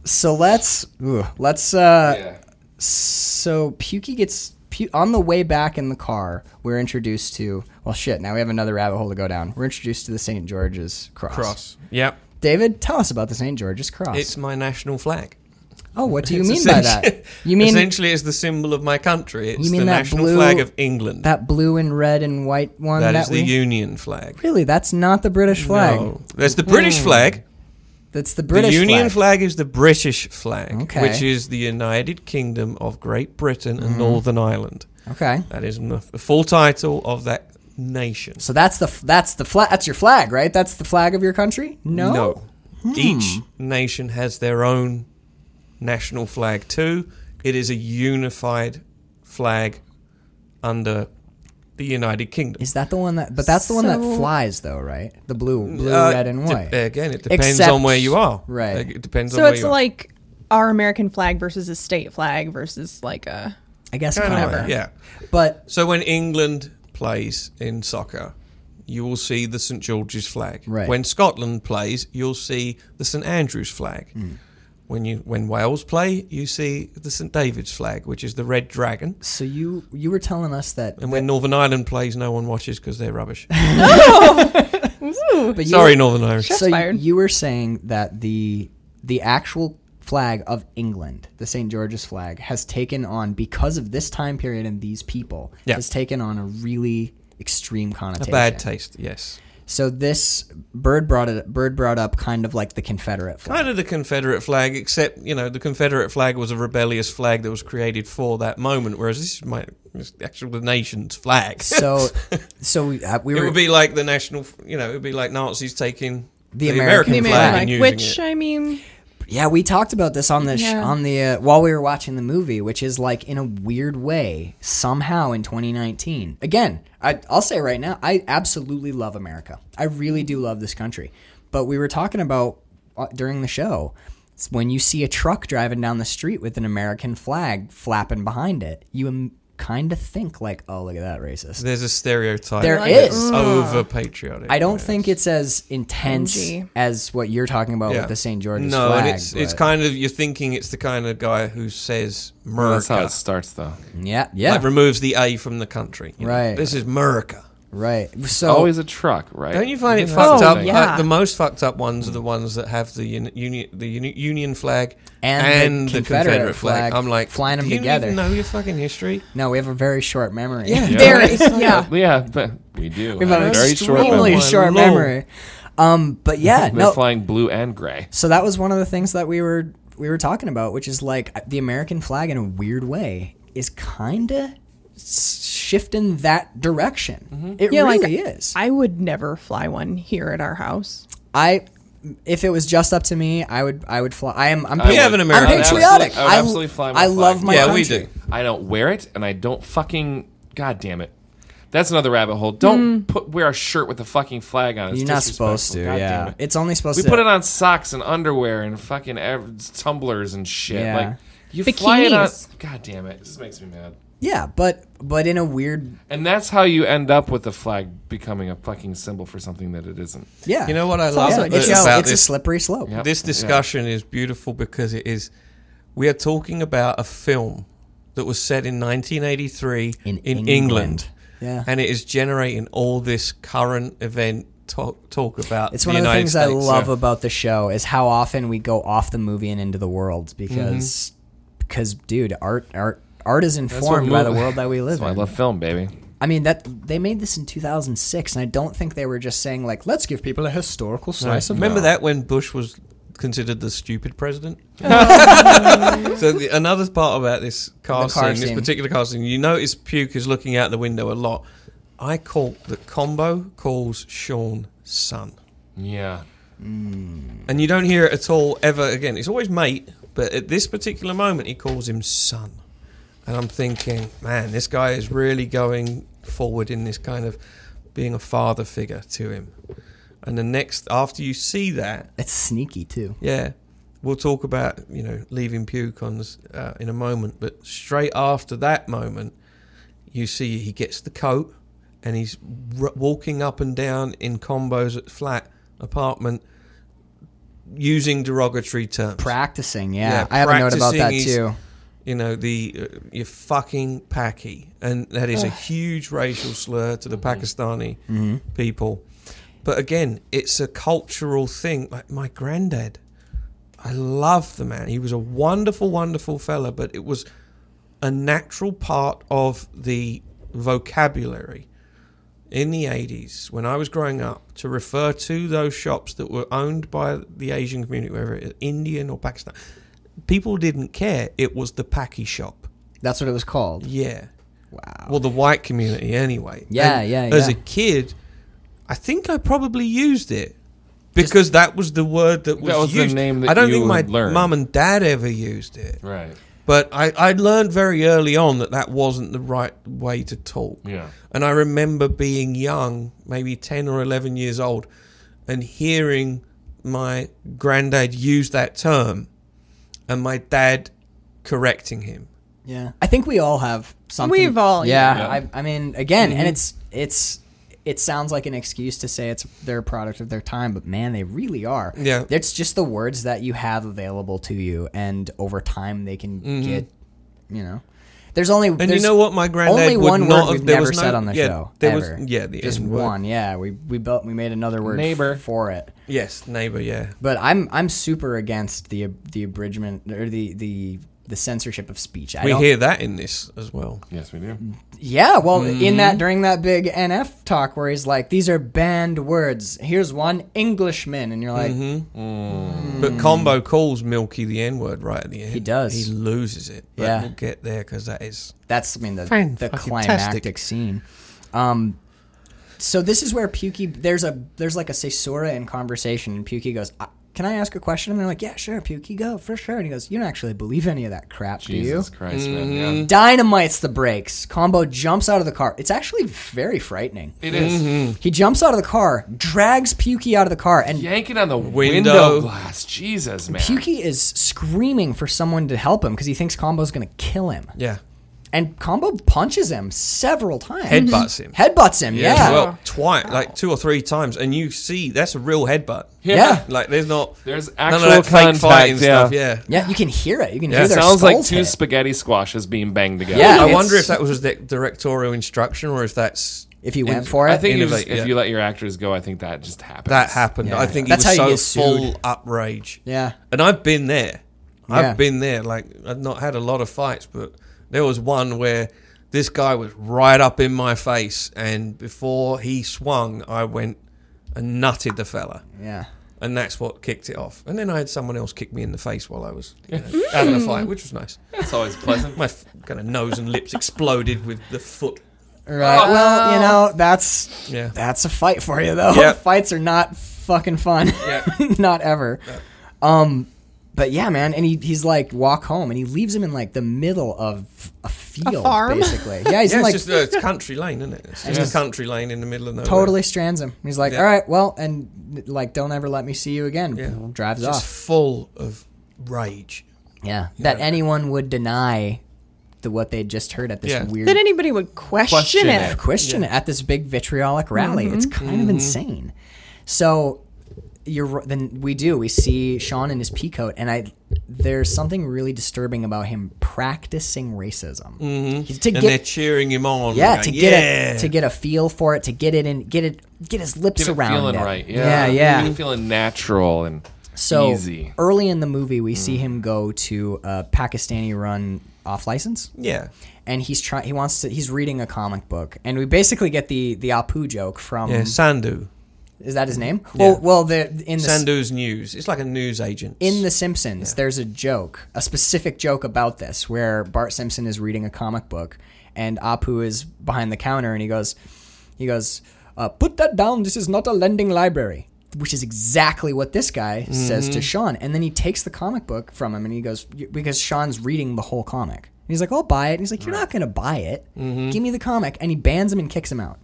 Speaker 2: so let's ooh, let's uh, so Pukey gets Pu- on the way back in the car. We're introduced to well, shit. Now we have another rabbit hole to go down. We're introduced to the St. George's Cross.
Speaker 4: Yep.
Speaker 2: David, tell us about the St. George's Cross.
Speaker 4: It's my national flag.
Speaker 2: oh, what do you
Speaker 4: It's
Speaker 2: mean by
Speaker 4: essentially- *laughs*
Speaker 2: that? You mean
Speaker 4: essentially it's the symbol of my country. It's
Speaker 2: You mean
Speaker 4: the
Speaker 2: that
Speaker 4: national
Speaker 2: blue-
Speaker 4: flag of England.
Speaker 2: that blue and red and white one?
Speaker 4: that is the
Speaker 2: we-
Speaker 4: Union flag.
Speaker 2: Really, that's not the British flag. Hmm.
Speaker 4: No, that's the British flag.
Speaker 2: That's the British
Speaker 4: the Union
Speaker 2: flag.
Speaker 4: flag. is the British flag,
Speaker 2: Okay. Mm-hmm.
Speaker 4: which is the United Kingdom of Great Britain and Northern Ireland.
Speaker 2: Okay.
Speaker 4: That is the the full title of that nation.
Speaker 2: So that's the f- that's the flag that's your flag, right? That's the flag of your country? No. Hmm.
Speaker 4: Each nation has their own national flag too. It is a unified flag under the United Kingdom.
Speaker 2: Is that the one that? But that's the one that
Speaker 5: So-
Speaker 2: flies, though, right? The blue, blue,
Speaker 4: Uh,
Speaker 2: red, and
Speaker 4: de-
Speaker 2: white.
Speaker 4: again, it depends
Speaker 2: Except-
Speaker 4: on where you are.
Speaker 2: Right.
Speaker 4: Like, It depends on
Speaker 5: so
Speaker 4: where
Speaker 5: it's
Speaker 4: you are.
Speaker 5: like our American flag versus a state flag versus like a
Speaker 2: I guess
Speaker 4: Kinda,
Speaker 2: kind of.
Speaker 4: yeah.
Speaker 2: But
Speaker 4: So when England plays in soccer, you will see the St George's flag.
Speaker 2: Right.
Speaker 4: When Scotland plays, you'll see the St Andrew's flag.
Speaker 2: Hmm.
Speaker 4: When you when Wales play, you see the St David's flag, which is the red dragon.
Speaker 2: so you you were telling us that,
Speaker 4: And when Northern Ireland plays, no one watches because they're
Speaker 2: *laughs*
Speaker 4: rubbish.
Speaker 2: but you
Speaker 4: Sorry, Northern Irish.
Speaker 5: Shots
Speaker 2: so you-
Speaker 5: fired.
Speaker 2: you were saying that the the actual flag of England, the St. George's flag, has taken on because of this time period and these people
Speaker 4: Yeah.
Speaker 2: has taken on a really extreme connotation.
Speaker 4: Bad taste, yes.
Speaker 2: So this bird brought it. Bird brought up kind of like the Confederate flag.
Speaker 4: Kind of the Confederate flag, except you know the Confederate flag was a rebellious flag that was created for that moment, whereas this is my this is actual the nation's
Speaker 2: *laughs*
Speaker 4: flag. *laughs*
Speaker 2: So, so we, uh, we
Speaker 4: It
Speaker 2: were
Speaker 4: would be like the national, you know, it would be like Nazis taking
Speaker 2: The
Speaker 4: the,
Speaker 2: American
Speaker 4: American,
Speaker 5: The
Speaker 4: flag, and
Speaker 5: American flag,
Speaker 4: using
Speaker 5: which
Speaker 4: it.
Speaker 5: I
Speaker 2: *laughs*
Speaker 5: mean,
Speaker 2: yeah. We talked about this on the sh-
Speaker 5: Yeah.
Speaker 2: on the uh, while we were watching the movie, which is like in a weird way somehow in 2019. Again, I, I'll say right now, I absolutely love America. I really do love this country. But we were talking about uh, during the show it's when you see a truck driving down the street with an American flag flapping behind it, you Im- kind of think like, oh, look at that racist.
Speaker 4: There's a stereotype.
Speaker 2: There
Speaker 4: that's
Speaker 2: is.
Speaker 3: Ah.
Speaker 4: over patriotic.
Speaker 2: I don't think it's as intense
Speaker 5: Cringy.
Speaker 2: as what you're talking about with the St. George's
Speaker 4: No,
Speaker 2: flag.
Speaker 4: and it's it's
Speaker 2: but-
Speaker 4: kind of you're thinking it's the kind of guy who says
Speaker 3: *laughs* That's how
Speaker 4: America,
Speaker 3: it starts, though.
Speaker 2: yeah, yeah,
Speaker 4: like removes the A from the country. you know.
Speaker 2: Right.
Speaker 4: This is America.
Speaker 2: right. So
Speaker 3: Always a truck, right?
Speaker 4: Don't you find it
Speaker 3: Yeah.
Speaker 4: fucked
Speaker 5: Oh,
Speaker 4: up?
Speaker 5: yeah.
Speaker 4: Like, the most fucked up ones are the ones that have the uni- union, the uni- union flag
Speaker 2: And
Speaker 4: and,
Speaker 2: the
Speaker 4: the,
Speaker 2: Confederate
Speaker 4: Confederate,
Speaker 2: flag,
Speaker 4: flag. I'm like,
Speaker 2: flying 'em
Speaker 4: do you
Speaker 2: together."
Speaker 4: Even know your fucking history.
Speaker 2: no, we have a very short memory.
Speaker 4: *laughs*
Speaker 3: Yeah.
Speaker 5: very, yeah.
Speaker 3: *laughs* Yeah, but we
Speaker 2: *laughs*
Speaker 3: do.
Speaker 2: we have
Speaker 3: have
Speaker 2: an
Speaker 3: a very short
Speaker 2: extremely
Speaker 3: memory.
Speaker 2: short,
Speaker 4: Oh my
Speaker 2: memory. Um, but yeah,
Speaker 3: They're
Speaker 2: no.
Speaker 3: flying blue and gray.
Speaker 2: So that was one of the things that we were we were talking about, which is like uh, the American flag in a weird way is kind of shifting that direction.
Speaker 3: Mm-hmm.
Speaker 2: It
Speaker 5: Yeah, like-
Speaker 2: really is.
Speaker 5: I would never fly one here at our house.
Speaker 2: I if it was just up to me, I would I would fly. I am I'm
Speaker 3: We
Speaker 4: have an
Speaker 2: I'm
Speaker 4: American
Speaker 2: patriotic.
Speaker 3: flag. I
Speaker 2: I-
Speaker 3: would absolutely- I would Oh, absolutely fly my
Speaker 2: I
Speaker 3: flag.
Speaker 2: love my
Speaker 4: yeah,
Speaker 2: country.
Speaker 4: we do.
Speaker 3: I don't wear it, and I don't fucking. God damn it. That's another rabbit hole. Don't put wear a shirt with a fucking flag on it. It's
Speaker 2: Hmm. You're not
Speaker 3: disrespectful.
Speaker 2: supposed to.
Speaker 3: God
Speaker 2: yeah,
Speaker 3: damn it.
Speaker 2: it's only supposed
Speaker 3: We
Speaker 2: to.
Speaker 3: put it on socks and underwear and fucking ev- tumblers and shit.
Speaker 2: Yeah.
Speaker 3: Like you fly it on.
Speaker 5: Bikinis.
Speaker 3: God damn it! This makes me mad.
Speaker 2: Yeah, but but in a weird
Speaker 3: And that's how you end up with the flag becoming a fucking symbol for something that it isn't.
Speaker 2: yeah.
Speaker 4: You know what I love
Speaker 2: Yeah,
Speaker 5: also
Speaker 4: about
Speaker 2: it's,
Speaker 5: just-
Speaker 2: a,
Speaker 4: about
Speaker 2: it's a
Speaker 4: this
Speaker 2: slippery slope.
Speaker 3: Yep.
Speaker 4: This discussion is beautiful because it is. We are talking about a film that was set in 1983
Speaker 2: In
Speaker 4: in,
Speaker 2: England.
Speaker 4: England.
Speaker 2: Yeah.
Speaker 4: And it is generating all this current event talk, talk about
Speaker 2: It's
Speaker 4: the
Speaker 2: one of the
Speaker 4: United
Speaker 2: things I
Speaker 4: States.
Speaker 2: love
Speaker 4: Yeah.
Speaker 2: about the show is how often we go off the movie and into the world
Speaker 3: Mm-hmm.
Speaker 2: because because dude, art art art is informed by the
Speaker 3: mov-
Speaker 2: world that we live
Speaker 3: That's why I
Speaker 2: in.
Speaker 3: love film, baby.
Speaker 2: I mean that they made this in 2006 and I don't think they were just saying like let's give people a historical slice of
Speaker 4: Remember that when Bush was considered the stupid president? *laughs* so the, another part about this car,
Speaker 2: car
Speaker 4: scene,
Speaker 2: scene.
Speaker 4: this particular car scene, you notice Puke is looking out the window a lot. I call the combo calls Sean son.
Speaker 3: Yeah.
Speaker 4: And you don't hear it at all ever again. It's always mate, but at this particular moment, he calls him son. And I'm thinking, man, this guy is really going forward in this kind of being a father figure to him. And the next, after you see that,
Speaker 2: It's sneaky too.
Speaker 4: yeah, we'll talk about, you know, leaving puke on this, uh, in a moment. But straight after that moment, you see he gets the coat and he's r- walking up and down in combos at flat apartment using derogatory terms.
Speaker 2: Practicing, yeah.
Speaker 4: Yeah,
Speaker 2: I have a note about that
Speaker 4: practicing is-
Speaker 2: too.
Speaker 4: you know, the uh, you fucking Paki. And that is a huge racial slur
Speaker 2: Mm-hmm.
Speaker 4: to the Pakistani people. But again, it's a cultural thing. Like my granddad, I love the man. He was a wonderful, wonderful fella, but it was a natural part of the vocabulary in the 80s when I was growing up to refer to those shops that were owned by the Asian community, whether it was Indian or Pakistan. People didn't care. It was the Paki shop.
Speaker 2: That's what it was called.
Speaker 4: Yeah.
Speaker 2: Wow.
Speaker 4: Well, the white community anyway.
Speaker 2: Yeah,
Speaker 4: And
Speaker 2: yeah,
Speaker 4: As
Speaker 2: yeah.
Speaker 4: a kid, I think I probably used it because that was the word that was,
Speaker 3: That was the
Speaker 4: used.
Speaker 3: name that
Speaker 4: I don't
Speaker 3: you
Speaker 4: think my
Speaker 3: would learn.
Speaker 4: mum and dad ever used it.
Speaker 3: Right.
Speaker 4: But I, I learned very early on that that wasn't the right way to talk.
Speaker 3: Yeah.
Speaker 4: And I remember being young, maybe 10 or 11 years old, and hearing my granddad use that term and my dad correcting him.
Speaker 2: Yeah, I think we all have something.
Speaker 5: We've all-
Speaker 2: yeah.
Speaker 3: yeah.
Speaker 2: I, I mean, again,
Speaker 4: Mm-hmm.
Speaker 2: and it's it's it sounds like an excuse to say it's their product of their time, but man, they really are.
Speaker 4: Yeah.
Speaker 2: it's just the words that you have available to you, and over time they can get, you know. There's only
Speaker 4: Mm-hmm. And
Speaker 2: there's
Speaker 4: you know what? My granddad
Speaker 2: only
Speaker 4: would
Speaker 2: one word
Speaker 4: not have-
Speaker 2: we've
Speaker 4: there
Speaker 2: never
Speaker 4: was no-
Speaker 2: said on the
Speaker 4: yeah,
Speaker 2: show.
Speaker 4: there was-
Speaker 2: ever.
Speaker 4: yeah, the
Speaker 2: just
Speaker 4: N word.
Speaker 2: one. Yeah, we we built we made another word
Speaker 3: Neighbor.
Speaker 2: for it.
Speaker 4: Yes, neighbor. Yeah.
Speaker 2: But I'm I'm super against the the abridgment or the the the censorship of speech. I
Speaker 4: We
Speaker 2: don't,
Speaker 4: hear that in this as well.
Speaker 3: Yes, we do.
Speaker 2: yeah, well, in
Speaker 4: Mm-hmm.
Speaker 2: that during that big NF talk where he's like, "These are banned words. Here's one Englishman," and you're like,
Speaker 4: Mm-hmm. But Combo calls Milky the N word right at the end.
Speaker 2: Hmm. He does.
Speaker 4: He loses it. But
Speaker 2: Yeah.
Speaker 4: We'll get there because that is.
Speaker 2: "That's I mean the
Speaker 4: Fine,
Speaker 2: the
Speaker 4: fucking-tastic.
Speaker 2: climactic scene." Um, so this is where Pukey there's a there's like a cesura in conversation, and Pukey goes, "I- "Can I ask a question?" And they're like, "Yeah, sure, Pukey, go for sure." And he goes, "You don't actually believe any of that crap, do you?"
Speaker 3: Jesus Christ, man. Yeah.
Speaker 2: dynamites the brakes. Combo jumps out of the car. It's actually very frightening.
Speaker 3: It is.
Speaker 2: He jumps out of the car, drags Pukey out of the car, and
Speaker 3: yanking on the window,
Speaker 4: Window.
Speaker 3: glass. Jesus, man.
Speaker 2: Pukey is screaming for someone to help him because he thinks Combo's going to kill him.
Speaker 4: Yeah.
Speaker 2: And Combo punches him several times.
Speaker 4: Headbutts him.
Speaker 2: Headbutts him, yeah. Yeah.
Speaker 4: Well, twice, like two or three times. And you see, that's a real headbutt. Like, there's not.
Speaker 3: There's
Speaker 4: none
Speaker 3: actual
Speaker 4: of that fake
Speaker 3: contact,
Speaker 4: fighting
Speaker 3: yeah.
Speaker 4: stuff. Yeah.
Speaker 2: Yeah, you can hear it. You can hear
Speaker 3: It
Speaker 2: their
Speaker 3: sounds like
Speaker 2: skulls
Speaker 3: two
Speaker 2: hit.
Speaker 3: spaghetti squashes being banged together.
Speaker 2: Yeah.
Speaker 4: I
Speaker 2: it's-
Speaker 4: wonder if that was di- directorial instruction or if that's.
Speaker 2: If he went for it.
Speaker 3: I think you
Speaker 4: Innovate,
Speaker 3: just- if
Speaker 4: yeah.
Speaker 3: you let your actors go, I think that just happens.
Speaker 4: That happened.
Speaker 2: Yeah.
Speaker 4: I think
Speaker 2: That's
Speaker 4: he was
Speaker 2: how you
Speaker 4: so
Speaker 2: get sued.
Speaker 4: full outrage.
Speaker 2: Yeah.
Speaker 4: And I've been there.
Speaker 2: Yeah.
Speaker 4: I've been there. Like I've not had a lot of fights, but there was one where this guy was right up in my face, and before he swung, I went and nutted the fella,
Speaker 2: Yeah.
Speaker 4: and that's what kicked it off. And then I had someone else kick me in the face while I was you know,
Speaker 5: *laughs*
Speaker 4: having a fight, which was nice.
Speaker 3: It's
Speaker 2: *laughs*
Speaker 3: always pleasant.
Speaker 4: My f- kind of nose and lips exploded with the foot.
Speaker 2: Right. well, you know, that's
Speaker 4: Yeah.
Speaker 2: that's a fight for you though. *laughs*
Speaker 4: Yep.
Speaker 2: Fights are not fucking fun. *laughs* not ever. Um but yeah, man, and he, he's like walk home and he leaves him in like the middle of a field
Speaker 5: farm?
Speaker 2: basically. Yeah, he's
Speaker 4: Yeah,
Speaker 2: in
Speaker 4: it's
Speaker 2: like
Speaker 4: just uh, it's country lane, isn't it? It's just a country lane in the middle of nowhere.
Speaker 2: totally strands him. He's like,
Speaker 4: Yeah.
Speaker 2: "All right, well, and like don't ever let me see you again."
Speaker 4: Yeah.
Speaker 2: Drives
Speaker 4: just
Speaker 2: off.
Speaker 4: full of rage.
Speaker 2: Yeah. That anyone would deny the what they just heard at this
Speaker 4: Yeah.
Speaker 2: weird
Speaker 5: That anybody would question,
Speaker 3: Question
Speaker 5: it.
Speaker 3: it.
Speaker 2: question at this big vitriolic rally. It's
Speaker 3: Mm-hmm.
Speaker 2: kind of insane. So you're ri- then we do we see Sean in his pea coat, and I there's something really disturbing about him practicing racism
Speaker 3: Mm-hmm.
Speaker 2: He's- to
Speaker 4: and they're
Speaker 2: get.
Speaker 4: cheering him on.
Speaker 2: Yeah,
Speaker 4: Like,
Speaker 2: to get
Speaker 4: yeah.
Speaker 2: it, to get a feel for it, to get it in, get it, get his lips
Speaker 3: Get it
Speaker 2: around
Speaker 3: feeling
Speaker 2: it.
Speaker 3: right.
Speaker 2: yeah,
Speaker 3: Yeah.
Speaker 2: yeah.
Speaker 3: Get it feeling natural and
Speaker 2: So
Speaker 3: easy. Mm.
Speaker 2: early in the movie, we see him go to a Pakistani run off license.
Speaker 4: yeah,
Speaker 2: and he's trying. He wants to. He's reading a comic book, and we basically get the the Apu joke from.
Speaker 4: yeah. Sandu,
Speaker 2: Is that his name?
Speaker 4: Yeah.
Speaker 2: Well, well, the in the
Speaker 4: Sandu's news. It's like a news agent.
Speaker 2: in the Simpsons, there's a joke, a specific joke about this, where Bart Simpson is reading a comic book, and Apu is behind the counter, and he goes, he goes, uh, put that down. This is not a lending library. Which is exactly what this guy says to Sean, and then he takes the comic book from him, and he goes "Y- because Sean's reading the whole comic. And he's like, "I'll buy it." And he's like, "You're not gonna buy it. Give me the comic." And he bans him and kicks him out.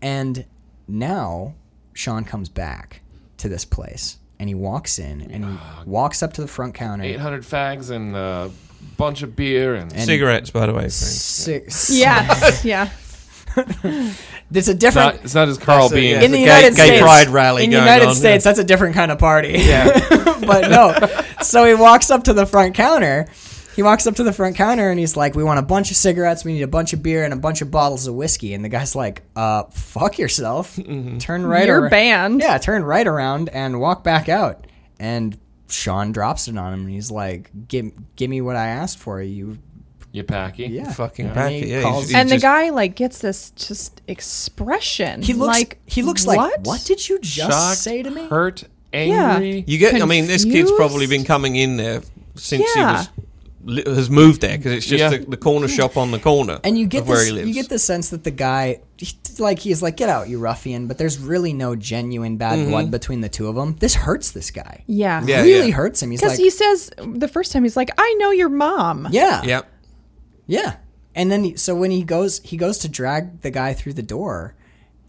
Speaker 2: And now Sean comes back to this place and he walks in and he walks up to the front
Speaker 3: eight
Speaker 2: counter.
Speaker 3: hundred fags and a bunch of beer and,
Speaker 4: cigarettes, by the way. friends.
Speaker 2: Six. *laughs*
Speaker 5: Yeah, yeah.
Speaker 2: It's a
Speaker 3: it's not
Speaker 2: different.
Speaker 3: it's not as Carl
Speaker 4: So, yeah,
Speaker 3: being
Speaker 4: it's
Speaker 2: in the
Speaker 4: a gay-
Speaker 2: United
Speaker 4: gay
Speaker 2: States-
Speaker 4: pride rally
Speaker 2: in the
Speaker 4: going
Speaker 2: United
Speaker 4: on,
Speaker 2: States,
Speaker 4: yeah.
Speaker 2: that's a different kind of party. *laughs* but no. So he walks up to the front counter. He walks up to the front counter and he's like, "We want a bunch of cigarettes. We need a bunch of beer and a bunch of bottles of whiskey." And the guy's like, "Uh, fuck yourself.
Speaker 4: Mm-hmm.
Speaker 2: Turn right
Speaker 5: You're
Speaker 2: ar-
Speaker 5: banned.
Speaker 2: Yeah, turn right around and walk back out." And Sean drops it on him and he's like, "Give, give me what I asked for. You,
Speaker 3: you packy.
Speaker 2: yeah,
Speaker 4: Fucking
Speaker 2: And
Speaker 4: back.
Speaker 2: he
Speaker 4: Yeah,
Speaker 2: calls-
Speaker 4: he's- he's
Speaker 5: and the
Speaker 4: just-
Speaker 5: guy like gets this just expression.
Speaker 2: He looks
Speaker 5: like
Speaker 2: like he looks
Speaker 5: what?
Speaker 2: like what did you just
Speaker 3: Shocked,
Speaker 2: say to me?
Speaker 3: hurt, angry.
Speaker 4: You get. I mean, this kid's probably
Speaker 5: confused?
Speaker 4: been coming in there since
Speaker 5: Yeah.
Speaker 4: he was li- has moved there because it's just
Speaker 3: Yeah.
Speaker 4: the, the corner shop on the corner.
Speaker 2: and you get
Speaker 4: of where
Speaker 2: this,
Speaker 4: he lives.
Speaker 2: you get the sense that the guy, he- like he's like, get out, you ruffian. But there's really no genuine bad blood between the two of them. This hurts this guy.
Speaker 5: Yeah,
Speaker 4: Mm-hmm. Yeah.
Speaker 2: really hurts him. He's
Speaker 5: Because
Speaker 2: like,
Speaker 5: he says the first time he's like, "I know your mom."
Speaker 2: yeah,
Speaker 4: Yeah.
Speaker 2: yeah. And then he- so when he goes, he goes to drag the guy through the door,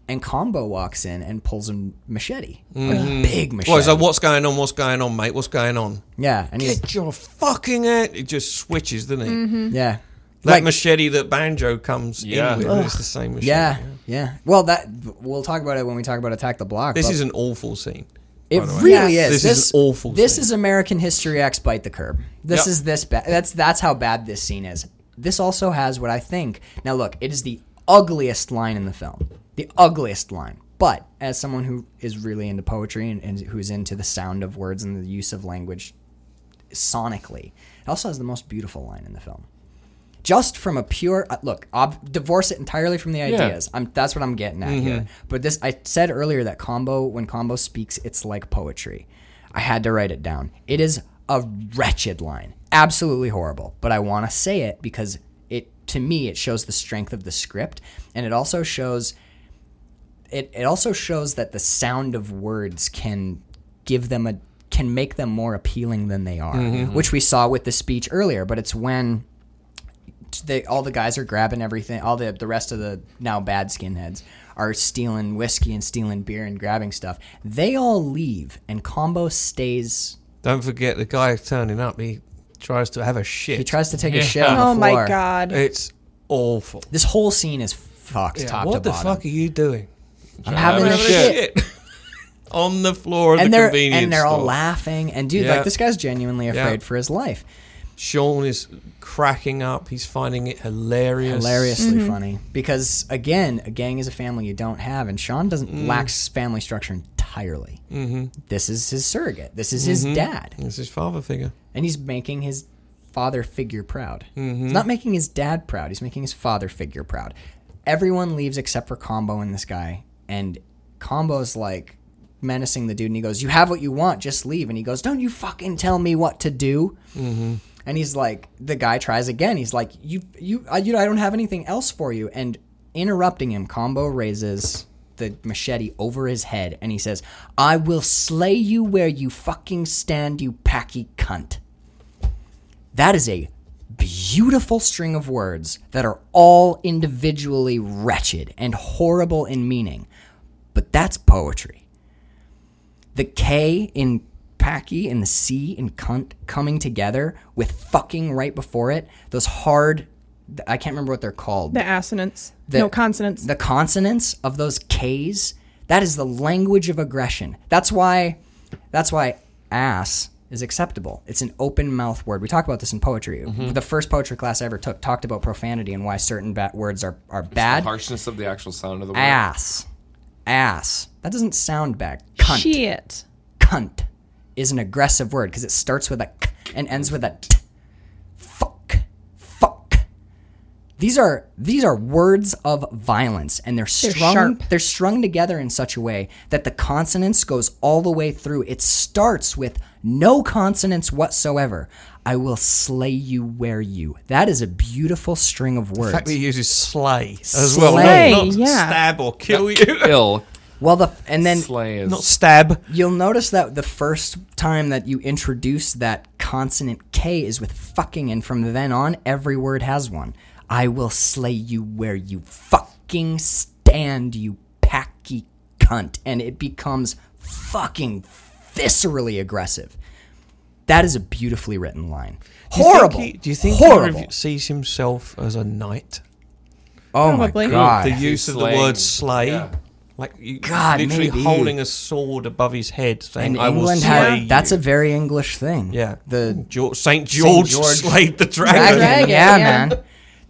Speaker 2: and Combo walks in and pulls a machete, a big machete.
Speaker 4: Mm-hmm. Well, it's like, what's going on? What's going on, mate? What's going on?
Speaker 2: yeah, and he's
Speaker 4: Get your fucking head. It just switches, doesn't it?
Speaker 2: yeah,
Speaker 4: That
Speaker 2: Mm-hmm. Like-
Speaker 4: machete that Banjo comes
Speaker 3: Yeah.
Speaker 4: in with, it's the same machete.
Speaker 2: yeah, yeah. Well, that we'll talk about it when we talk about Attack the Block.
Speaker 4: This
Speaker 2: but
Speaker 4: is an awful scene.
Speaker 2: it
Speaker 4: by the way.
Speaker 2: really
Speaker 4: Yes.
Speaker 2: is.
Speaker 4: This
Speaker 2: This,
Speaker 4: is an awful
Speaker 2: This
Speaker 4: scene.
Speaker 2: is American History X bite the curb. This
Speaker 4: Yep.
Speaker 2: is this bad. That's that's how bad this scene is. This also has what I think. Now look, it is the ugliest line in the film. The ugliest line. But as someone who is really into poetry and, and who's into the sound of words and the use of language sonically. It also has the most beautiful line in the film. Just from a pure uh, look, ob- divorce it entirely from the ideas. I'm, that's what I'm getting at here. But this, I said earlier that combo when combo speaks, it's like poetry. I had to write it down. It is a wretched line, absolutely horrible. But I want to say it because it, to me, it shows the strength of the script, and it also shows it, it also shows that the sound of words can give them a can make them more appealing than they are, which we saw with the speech earlier. But it's when they all the guys are grabbing everything, all the the rest of the now bad skinheads are stealing whiskey and stealing beer and grabbing stuff. They all leave, and Combo stays.
Speaker 4: Don't forget the guy turning up. He tries to have a shit.
Speaker 2: He tries to take a shit on the
Speaker 5: Oh
Speaker 2: floor.
Speaker 5: my
Speaker 2: Uh,
Speaker 5: god.
Speaker 4: it's awful.
Speaker 2: This whole scene is fucked top
Speaker 4: what
Speaker 2: to
Speaker 4: the
Speaker 2: bottom.
Speaker 4: fuck are you doing?
Speaker 2: I'm having
Speaker 3: Having
Speaker 2: a
Speaker 3: a
Speaker 2: shit.
Speaker 4: *laughs* on the floor of
Speaker 2: And
Speaker 4: the
Speaker 2: they're
Speaker 4: convenience
Speaker 2: and they're all
Speaker 4: store.
Speaker 2: laughing and dude
Speaker 4: Yeah.
Speaker 2: like this guy's genuinely
Speaker 4: Yeah.
Speaker 2: afraid for his life.
Speaker 4: Sean is cracking up. He's finding it hilarious.
Speaker 2: hilariously
Speaker 5: Mm-hmm.
Speaker 2: funny because again a gang is a family you don't have and sean doesn't
Speaker 4: Mm.
Speaker 2: lacks family structure entirely mm-hmm. this is his surrogate this is his
Speaker 4: Mm-hmm.
Speaker 2: dad
Speaker 4: It's his father figure.
Speaker 2: and he's making his father figure proud he's not making his dad proud he's making his father figure proud everyone leaves except for combo and this guy and combo's like menacing the dude and he goes you have what you want just leave and he goes don't you fucking tell me what to do and he's like, the guy tries again. He's like, you, you, I, you, I don't have anything else for you. And interrupting him, Combo raises the machete over his head and he says, I will slay you where you fucking stand, you packy cunt. That is a beautiful string of words that are all individually wretched and horrible in meaning. But that's poetry. The K in Packy and the C in cunt coming together with fucking right before it, those hard, I can't remember what they're called.
Speaker 5: The assonance.
Speaker 2: The-
Speaker 5: no consonants.
Speaker 2: The consonants of those K's, that is the language of aggression. That's why that's why ass is acceptable. It's an open mouth word. We talk about this in poetry. The first poetry class I ever took talked about profanity and why certain ba- words are, are bad. Ah.
Speaker 3: harshness of the actual sound of the word.
Speaker 2: Ass. Ass. That doesn't sound bad. Cunt.
Speaker 5: Shit.
Speaker 2: Cunt is an aggressive word because it starts with a k and ends with a t. Fuck. Fuck. These are these are words of violence and they're strung they're,
Speaker 5: sharp.
Speaker 2: strung together in such a way that the consonants goes all the way through. It starts with no consonants whatsoever. I will slay you where you. That is a beautiful string of words.
Speaker 4: The fact that he uses slay as well.
Speaker 2: Slay,
Speaker 4: not not
Speaker 5: yeah.
Speaker 4: stab or kill you.
Speaker 3: Ill
Speaker 2: well the and then
Speaker 3: slay is
Speaker 4: *laughs*
Speaker 3: Oh,
Speaker 4: not *laughs* stab.
Speaker 2: You'll notice that the first time that you introduce that consonant K is with fucking, and from then on, every word has one. I will slay you where you fucking stand, you packy cunt. And it becomes fucking viscerally aggressive. That is a beautifully written line. Horrible.
Speaker 4: Do you think he, do you think he
Speaker 2: Horrible.
Speaker 4: rev- sees himself as a knight?
Speaker 2: oh my
Speaker 5: Probably.
Speaker 2: god.
Speaker 4: the use of the
Speaker 3: slaying.
Speaker 4: word slay.
Speaker 3: Yeah.
Speaker 4: Like you
Speaker 2: God,
Speaker 4: literally
Speaker 2: maybe.
Speaker 4: holding a sword above his head, saying,
Speaker 2: and
Speaker 4: "I
Speaker 2: England
Speaker 4: will slay
Speaker 2: had, that's a very English thing.
Speaker 4: you." yeah.
Speaker 2: The
Speaker 4: George, Saint George,
Speaker 2: George-
Speaker 4: slayed the dragon.
Speaker 2: dragon.
Speaker 5: Dragon,
Speaker 2: yeah,
Speaker 5: yeah.
Speaker 2: man.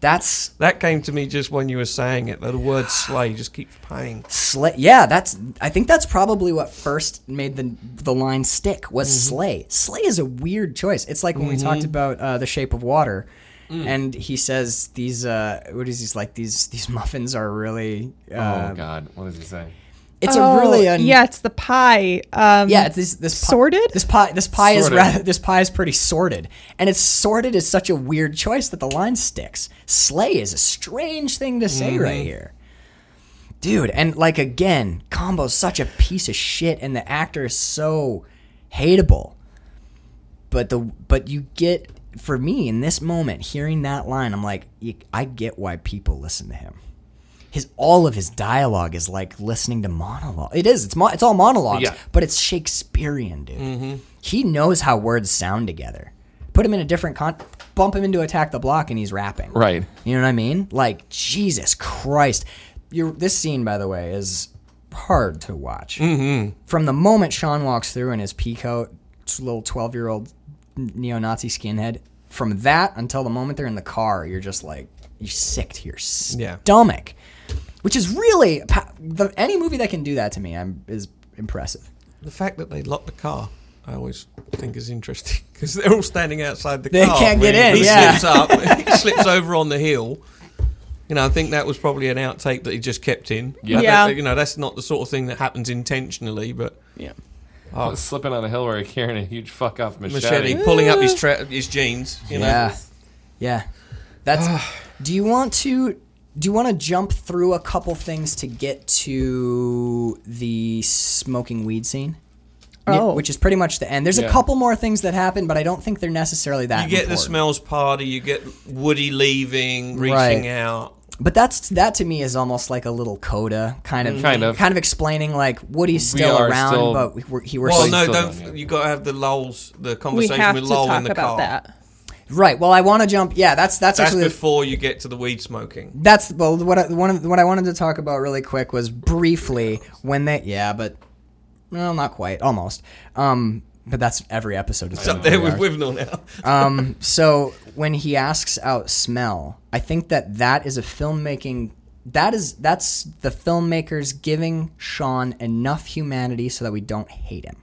Speaker 2: That's
Speaker 4: That came to me just when you were saying it. That the word slay just keeps paying.
Speaker 2: slay yeah that's i think that's probably what first made the the line stick was slay slay is a weird choice it's like when we talked about uh, the shape of water and he says these uh what is he's like these these muffins are really uh,
Speaker 3: oh god, what does he say?
Speaker 2: it's
Speaker 5: oh,
Speaker 2: a really un-
Speaker 5: yeah, it's the pie. Um,
Speaker 2: yeah, it's this this pi-
Speaker 5: Sorted?
Speaker 2: This pie, this pie
Speaker 3: Sorted.
Speaker 2: is rather this pie is pretty sorted, and it's sorted is such a weird choice that the line sticks. Slay is a strange thing to say right here, dude. And like again, combo's such a piece of shit, and the actor is so hateable. But the but you get for me in this moment hearing that line, I'm like, y- I get why people listen to him his all of his dialogue is like listening to monologue. It is. It's mo- it's all monologues,
Speaker 3: Yeah. Mm-hmm.
Speaker 2: but it's Shakespearean, dude. He knows how words sound together. Put him in a different con, bump him into attack the block, and he's rapping.
Speaker 3: Right.
Speaker 2: You know what I mean? Like Jesus Christ. You're, this scene, by the way, is hard to watch. Mm-hmm. From the moment Sean walks through in his pea coat, s- little twelve-year-old neo-Nazi skinhead. From that until the moment they're in the car, you're just like you're sick to your
Speaker 4: Yeah.
Speaker 2: stomach, which is really pa- the, any movie that can do that to me I'm, is impressive.
Speaker 4: The fact that they locked the car, I always think is interesting *laughs* because they're all standing outside the
Speaker 2: They
Speaker 4: car.
Speaker 2: can't get in,
Speaker 4: He
Speaker 2: yeah.
Speaker 4: slips up. *laughs* he slips over on the hill. You know, I think that was probably an outtake that he just kept in.
Speaker 3: Yeah.
Speaker 4: I don't
Speaker 5: Yeah.
Speaker 4: think- You know, that's not the sort of thing that happens intentionally, but
Speaker 5: Yeah.
Speaker 3: Oh, slipping on a hill where carrying a huge fuck off machete.
Speaker 4: machete pulling up his tra- his jeans. You know,
Speaker 2: Yeah, yeah. That's. do you want to? Do you want to jump through a couple things to get to the smoking weed scene? Ni-
Speaker 5: Oh.
Speaker 2: Which is pretty much the end. There's a
Speaker 3: Yeah.
Speaker 2: couple more things that happen, but I don't think they're necessarily that.
Speaker 4: you get the
Speaker 2: important.
Speaker 4: smells party. You get Woody leaving, reaching
Speaker 2: Right.
Speaker 4: out.
Speaker 2: But that's that to me is almost like a little coda, kind of,
Speaker 3: Kind of.
Speaker 2: kind of explaining like Woody's
Speaker 3: We
Speaker 2: still
Speaker 3: are
Speaker 2: around,
Speaker 3: still-
Speaker 2: but we, we're, he we're
Speaker 4: Well,
Speaker 2: still-
Speaker 4: no,
Speaker 3: still
Speaker 4: don't.
Speaker 3: don't, yeah.
Speaker 4: You got to have the lulls, the
Speaker 5: We
Speaker 4: conversation
Speaker 5: have to
Speaker 4: with Lowell in
Speaker 5: talk
Speaker 4: the
Speaker 5: about
Speaker 4: car.
Speaker 5: that.
Speaker 2: right. Well, I want to jump. Yeah, that's that's,
Speaker 4: That's
Speaker 2: actually the-
Speaker 4: before you get to the weed smoking.
Speaker 2: That's well, what I, one of what I wanted to talk about really quick was briefly when they yeah, but well, not quite, almost. Um, but that's every episode. Is
Speaker 4: It's up *laughs* there with Wivnall now.
Speaker 2: um, so when he asks out smell, I think that that is a filmmaking. That is that's the filmmakers giving Sean enough humanity so that we don't hate him.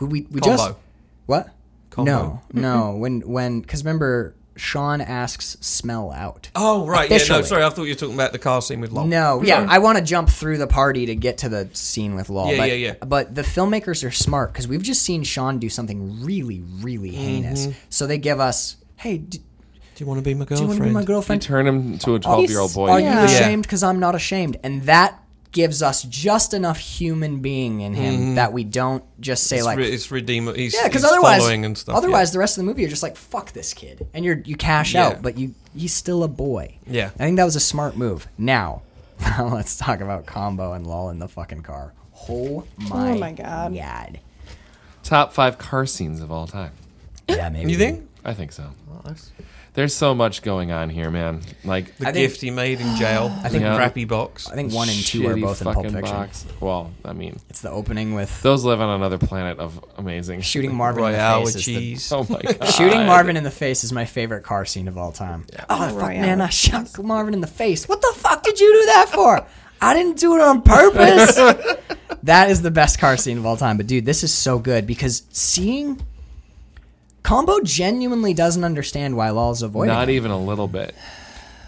Speaker 2: We we, we just
Speaker 4: Combo.
Speaker 2: what?
Speaker 4: Combo.
Speaker 2: No,
Speaker 4: *laughs*
Speaker 2: no. when when because remember Sean asks smell out.
Speaker 4: Oh right, yeah.
Speaker 2: Officially.
Speaker 4: No, sorry, I thought you were talking about the car scene with Lowell.
Speaker 2: No, yeah, I want to jump through the party to get to the scene with Law.
Speaker 4: Yeah,
Speaker 2: but,
Speaker 4: yeah, yeah.
Speaker 2: But the filmmakers are smart because we've just seen Sean do something really, really
Speaker 4: Mm-hmm.
Speaker 2: heinous. So they give us, hey, d-
Speaker 4: Do you want to be my
Speaker 2: do you
Speaker 4: girlfriend?
Speaker 2: want to be my
Speaker 3: You
Speaker 2: girlfriend?
Speaker 3: turn him to a 12 year old boy.
Speaker 2: Are
Speaker 5: Yeah.
Speaker 2: you
Speaker 5: Yeah.
Speaker 2: ashamed? Because I'm not ashamed, and that gives us just enough human being in him
Speaker 4: Mm-hmm.
Speaker 2: that we don't just say
Speaker 4: It's,
Speaker 2: like.
Speaker 4: re- it's redeemer. He's,
Speaker 2: yeah, because
Speaker 4: he's
Speaker 2: otherwise,
Speaker 4: following and stuff.
Speaker 2: otherwise the rest of the movie you're just like fuck this kid, and you're you cash
Speaker 4: Yeah.
Speaker 2: out, but you he's still a boy.
Speaker 4: Yeah.
Speaker 2: I think that was a smart move. Now, *laughs* let's talk about combo and lol in the fucking car. Oh my,
Speaker 5: my God.
Speaker 2: god.
Speaker 3: Top five car scenes of all time.
Speaker 4: *laughs*
Speaker 2: Yeah, maybe
Speaker 4: you think
Speaker 3: I think so. There's so much going on here, man. Like
Speaker 4: the
Speaker 2: I think-
Speaker 4: gift he made in jail? I
Speaker 2: think-
Speaker 4: the
Speaker 3: Yeah.
Speaker 4: crappy box.
Speaker 2: I think one and two are
Speaker 3: shitty
Speaker 2: both in Pulp
Speaker 3: fucking
Speaker 2: Fiction.
Speaker 3: box. Well, I mean,
Speaker 2: It's the opening with
Speaker 3: those live on another planet of amazing
Speaker 2: shooting Marvin in
Speaker 4: Royale
Speaker 2: the
Speaker 4: with
Speaker 2: face. is the-
Speaker 3: *laughs*
Speaker 4: cheese.
Speaker 3: Oh my god.
Speaker 2: Shooting Marvin in the face is my favorite car scene of all time. Oh, fuck,
Speaker 5: Royale.
Speaker 2: man, I shot Marvin in the face. What the fuck did you do that for? I didn't do it on
Speaker 3: *laughs*
Speaker 2: purpose. that is the best car scene of all time. But, dude, this is so good because seeing. Combo genuinely doesn't understand why Law's avoiding
Speaker 3: Not e-
Speaker 2: it
Speaker 3: even a little bit.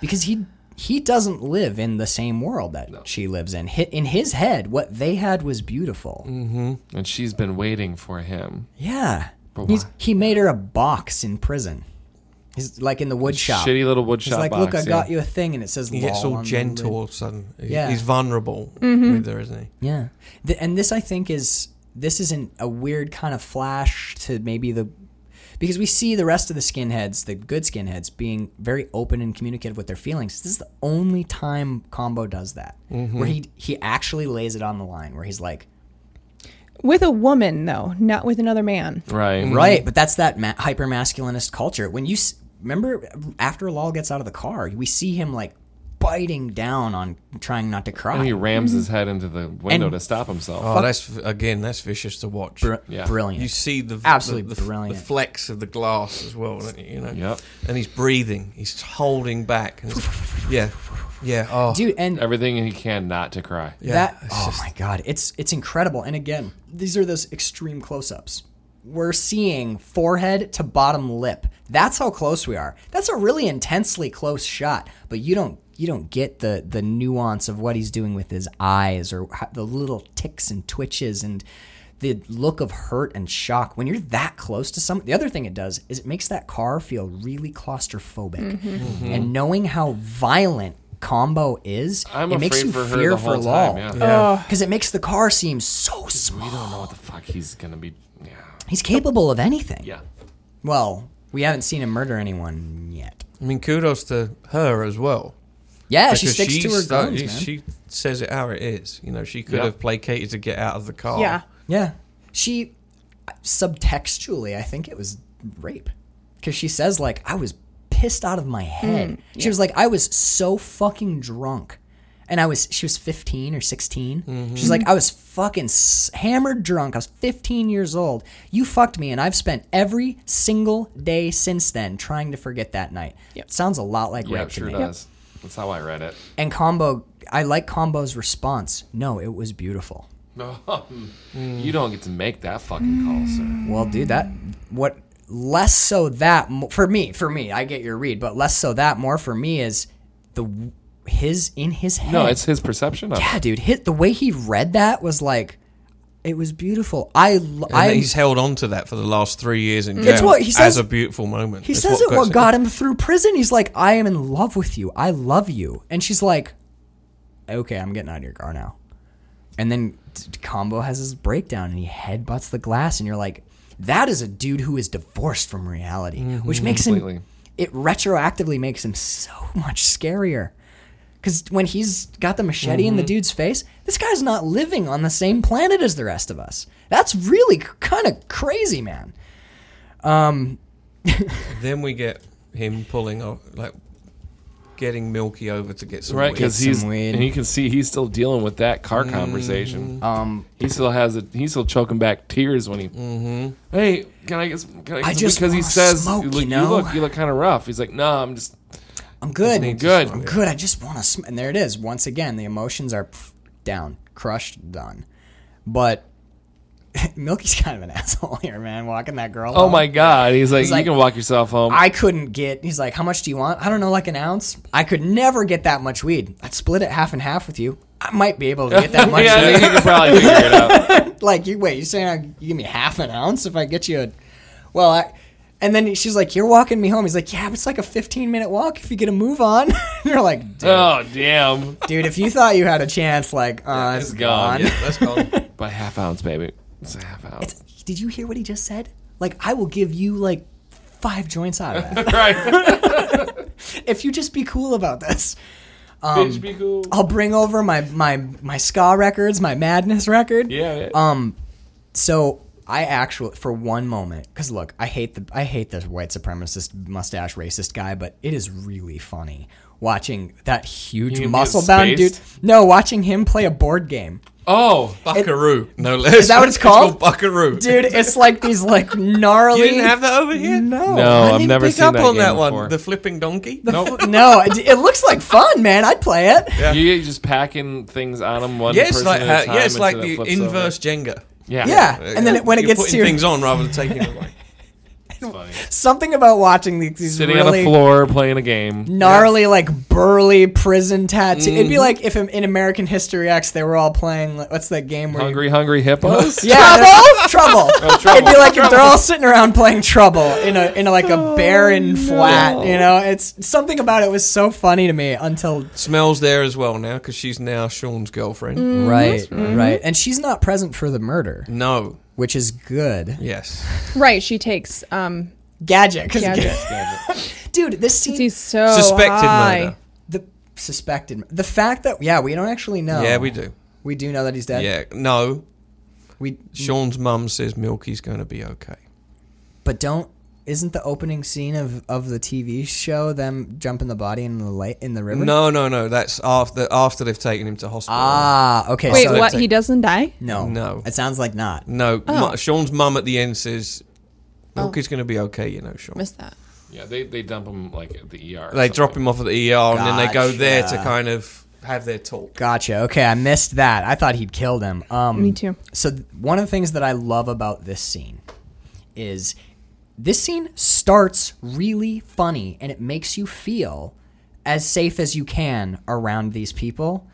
Speaker 2: because he he doesn't live in the same world that she lives in. Hi- In his head, what they had was beautiful.
Speaker 3: Mm. And she's been waiting for him.
Speaker 2: Yeah,
Speaker 3: But
Speaker 2: He's,
Speaker 3: why?
Speaker 2: he made her a box in prison. He's like in the wood shop.
Speaker 3: Shitty little wood
Speaker 2: He's
Speaker 3: shop
Speaker 2: like,
Speaker 3: box.
Speaker 2: look, I
Speaker 3: yeah.
Speaker 2: got you a thing, and it says
Speaker 4: He gets
Speaker 2: "lol"
Speaker 4: all
Speaker 2: on the
Speaker 4: gentle
Speaker 2: lid."
Speaker 4: all of a sudden. He-
Speaker 2: Yeah. Mm-hmm.
Speaker 4: He's vulnerable with her, isn't he?
Speaker 2: Yeah, Th- and this I think is this isn't a weird kind of flash to maybe the because we see the rest of the skinheads, the good skinheads, being very open and communicative with their feelings. This is the only time Combo does that,
Speaker 3: Mm-hmm.
Speaker 2: where he he actually lays it on the line, where he's like,
Speaker 5: With a woman though, not with another man.
Speaker 3: Right.
Speaker 2: Right, but that's that ma- hyper masculinist culture. When you s- remember after Lal gets out of the car, we see him like biting down on trying not to
Speaker 3: And
Speaker 2: cry.
Speaker 3: he rams his head into the window
Speaker 2: And-
Speaker 3: to stop himself.
Speaker 4: Oh, that's again, that's vicious to watch.
Speaker 2: Br-
Speaker 3: Yeah.
Speaker 2: Brilliant.
Speaker 4: You see the
Speaker 2: Absolutely
Speaker 4: the, the,
Speaker 2: brilliant.
Speaker 4: the flex of the glass as well, don't you? you know.
Speaker 3: Yep.
Speaker 4: And he's breathing. He's holding back. And it's- yeah, yeah. Oh,
Speaker 2: Dude, and
Speaker 3: Everything he can not to cry.
Speaker 4: yeah,
Speaker 2: that
Speaker 4: it's
Speaker 2: oh
Speaker 4: just-
Speaker 2: my god, it's it's incredible. And again, these are those extreme close-ups. We're seeing forehead to bottom lip. That's how close we are. That's a really intensely close shot, but you don't you don't get the the nuance of what he's doing with his eyes or ho- the little ticks and twitches and the look of hurt and shock when you're that close to someone. The other thing it does is it makes that car feel really claustrophobic. And knowing how violent combo is,
Speaker 3: I'm
Speaker 2: it makes
Speaker 3: afraid
Speaker 2: you
Speaker 3: for her
Speaker 2: fear
Speaker 3: the
Speaker 2: for
Speaker 3: whole
Speaker 2: Law
Speaker 3: time. Yeah.
Speaker 2: because it makes the car seem so small.
Speaker 3: I don't know what the fuck he's gonna be. Yeah.
Speaker 2: He's capable of anything.
Speaker 3: Yeah.
Speaker 2: Well, we haven't seen him murder anyone yet.
Speaker 4: I mean, kudos to her as well.
Speaker 2: Yeah, she
Speaker 4: Because
Speaker 2: sticks to her
Speaker 4: sta-
Speaker 2: guns, man.
Speaker 4: She says it how it is. You know, she could
Speaker 3: Yeah.
Speaker 4: have placated to get out of the car.
Speaker 5: Yeah.
Speaker 2: Yeah. She subtextually, I think it was rape. Because she says, like, I was pissed out of my head. She was like, I was so fucking drunk. And I was, she was 15 or 16. She's like, I was fucking s- hammered drunk. I was 15 years old. You fucked me. And I've spent every single day since then trying to forget that night. Sounds a lot like
Speaker 3: Yeah,
Speaker 2: rape
Speaker 3: it
Speaker 2: to
Speaker 3: sure
Speaker 2: me.
Speaker 3: does. That's how I read it.
Speaker 2: And Combo, I like Combo's response. No, it was beautiful.
Speaker 3: You don't get to make that fucking call, sir.
Speaker 2: Well, dude, that what less so that mo- for me, for me, I get your read, but less so that more for me is the w- his in his head.
Speaker 3: No, it's his perception of it.
Speaker 2: yeah, dude. Hit the way he read that was like it was beautiful. I l-
Speaker 4: And
Speaker 2: I
Speaker 4: he's held on to that for the last three years in jail.
Speaker 2: It's what he
Speaker 4: as
Speaker 2: says-
Speaker 4: a beautiful moment.
Speaker 2: he
Speaker 4: It's
Speaker 2: says it what
Speaker 4: gets
Speaker 2: got him through prison. He's like, I am in love with you. I love you, and she's like, okay, I'm getting out of your car now. And then t- Combo has his breakdown and he headbutts the glass, and you're like, that is a dude who is divorced from reality, which makes
Speaker 3: completely.
Speaker 2: him, it retroactively makes him so much scarier. Because when he's got the machete in the dude's face, this guy's not living on the same planet as the rest of us. That's really kind of crazy, man.
Speaker 4: Then we get him pulling off, like getting Milky over to get some
Speaker 3: Right,
Speaker 4: weed.
Speaker 3: because
Speaker 2: some
Speaker 3: he's
Speaker 2: weed. Mm.
Speaker 3: and you can see he's still dealing with that car conversation.
Speaker 2: Um,
Speaker 3: He still has it. He's still choking back tears when he. Hey, can I get? Some, can I,
Speaker 2: Mm-hmm.
Speaker 3: get
Speaker 2: I
Speaker 3: some-"
Speaker 2: just
Speaker 3: because he
Speaker 2: wanna
Speaker 3: says
Speaker 2: smoke,
Speaker 3: you,
Speaker 2: you
Speaker 3: look,
Speaker 2: know?
Speaker 3: look you look kind of rough. He's like, no, I'm just
Speaker 2: I'm good.
Speaker 4: need to
Speaker 3: good.
Speaker 4: smoke.
Speaker 2: I'm good. I just want to. Sm-. And there it is. Once again, the emotions are pff, down, crushed, done. But *laughs* Milky's kind of an *laughs* asshole here, man. Walking that girl.
Speaker 3: Oh
Speaker 2: home.
Speaker 3: my god! He's like,
Speaker 2: He's
Speaker 3: you
Speaker 2: like,
Speaker 3: can walk yourself home.
Speaker 2: I couldn't get. He's like, how much do you want? I don't know, like an ounce. I could never get that much weed. I'd split it half and half with you. I might be able to get
Speaker 3: *laughs*
Speaker 2: that much.
Speaker 3: yeah, I think
Speaker 2: weed.
Speaker 3: you can probably figure it out.
Speaker 2: like, you wait. You saying I, you give me half an ounce if I get you a? Well, I. And then she's like, "You're walking me home." He's like, "Yeah, but it's like a 15 minute walk if you get a move on." *laughs* you're like, "Dude,
Speaker 3: Oh damn!
Speaker 2: dude, if you thought you had a chance, like, uh, it's
Speaker 3: gone.
Speaker 2: gone.
Speaker 4: yeah, that's
Speaker 2: *laughs*
Speaker 4: gone.
Speaker 3: By half ounce, baby. It's a half ounce.
Speaker 2: Did you hear what he just said? Like, I will give you like five joints out of that
Speaker 3: *laughs* *laughs* right.
Speaker 2: if you just be cool about this.
Speaker 3: Bitch, be cool.
Speaker 2: I'll bring over my my my ska records, my madness record.
Speaker 3: Yeah.
Speaker 2: Um, so I actually for one moment, because look, I hate the I hate this white supremacist mustache racist guy, but it is really funny watching that huge
Speaker 3: mean being
Speaker 2: muscle bound dude.
Speaker 3: spaced?
Speaker 2: No, watching him play a board game.
Speaker 3: oh,
Speaker 4: Buckaroo. no less. Is
Speaker 2: that
Speaker 4: *laughs*
Speaker 2: what it's called?
Speaker 4: Buckaroo.
Speaker 2: dude. It's like these like gnarly.
Speaker 4: you didn't have that over here.
Speaker 2: No,
Speaker 3: No,
Speaker 4: I
Speaker 3: I've
Speaker 4: didn't
Speaker 3: never
Speaker 4: pick
Speaker 3: seen
Speaker 4: up
Speaker 3: that
Speaker 4: on
Speaker 3: game
Speaker 4: that one.
Speaker 3: before.
Speaker 4: The flipping donkey.
Speaker 3: nope.
Speaker 2: *laughs* no. It, it looks like fun, man. I'd play it.
Speaker 4: Yeah.
Speaker 3: You just packing things on them one
Speaker 4: Yeah, it's
Speaker 3: person
Speaker 4: like
Speaker 3: at a
Speaker 4: how-
Speaker 3: time.
Speaker 4: yeah, it's
Speaker 3: until
Speaker 4: like
Speaker 3: it
Speaker 4: the
Speaker 3: flips over.
Speaker 4: inverse Jenga.
Speaker 3: Yeah.
Speaker 2: Yeah, and then it, when it
Speaker 4: You're
Speaker 2: gets
Speaker 4: putting
Speaker 2: to your-
Speaker 4: things on rather than taking them
Speaker 3: *laughs*
Speaker 4: away.
Speaker 3: It's funny.
Speaker 2: something about watching these, these
Speaker 3: Sitting
Speaker 2: really
Speaker 3: on the floor playing a game.
Speaker 2: gnarly, like burly prison tattoos. It'd
Speaker 3: Mm-hmm.
Speaker 2: be like if in in American History X they were all playing like, what's that game where you-
Speaker 3: Hungry, hungry *laughs* hippos.
Speaker 2: Yeah, there's- *laughs* trouble,
Speaker 3: Trouble. Oh,
Speaker 2: It'd be like if they're all sitting around playing trouble in a in a, like a barren flat. You know, it's something about it was so funny to me until
Speaker 4: Smells there as well now because she's now Sean's girlfriend.
Speaker 2: right,
Speaker 3: Mm-hmm.
Speaker 2: right, and she's not present for the murder,
Speaker 4: No.
Speaker 2: which is good.
Speaker 4: Yes.
Speaker 5: Right. She takes um
Speaker 2: Gadget, 'cause-
Speaker 5: gadget.
Speaker 2: *laughs* dude, this scene
Speaker 5: He's so
Speaker 2: Oh,
Speaker 4: Suspected
Speaker 5: high.
Speaker 4: murder.
Speaker 2: the suspected the fact that yeah we don't actually know
Speaker 4: Yeah, we do.
Speaker 2: we do know Oh. that he's dead
Speaker 4: Yeah. No.
Speaker 2: we
Speaker 4: Sean's mum says Milky's going to be okay.
Speaker 2: but don't isn't the opening scene of of the TV show them jumping the body in the lake in the river
Speaker 4: No, no, no. That's after after they've taken him to hospital.
Speaker 2: ah okay
Speaker 5: Wait,
Speaker 2: so
Speaker 5: what? He doesn't die?
Speaker 2: no
Speaker 4: No.
Speaker 2: it sounds like not
Speaker 4: No. mu- Sean's mum at the end says
Speaker 2: Oh.
Speaker 4: Milky's going to be okay, you know, Sean.
Speaker 5: Missed that.
Speaker 3: Yeah, they, they dump them like at the ER. or
Speaker 4: They drop
Speaker 3: something.
Speaker 4: him off at the ER and then they go there to
Speaker 2: Gotcha.
Speaker 4: kind of have their talk.
Speaker 2: Gotcha. Okay, I missed that. I thought he'd killed him. Um,
Speaker 5: Me too.
Speaker 2: So th- one of the things that I love about this scene is this scene starts really funny and it makes you feel as safe as you can around these people.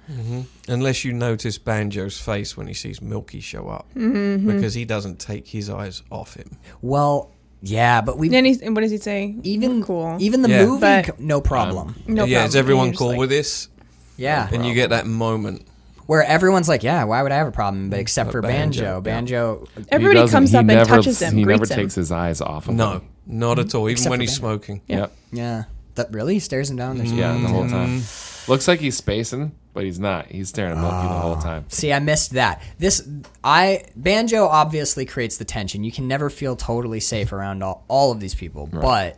Speaker 4: Unless you notice Banjo's face when he sees Milky show up
Speaker 2: Mm-hmm.
Speaker 4: because he doesn't take his eyes off him.
Speaker 2: Well, yeah, but we
Speaker 5: And, then he's, and what does he say?
Speaker 2: even
Speaker 5: We're cool.
Speaker 2: even the
Speaker 4: Yeah. Um,
Speaker 2: movie
Speaker 5: But-
Speaker 2: co- no problem.
Speaker 5: no
Speaker 4: yeah,
Speaker 5: problem.
Speaker 4: is everyone
Speaker 5: And you're
Speaker 4: cool
Speaker 5: just
Speaker 4: with this?
Speaker 2: yeah.
Speaker 4: And you get that moment.
Speaker 2: Where everyone's like, "Yeah, why would I have a problem?" But except for Banjo.
Speaker 4: Mm, Banjo,
Speaker 2: Banjo
Speaker 5: like- Everybody
Speaker 3: doesn't-
Speaker 5: comes
Speaker 3: he
Speaker 5: up and
Speaker 3: never-
Speaker 5: touches him.
Speaker 3: He
Speaker 5: greets
Speaker 3: never
Speaker 5: him.
Speaker 3: takes his eyes off of
Speaker 4: No,
Speaker 3: him.
Speaker 4: not at all. Even
Speaker 2: Except for
Speaker 4: when he's
Speaker 2: Ben.
Speaker 4: smoking.
Speaker 5: Yeah.
Speaker 3: Yep.
Speaker 2: Yeah. That really stares him down. There's
Speaker 3: Yeah, the whole time.
Speaker 2: Mm-hmm.
Speaker 3: Looks like he's spacing, but he's not. He's staring at Milky the whole time.
Speaker 2: See, I missed that. This I banjo obviously creates the tension. You can never feel totally safe around all, all of these people, but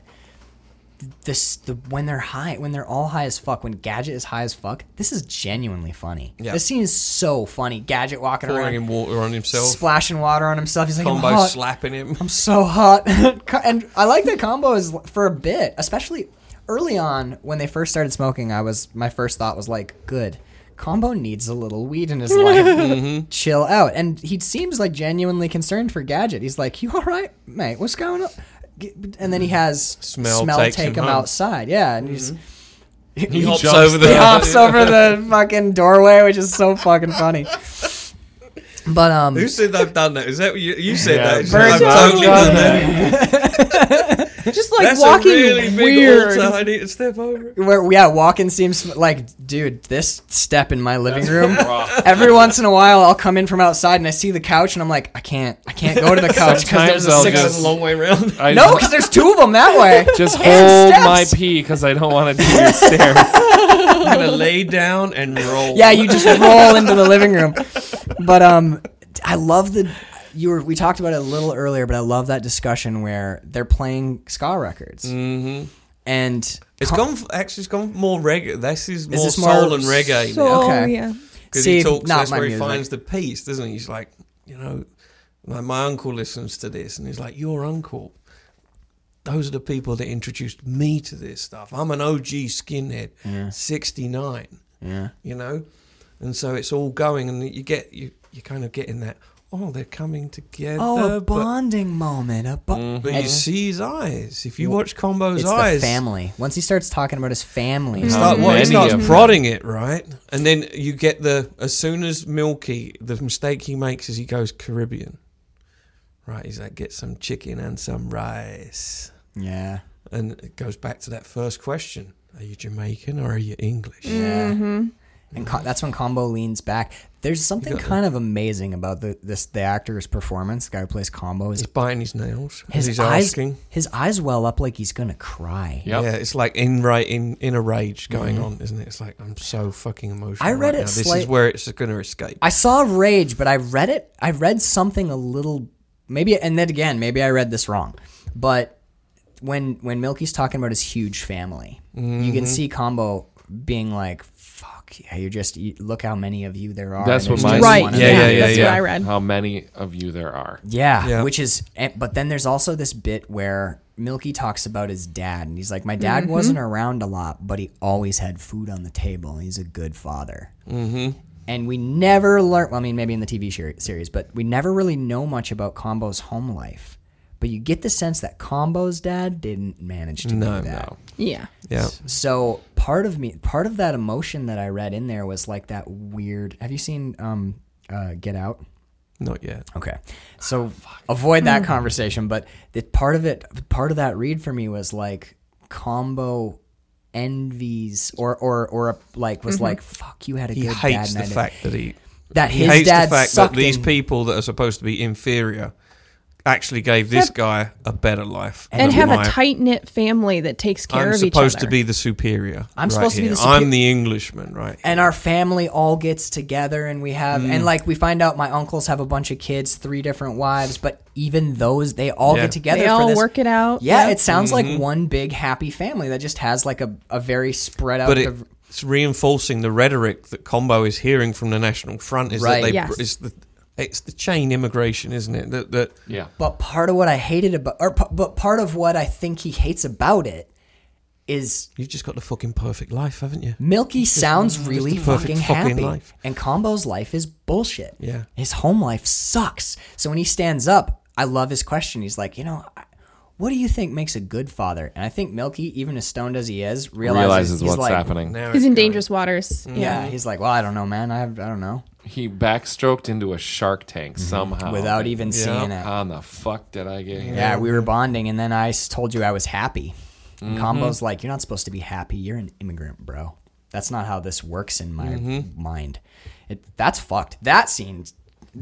Speaker 2: this the when they're high, when they're all high as fuck, when Gadget is high as fuck, this is genuinely funny.
Speaker 4: Yeah.
Speaker 2: This scene is so funny. Gadget walking
Speaker 4: pouring him
Speaker 2: around,
Speaker 4: water on himself.
Speaker 2: splashing water on himself. He's like, I'm
Speaker 4: Combo
Speaker 2: hot.
Speaker 4: slapping him.
Speaker 2: I'm so hot. *laughs* Co- and I like that combo is for a bit, especially early on when they first started smoking. I was my first thought was like, good. Combo needs a little weed in his
Speaker 4: *laughs* Mm-hmm.
Speaker 2: life. Chill out. And he seems like genuinely concerned for Gadget. He's like, "You all right, mate? What's going on?" G- And then he has
Speaker 4: Smell
Speaker 2: smell,
Speaker 4: takes
Speaker 2: take
Speaker 4: him
Speaker 2: him,
Speaker 4: home.
Speaker 2: outside. Yeah, and he's
Speaker 4: He, hops
Speaker 3: jumps
Speaker 4: over the.
Speaker 2: he
Speaker 4: *laughs*
Speaker 2: hops over the fucking doorway, which is so fucking funny. But um,
Speaker 4: Who said I've done that? Is that what you, you said?
Speaker 3: Yeah,
Speaker 4: that. It's
Speaker 2: Bird
Speaker 4: I've
Speaker 2: dog
Speaker 4: totally
Speaker 2: dog
Speaker 4: done that.
Speaker 5: Just like
Speaker 4: That's
Speaker 5: walking
Speaker 4: a really big
Speaker 5: weird.
Speaker 4: altar. I need to step over. it.
Speaker 2: where yeah walking seems like dude this step in my living room *laughs* every once in a while i'll come in from outside and i see the couch and i'm like i can't i can't go to
Speaker 3: *laughs*
Speaker 2: the couch because there's
Speaker 3: Sometimes I'll
Speaker 2: a six
Speaker 4: That's a long way round.
Speaker 3: I *laughs*
Speaker 2: no because there's two of them that way *laughs*
Speaker 3: just hold
Speaker 2: And
Speaker 3: my
Speaker 2: steps.
Speaker 3: pee because I don't want to do
Speaker 2: *laughs*
Speaker 3: your stairs.
Speaker 4: *laughs* I'm gonna lay down and roll.
Speaker 2: yeah you just roll into the living room but um i love the you were we talked about it a little earlier but i love that discussion where they're playing ska records mm-hmm. and
Speaker 4: It's gone. f- Actually, it's gone more reggae. This is more
Speaker 2: this more
Speaker 4: soul and reggae
Speaker 5: So
Speaker 4: now
Speaker 2: Okay.
Speaker 5: yeah.
Speaker 4: because
Speaker 2: see
Speaker 4: he talks.
Speaker 2: not
Speaker 4: That's
Speaker 2: my
Speaker 4: where he
Speaker 2: music
Speaker 4: finds the peace, doesn't he? He's like, you know, like my uncle listens to this, and he's like, your uncle. Those are the people that introduced me to this stuff. I'm an OG skinhead, sixty nine.
Speaker 2: yeah
Speaker 4: you know and so it's all going and you get you you kind of getting that oh they're coming together
Speaker 2: oh a
Speaker 4: but,
Speaker 2: bonding moment a bo-
Speaker 3: Mm-hmm.
Speaker 4: but you see his eyes if you watch combo's
Speaker 2: It's Mm-hmm.
Speaker 4: eyes
Speaker 2: the family. Once he starts talking about his family,
Speaker 4: he
Speaker 2: it's
Speaker 4: start-
Speaker 3: How
Speaker 4: what,
Speaker 3: Um,
Speaker 4: he
Speaker 3: many
Speaker 4: starts
Speaker 3: of them?
Speaker 4: prodding it right and then you get the as soon as milky the mistake he makes is he goes caribbean right he's like get some chicken and some rice
Speaker 2: like- yeah,
Speaker 4: and it goes back to that first question are you jamaican or are you english
Speaker 2: yeah. And co- that's when Combo leans back. There's something kind of amazing about the this the actor's performance. The guy who plays Combo is
Speaker 4: he's biting his nails
Speaker 2: his
Speaker 4: as he's
Speaker 2: eyes
Speaker 4: asking
Speaker 2: his eyes well up like he's gonna cry.
Speaker 3: Yep. Mm-hmm.
Speaker 4: Yeah, it's like in right in in a rage going on, isn't it? It's like I'm so fucking emotional.
Speaker 2: I read
Speaker 4: right
Speaker 2: it
Speaker 4: now. This
Speaker 2: slight-
Speaker 4: is where it's going to escape.
Speaker 2: I saw rage, but I read it. I read something a little maybe, and then again, maybe I read this wrong. But when when Milky's talking about his huge family, you
Speaker 4: Mm-hmm.
Speaker 2: can see Combo being like, "Fuck yeah, you're just you, look how many of you there are."
Speaker 3: That's
Speaker 2: and
Speaker 3: what
Speaker 2: there's
Speaker 3: mine
Speaker 2: just
Speaker 5: Right,
Speaker 2: one
Speaker 5: yeah,
Speaker 2: of
Speaker 4: Yeah,
Speaker 2: them."
Speaker 4: yeah,
Speaker 5: that's
Speaker 4: yeah,
Speaker 5: what
Speaker 4: yeah.
Speaker 5: I read.
Speaker 3: How many of you there are?
Speaker 2: Yeah,
Speaker 4: Yeah.
Speaker 2: which is, eh, but then there's also this bit where Milky talks about his dad, and he's like, "My dad
Speaker 4: Mm-hmm.
Speaker 2: wasn't around a lot, but he always had food on the table, and he's a good father." Mm-hmm. And we never learn. Well, I mean, maybe in the TV sher- series, but we never really know much about Combo's home life. But you get the sense that Combo's dad didn't manage to
Speaker 4: No,
Speaker 2: do that.
Speaker 5: Yeah.
Speaker 4: Yeah,
Speaker 2: So part of me, part of that emotion that I read in there was like that weird. Have you seen um, uh, Get Out?
Speaker 4: not yet.
Speaker 2: Okay. So avoid that
Speaker 4: Hmm.
Speaker 2: conversation, but the part of it part of that read for me was like combo envies or or or a, like was like fuck you had a
Speaker 4: Mm-hmm. He
Speaker 2: good
Speaker 4: hates
Speaker 2: dad
Speaker 4: the
Speaker 2: night.
Speaker 4: fact that he,
Speaker 2: that
Speaker 4: he
Speaker 2: his
Speaker 4: hates
Speaker 2: dad
Speaker 4: the fact that
Speaker 2: sucked
Speaker 4: these
Speaker 2: in-
Speaker 4: people that are supposed to be inferior actually gave this guy a better life
Speaker 5: And
Speaker 4: than
Speaker 5: have
Speaker 4: my-
Speaker 5: a tight knit family that takes care
Speaker 4: I'm
Speaker 5: of each other.
Speaker 4: supposed to be the superior.
Speaker 2: I'm
Speaker 4: right
Speaker 2: supposed to be
Speaker 4: here.
Speaker 2: the supe-
Speaker 4: I'm the Englishman, right?
Speaker 2: and our family all gets together and we have
Speaker 4: Mm.
Speaker 2: and like we find out my uncles have a bunch of kids, three different wives, but even those they all
Speaker 4: Yeah. Mm-hmm.
Speaker 2: get together
Speaker 5: They
Speaker 2: for
Speaker 5: all
Speaker 2: this.
Speaker 5: work it out.
Speaker 2: yeah,
Speaker 5: Yep.
Speaker 2: it sounds like one big happy family that just has like a, a very spread out
Speaker 4: but it,
Speaker 2: div-
Speaker 4: it's reinforcing the rhetoric that Combo is hearing from the National Front. Is
Speaker 2: Right.
Speaker 4: that they?
Speaker 5: Yes.
Speaker 4: It's the it's the chain immigration, isn't it? That that
Speaker 3: Yeah.
Speaker 2: But part of what I hated about, or p- but part of what I think he hates about it is
Speaker 4: you've just got the fucking perfect life, haven't you?
Speaker 2: Milky sounds really
Speaker 4: the perfect
Speaker 2: fucking
Speaker 4: fucking
Speaker 2: happy,
Speaker 4: life.
Speaker 2: and Combo's life is bullshit.
Speaker 4: Yeah.
Speaker 2: his home life sucks. So when he stands up, I love his question. He's like, you know. I- What do you think makes a good father? And I think Milky, even as stoned as he is, realizes,
Speaker 3: Realizes
Speaker 2: he's
Speaker 3: what's
Speaker 2: like,
Speaker 3: happening.
Speaker 4: Now
Speaker 5: He's
Speaker 4: it's
Speaker 5: in
Speaker 4: going.
Speaker 5: dangerous waters.
Speaker 4: Mm.
Speaker 2: Yeah, he's like, well, I don't know, man. I, I don't know.
Speaker 3: He backstroked into a shark tank somehow.
Speaker 2: Mm-hmm. Without even seeing it.
Speaker 3: How in the fuck did I get here?
Speaker 2: Yeah, we were bonding, and then I s- told you I was happy. And
Speaker 4: Mm-hmm.
Speaker 2: Combo's like, you're not supposed to be happy. You're an immigrant, bro. That's not how this works in my
Speaker 4: Mm-hmm.
Speaker 2: mind. It, that's fucked. That scene.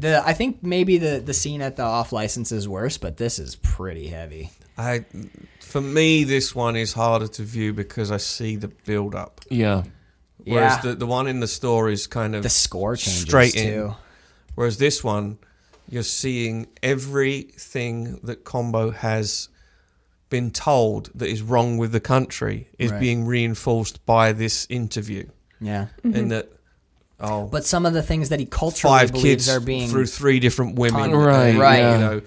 Speaker 2: The I think maybe the the scene at the off license is worse, but this is pretty heavy.
Speaker 4: I, for me, this one is harder to view because I see the build up.
Speaker 3: Yeah.
Speaker 4: Whereas
Speaker 2: Yeah.
Speaker 4: the, the one in the store is kind of
Speaker 2: The score changes
Speaker 4: straight in.
Speaker 2: too.
Speaker 4: Whereas this one, you're seeing everything that Combo has been told that is wrong with the country is
Speaker 2: Right.
Speaker 4: being reinforced by this interview.
Speaker 2: Yeah.
Speaker 4: And that, oh,
Speaker 2: But some of the things that he culturally
Speaker 4: five
Speaker 2: believes
Speaker 4: kids
Speaker 2: are being
Speaker 4: through three different
Speaker 2: Ton-
Speaker 4: women.
Speaker 3: Right,
Speaker 2: Right.
Speaker 4: You
Speaker 3: yeah.
Speaker 4: know,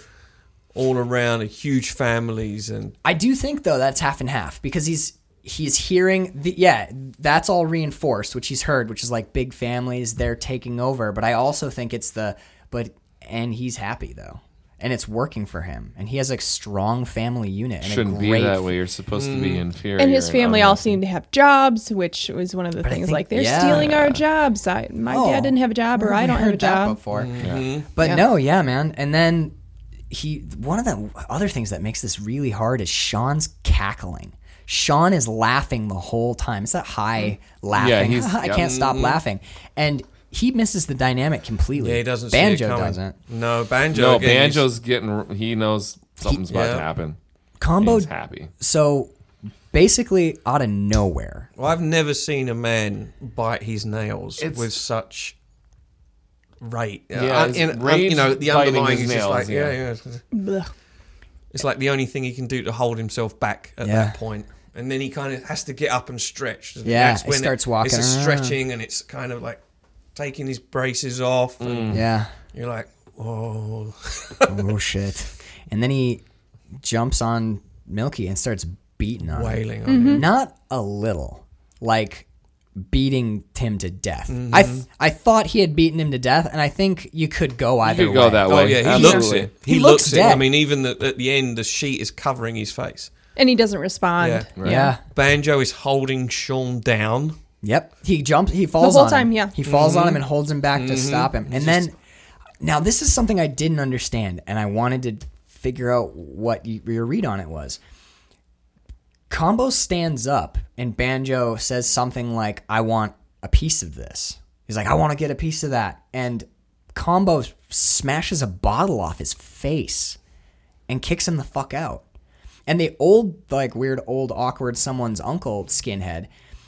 Speaker 4: all around, and huge families. And
Speaker 2: I do think though that's half and half because he's he's hearing the yeah that's all reinforced which he's heard which is like big families they're taking over but I also think it's the but and he's happy though and it's working for him and he has a strong family unit and
Speaker 3: Shouldn't
Speaker 2: a
Speaker 3: be
Speaker 2: great Mm.
Speaker 3: that way. You're supposed to be inferior.
Speaker 5: and his family all
Speaker 3: also.
Speaker 5: seemed to have jobs, which was one of the
Speaker 2: I
Speaker 5: things
Speaker 2: think-
Speaker 5: like they're
Speaker 2: yeah.
Speaker 5: stealing our jobs. I, my
Speaker 2: Oh,
Speaker 5: dad didn't have a job, or
Speaker 2: where
Speaker 5: I
Speaker 2: we
Speaker 5: don't have a
Speaker 2: heard that
Speaker 5: job.
Speaker 2: before. But
Speaker 5: Yeah.
Speaker 2: no, yeah, man. And then he one of the other things that makes this really hard is Sean's cackling. Sean is laughing the whole time. It's that high
Speaker 4: Mm.
Speaker 2: laughing. *laughs*
Speaker 3: he's-
Speaker 2: I
Speaker 3: yeah.
Speaker 2: can't stop laughing. And he misses the dynamic completely.
Speaker 4: Mm-hmm. yeah, he doesn't
Speaker 2: Banjo
Speaker 4: see it coming.
Speaker 2: doesn't.
Speaker 4: No, Banjo.
Speaker 3: No,
Speaker 4: again, is-
Speaker 3: Banjo's getting. He knows something's about
Speaker 4: Yeah.
Speaker 3: to happen.
Speaker 2: Combo.
Speaker 3: He's happy.
Speaker 2: So basically, out of nowhere,
Speaker 4: Well, I've never seen a man bite his nails
Speaker 3: It's-
Speaker 4: with such rate.
Speaker 3: Yeah,
Speaker 4: Uh,
Speaker 3: it's
Speaker 4: and, and,
Speaker 3: rage
Speaker 4: you know, the
Speaker 3: biting
Speaker 4: underlying
Speaker 3: his
Speaker 4: is just
Speaker 3: nails,
Speaker 4: like, yeah,
Speaker 3: yeah.
Speaker 4: yeah. it's-
Speaker 5: Blech.
Speaker 4: It's like the only thing he can do to hold himself back at
Speaker 2: Yeah.
Speaker 4: that point. And then he kind of has to get up and stretch. And
Speaker 2: Yeah,
Speaker 4: that's
Speaker 2: he
Speaker 4: when
Speaker 2: starts walking
Speaker 4: It's a
Speaker 2: around.
Speaker 4: stretching and it's kind of like taking his braces off. And *laughs*
Speaker 2: yeah.
Speaker 4: You're like, oh. *laughs*
Speaker 2: oh shit! And then he jumps on Milky and starts beating on him.
Speaker 4: wailing
Speaker 5: Mm-hmm.
Speaker 4: on
Speaker 3: Mm-hmm.
Speaker 4: him.
Speaker 2: not a little like beating Tim to death.
Speaker 3: Mm-hmm.
Speaker 2: I th- I thought he had beaten him to death, and I think you could go either
Speaker 3: You could go
Speaker 2: way.
Speaker 3: that
Speaker 4: Oh,
Speaker 3: way.
Speaker 4: yeah, he looks
Speaker 3: Absolutely.
Speaker 4: it.
Speaker 2: He looks
Speaker 4: it. I
Speaker 2: dead.
Speaker 4: mean, even the, at the end, the sheet is covering his face.
Speaker 5: And he doesn't respond.
Speaker 4: Yeah.
Speaker 2: Yeah.
Speaker 4: Banjo is holding Sean down.
Speaker 2: Yep. He jumps. He falls
Speaker 5: whole
Speaker 2: on
Speaker 5: time,
Speaker 2: Him.
Speaker 5: yeah.
Speaker 2: He falls
Speaker 3: Mm-hmm.
Speaker 2: on him and holds him back to stop him. And then, now this is something I didn't understand, and I wanted to figure out what y- your read on it was. Combo stands up, and Banjo says something like, "I want a piece of this." He's like, "I want to get a piece of that," and Combo smashes a bottle off his face and kicks him the fuck out. And the old, like, weird, old, awkward someone's uncle skinhead,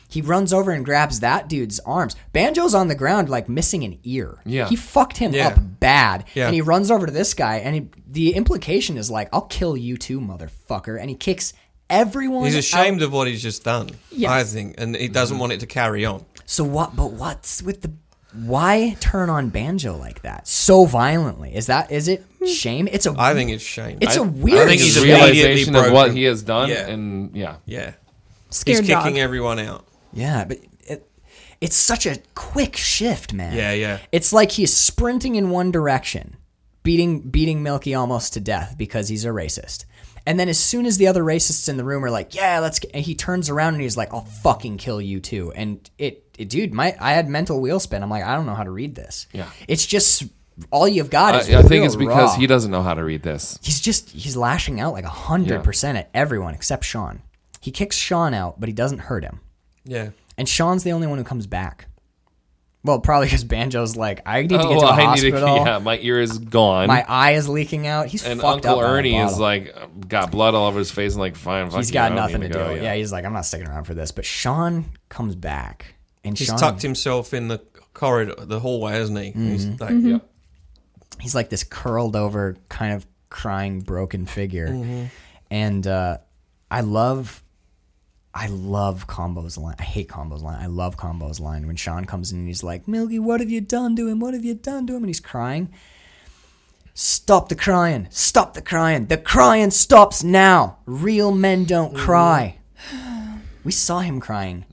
Speaker 2: he runs over and grabs that dude's arms. Banjo's on the ground, like, missing an ear.
Speaker 3: Yeah.
Speaker 2: He fucked him
Speaker 4: Yeah.
Speaker 2: up bad.
Speaker 4: Yeah.
Speaker 2: And he runs over to this guy, and he, the implication is, like, I'll kill you too, motherfucker. And he kicks everyone
Speaker 4: He's
Speaker 2: out.
Speaker 4: ashamed of what he's just done,
Speaker 5: Yes.
Speaker 4: I think, and he doesn't want it to carry on.
Speaker 2: So what? But what's with the? Why turn on banjo like that so violently? Is that is it shame? It's a
Speaker 4: Hmm. I think it's shame.
Speaker 2: It's
Speaker 4: a
Speaker 2: a
Speaker 4: I
Speaker 2: weird.
Speaker 4: think
Speaker 3: His
Speaker 4: he's immediately
Speaker 3: realization of what
Speaker 4: broken.
Speaker 3: he has done,
Speaker 4: Yeah.
Speaker 3: and yeah,
Speaker 4: yeah.
Speaker 5: Scared
Speaker 4: he's
Speaker 5: dog.
Speaker 4: kicking everyone out.
Speaker 2: Yeah, but it, it's such a quick shift, man.
Speaker 4: Yeah, yeah.
Speaker 2: It's like he's sprinting in one direction, beating beating Milky almost to death because he's a racist. And then as soon as the other racists in the room are like, "Yeah, let's," get, and he turns around and he's like, "I'll fucking kill you too." And it, it dude, my I had mental wheel spin. I'm like, I don't know how to read this.
Speaker 3: Yeah.
Speaker 2: it's just all you've got
Speaker 3: I,
Speaker 2: is.
Speaker 3: I think
Speaker 2: real
Speaker 3: it's because
Speaker 2: raw.
Speaker 3: he doesn't know how to read this.
Speaker 2: He's just he's lashing out like hundred percent at everyone except Sean. He kicks Sean out, but he doesn't hurt him.
Speaker 4: Yeah.
Speaker 2: And Sean's the only one who comes back. Well, probably because Banjo's like, I need to get to the
Speaker 3: Oh, well, I need to.
Speaker 2: hospital.
Speaker 3: Yeah, my ear is gone.
Speaker 2: My eye is leaking out. He's
Speaker 3: and
Speaker 2: fucked
Speaker 3: Uncle
Speaker 2: up on a
Speaker 3: Ernie is
Speaker 2: bottle.
Speaker 3: like uh, got blood all over his face, and like fine, fuck
Speaker 2: he's
Speaker 3: you,
Speaker 2: got
Speaker 3: I don't
Speaker 2: nothing
Speaker 3: need
Speaker 2: to,
Speaker 3: go,
Speaker 2: do. Yeah. he's like, I'm not sticking around for this. But Sean comes back, and
Speaker 4: He's
Speaker 2: Sean,
Speaker 4: tucked himself in the corridor, the hallway, hasn't he? He's like,
Speaker 2: Mm-hmm. he's like this curled over, kind of crying, broken figure.
Speaker 3: Mm-hmm.
Speaker 2: And uh, I love, I love Combo's line. I hate Combo's line. I love Combo's line when Sean comes in and he's like, Milky, what have you done to him? What have you done to him? And he's crying. Stop the crying. Stop the crying. The crying stops now. Real men don't
Speaker 3: Mm-hmm.
Speaker 2: cry. We saw him crying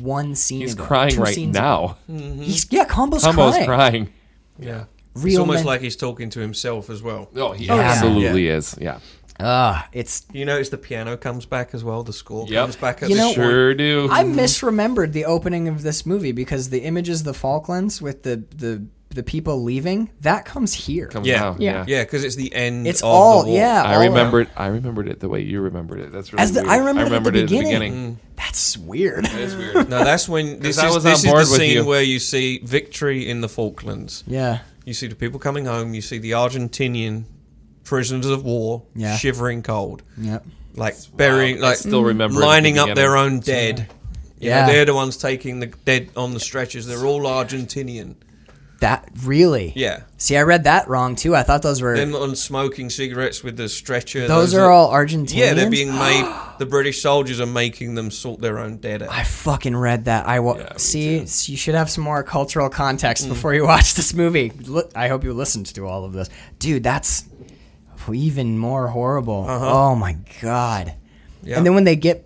Speaker 2: one scene
Speaker 3: He's
Speaker 2: ago,
Speaker 3: crying
Speaker 2: two
Speaker 3: right
Speaker 2: scenes ago.
Speaker 3: now.
Speaker 2: He's, yeah, Combo's,
Speaker 3: Combo's
Speaker 2: crying.
Speaker 3: crying.
Speaker 4: yeah. it's
Speaker 2: Real
Speaker 4: almost
Speaker 2: men-
Speaker 4: like he's talking to himself as well.
Speaker 3: Oh, he
Speaker 2: yeah.
Speaker 3: absolutely is. Yeah,
Speaker 2: Ah, it's
Speaker 4: You notice the piano comes back as well. The score
Speaker 3: Yep.
Speaker 4: comes back at
Speaker 2: You
Speaker 4: this
Speaker 2: know-
Speaker 4: point.
Speaker 3: sure do.
Speaker 2: I
Speaker 4: Mm-hmm.
Speaker 2: misremembered the opening of this movie because the images of the Falklands with the the the people leaving that comes here.
Speaker 3: Comes
Speaker 4: Yeah.
Speaker 3: now,
Speaker 5: Yeah.
Speaker 4: Yeah, because it's the end.
Speaker 2: It's
Speaker 4: of
Speaker 2: all-
Speaker 4: the war.
Speaker 2: yeah.
Speaker 3: I
Speaker 2: all
Speaker 3: remembered. I remembered it the way you remembered it. That's really
Speaker 2: As the,
Speaker 3: weird.
Speaker 2: I remember,
Speaker 3: remembered
Speaker 2: it at the
Speaker 3: it
Speaker 2: beginning. That's weird.
Speaker 3: It's weird.
Speaker 4: No, that's when this is,
Speaker 3: I was
Speaker 4: this
Speaker 3: on board
Speaker 4: is the
Speaker 3: with
Speaker 4: scene
Speaker 3: you.
Speaker 4: where you see victory in the Falklands.
Speaker 2: *laughs* yeah,
Speaker 4: You see the people coming home. You see the Argentinian prisoners of war
Speaker 2: Yeah.
Speaker 4: shivering cold,
Speaker 2: yep.
Speaker 4: like burying, like
Speaker 3: still remember it at the
Speaker 4: lining up
Speaker 3: beginning.
Speaker 4: their own dead You know,
Speaker 2: Yeah.
Speaker 4: they're the ones taking the dead on the stretchers. They're all Argentinian.
Speaker 2: That really?
Speaker 4: Yeah.
Speaker 2: See, I read that wrong too. I thought those were
Speaker 4: Them on smoking cigarettes with the stretcher.
Speaker 2: those are all Argentinians.
Speaker 4: Yeah, they're being
Speaker 2: *gasps*
Speaker 4: made. The British soldiers are making them sort their own dead out.
Speaker 2: I fucking read that. I wa- see. s- You should have some more cultural
Speaker 4: Mm.
Speaker 2: context before you *laughs* watch this movie. Look, I hope you listened to all of this, dude. That's even more horrible. Oh my god!
Speaker 4: Uh-huh. Yeah.
Speaker 2: And then when they get,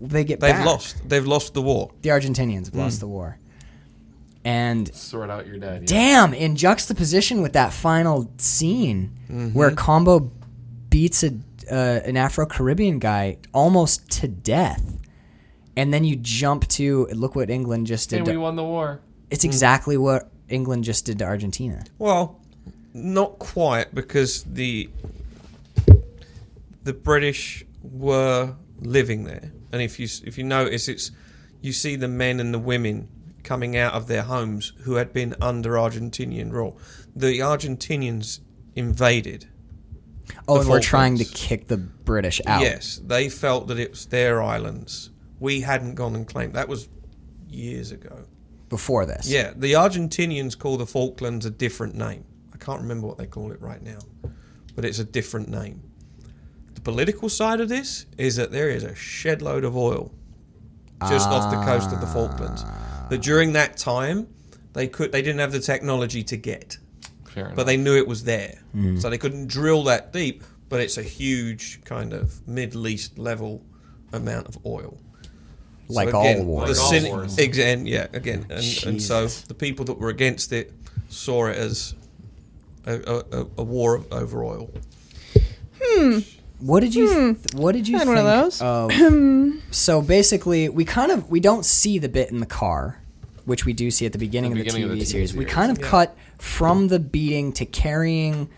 Speaker 2: they get
Speaker 4: They've
Speaker 2: back,
Speaker 4: lost. They've lost the war.
Speaker 2: The Argentinians have lost the war, and
Speaker 3: Sort out your dad.
Speaker 2: damn, in juxtaposition with that final scene where Combo beats a, uh, an Afro Caribbean guy almost to death. And then you jump to look what England just did.
Speaker 3: And
Speaker 2: to-
Speaker 3: we won the war.
Speaker 2: it's exactly what England just did to Argentina.
Speaker 4: Well, not quite because the the British were living there, and if you s- if you notice, it's you see the men and the women coming out of their homes who had been under Argentinian rule. The Argentinians invaded.
Speaker 2: Oh, and we're
Speaker 4: Falklands.
Speaker 2: trying to kick the British out.
Speaker 4: Yes, they felt that it was their islands. We hadn't gone and claimed that was years ago.
Speaker 2: Before this.
Speaker 4: Yeah, the Argentinians call the Falklands a different name. I can't remember what they call it right now, but it's a different name. The political side of this is that there is a shed load of oil just off the coast of the Falklands. That during that time, they could they didn't have the technology to get,
Speaker 3: Fair enough.
Speaker 4: but they knew it was there,
Speaker 2: Mm.
Speaker 4: so they couldn't drill that deep. But it's a huge kind of Middle East level amount of oil. So
Speaker 2: Like
Speaker 4: again,
Speaker 2: all wars.
Speaker 3: Like
Speaker 4: The
Speaker 3: all
Speaker 4: cyni-
Speaker 3: wars.
Speaker 4: Again, yeah, again, and, and so
Speaker 2: Jesus.
Speaker 4: the people that were against it saw it as a, a, a, a war over oil.
Speaker 2: What did you th- What did you
Speaker 5: Hmm. Had
Speaker 2: think
Speaker 5: one of those. *clears throat*
Speaker 2: of- so basically, we kind of we don't see the bit in the car, which we do see at the beginning,
Speaker 3: The
Speaker 2: of,
Speaker 3: beginning
Speaker 2: the
Speaker 3: of the
Speaker 2: TV
Speaker 3: TV
Speaker 2: series. We
Speaker 3: series,
Speaker 2: kind of cut from the beating to carrying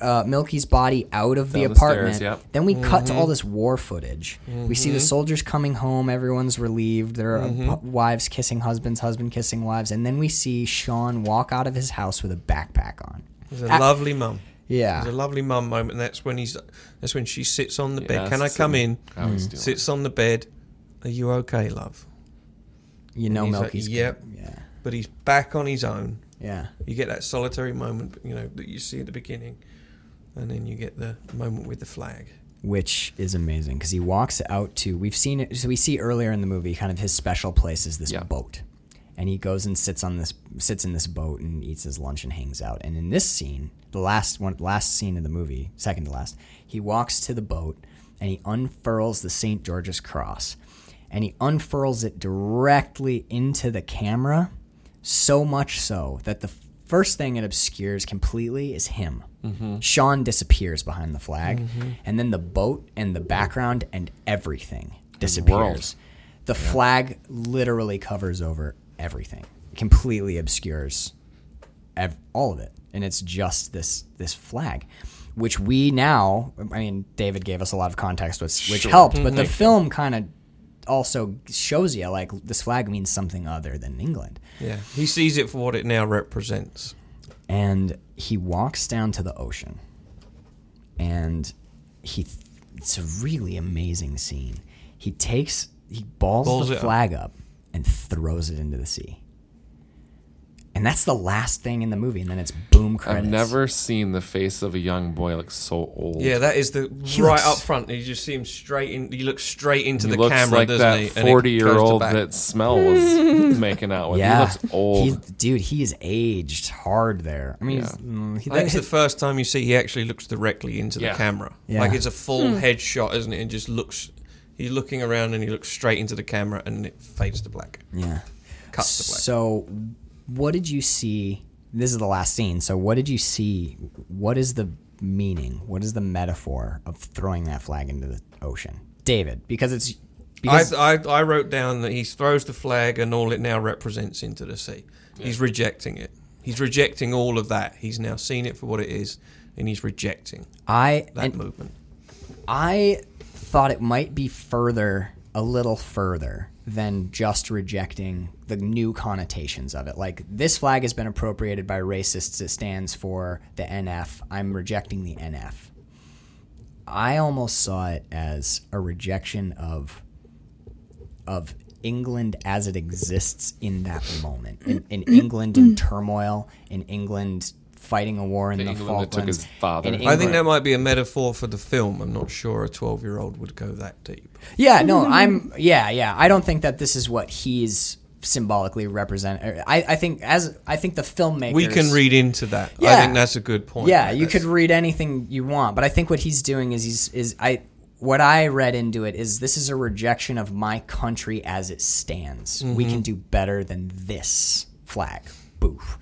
Speaker 2: uh, Milky's body out of the
Speaker 3: Down the
Speaker 2: apartment.
Speaker 3: stairs, yep. Mm-hmm.
Speaker 2: Then we cut to
Speaker 5: Mm-hmm.
Speaker 2: all this war footage. We see the soldiers coming home. Everyone's relieved. There are uh, wives kissing husbands, husband kissing wives, and then we see Sean walk out of his house with a backpack on.
Speaker 4: It was
Speaker 2: Ah.
Speaker 4: a lovely mum.
Speaker 2: Yeah.
Speaker 4: It was a lovely mum moment. and That's when he's. That's when she sits on the
Speaker 3: Yeah,
Speaker 4: bed. Can I
Speaker 3: sitting-
Speaker 4: come in?
Speaker 3: I always do.
Speaker 4: Sits on the bed. Are you okay, love?
Speaker 2: You know,
Speaker 4: he's like,
Speaker 2: Milky's.
Speaker 4: "Yep."
Speaker 2: Yeah.
Speaker 4: But he's back on his own.
Speaker 2: Yeah.
Speaker 4: You get that solitary moment, you know, that you see at the beginning, and then you get the moment with the flag.
Speaker 2: which is amazing because he walks out to we've seen it so we see earlier in the movie kind of his special place is this
Speaker 3: Yeah.
Speaker 2: boat and he goes and sits on this sits in this boat and eats his lunch and hangs out and in this scene the last one last scene of the movie second to last he walks to the boat and he unfurls the St. George's cross and he unfurls it directly into the camera so much so that the first thing it obscures completely is him. Sean disappears behind the flag, and then the boat and the background and everything disappears. The flag literally covers over everything, completely obscures ev- all of it, and it's just this this flag. Which we now, I mean, David gave us a lot of context, which, which helped, but the film kind of also shows you like this flag means something other than England
Speaker 4: Yeah, he sees it for what it now represents.
Speaker 2: and he walks down to the ocean and he it's a really amazing scene he takes he balls,
Speaker 4: Balls
Speaker 2: the
Speaker 4: it up.
Speaker 2: flag up. and throws it into the sea and that's the last thing in the movie and then it's boom credits
Speaker 3: I've never seen the face of a young boy look so old.
Speaker 4: Yeah, that is the
Speaker 2: He
Speaker 4: right
Speaker 2: looks-
Speaker 4: up front. You just see him straight in. He looks straight into
Speaker 3: He
Speaker 4: the
Speaker 3: looks
Speaker 4: camera,
Speaker 3: like
Speaker 4: doesn't
Speaker 3: that
Speaker 4: he? And it goes to
Speaker 3: forty-year-old
Speaker 4: back.
Speaker 3: that Smell was making out with.
Speaker 2: yeah
Speaker 3: He looks old.
Speaker 2: He- dude he is aged hard there i mean he's- mm, he-
Speaker 4: I think it's the first time you see he actually looks directly into
Speaker 3: Yeah.
Speaker 4: the camera.
Speaker 2: Yeah.
Speaker 4: Like it's a full head shot, isn't it? And just looks. He's looking around and he looks straight into the camera, and it fades to black.
Speaker 2: yeah
Speaker 4: Cuts to black.
Speaker 2: so what did you see this is the last scene so what did you see what is the meaning what is the metaphor of throwing that flag into the ocean david because it's because
Speaker 4: I, I, I wrote down that he throws the flag and all it now represents into the sea. He's rejecting it. He's rejecting all of that. He's now seen it for what it is, and he's rejecting
Speaker 2: i
Speaker 4: that
Speaker 2: and
Speaker 4: movement.
Speaker 2: i thought it might be further a little further than just rejecting the new connotations of it like this flag has been appropriated by racists it stands for the nf i'm rejecting the nf I almost saw it as a rejection of of England as it exists in that moment. In, in
Speaker 3: Mm-hmm.
Speaker 2: England in turmoil, in England fighting a war in the,
Speaker 3: England that
Speaker 2: Falklands.
Speaker 3: took his father.
Speaker 2: in
Speaker 3: I
Speaker 4: I think
Speaker 2: England-
Speaker 4: that might be a metaphor for the film. I'm not sure a 12 year old would go that deep.
Speaker 2: Yeah, no, I'm. Yeah, yeah. I don't think that this is what he's symbolically represent. er, I, I think as I think the filmmakers.
Speaker 4: We can read into that. I
Speaker 2: Yeah.
Speaker 4: think that's a good point.
Speaker 2: Yeah, you could
Speaker 4: That's-
Speaker 2: read anything you want, but I think what he's doing is he's is I what I read into it is this is a rejection of my country as it stands. We can do better than this flag. Boof.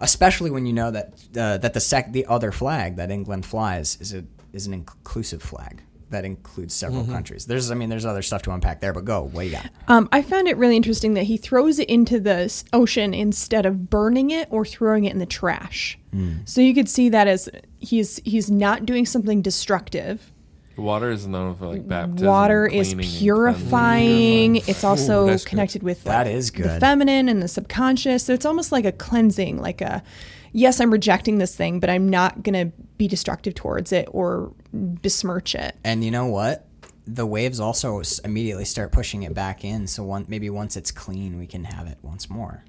Speaker 2: Especially when you know that uh, that the sec- the other flag that England flies is a is an inclusive flag that includes several countries. There's I mean there's other stuff to unpack there, but go. What do you got?
Speaker 5: Um, I found it really interesting that he throws it into the s- ocean instead of burning it or throwing it in the trash. So you could see that as he's he's not doing something destructive.
Speaker 3: Water is known for like baptism.
Speaker 5: Water
Speaker 3: and
Speaker 5: is
Speaker 3: cleaning and
Speaker 5: purifying. It's also
Speaker 4: that's good.
Speaker 5: connected with
Speaker 2: That
Speaker 5: like,
Speaker 2: is
Speaker 5: the
Speaker 2: good.
Speaker 5: feminine and the subconscious. So it's almost like a cleansing, like a yes, I'm rejecting this thing, but I'm not gonna be destructive towards it or besmirch it.
Speaker 2: And you know what? The waves also s- immediately start pushing it back in. So one, maybe once it's clean, we can have it once more.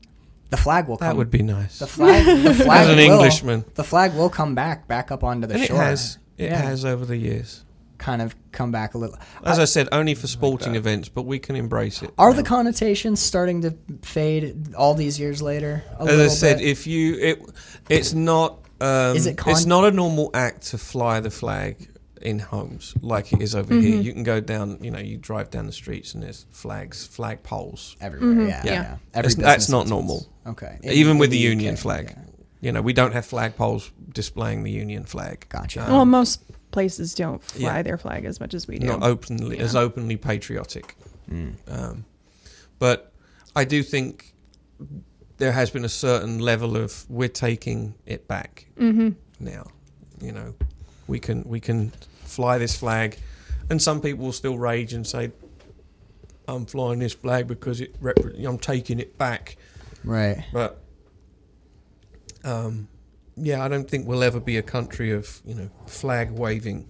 Speaker 2: The flag will come.
Speaker 4: That would be nice.
Speaker 2: the flag. The flag
Speaker 4: *laughs* As an
Speaker 2: will-
Speaker 4: Englishman.
Speaker 2: the flag will come back, back up onto the
Speaker 4: and it
Speaker 2: shore.
Speaker 4: has. It
Speaker 2: Yeah.
Speaker 4: has over the years.
Speaker 2: Kind of come back a little.
Speaker 4: As I said, only for sporting events, but we can embrace it.
Speaker 2: Are the connotations starting to fade all these years later? A
Speaker 4: As I
Speaker 2: little
Speaker 4: said,
Speaker 2: bit?
Speaker 4: if you it, it's not um,
Speaker 2: Is it con-
Speaker 4: it's not a normal act to fly the flag in homes like it is over
Speaker 2: Mm-hmm.
Speaker 4: here. You can go down, you know, you drive down the streets and there's flags, flag poles.
Speaker 2: everywhere, yeah, yeah.
Speaker 4: Yeah.
Speaker 2: Every
Speaker 4: It's- that's
Speaker 2: business
Speaker 4: not
Speaker 2: has
Speaker 4: normal.
Speaker 2: one. Okay, Uh, In-
Speaker 4: even with
Speaker 2: in
Speaker 4: the union
Speaker 2: UK,
Speaker 4: flag.
Speaker 2: yeah.
Speaker 4: You know, we don't have flagpoles displaying the union flag. Um,
Speaker 2: Gotcha.
Speaker 5: well, most places don't fly
Speaker 4: yeah.
Speaker 5: their flag as much as we do.
Speaker 2: uh,
Speaker 4: Not openly as openly patriotic. Um, but I do think there has been a certain level of we're taking it back now. You know, we can we can fly this flag, and some people will still rage and say, "I'm flying this flag because it repre- I'm taking it back."
Speaker 2: Right.
Speaker 4: But um, yeah, I don't think we'll ever be a country of you know flag waving,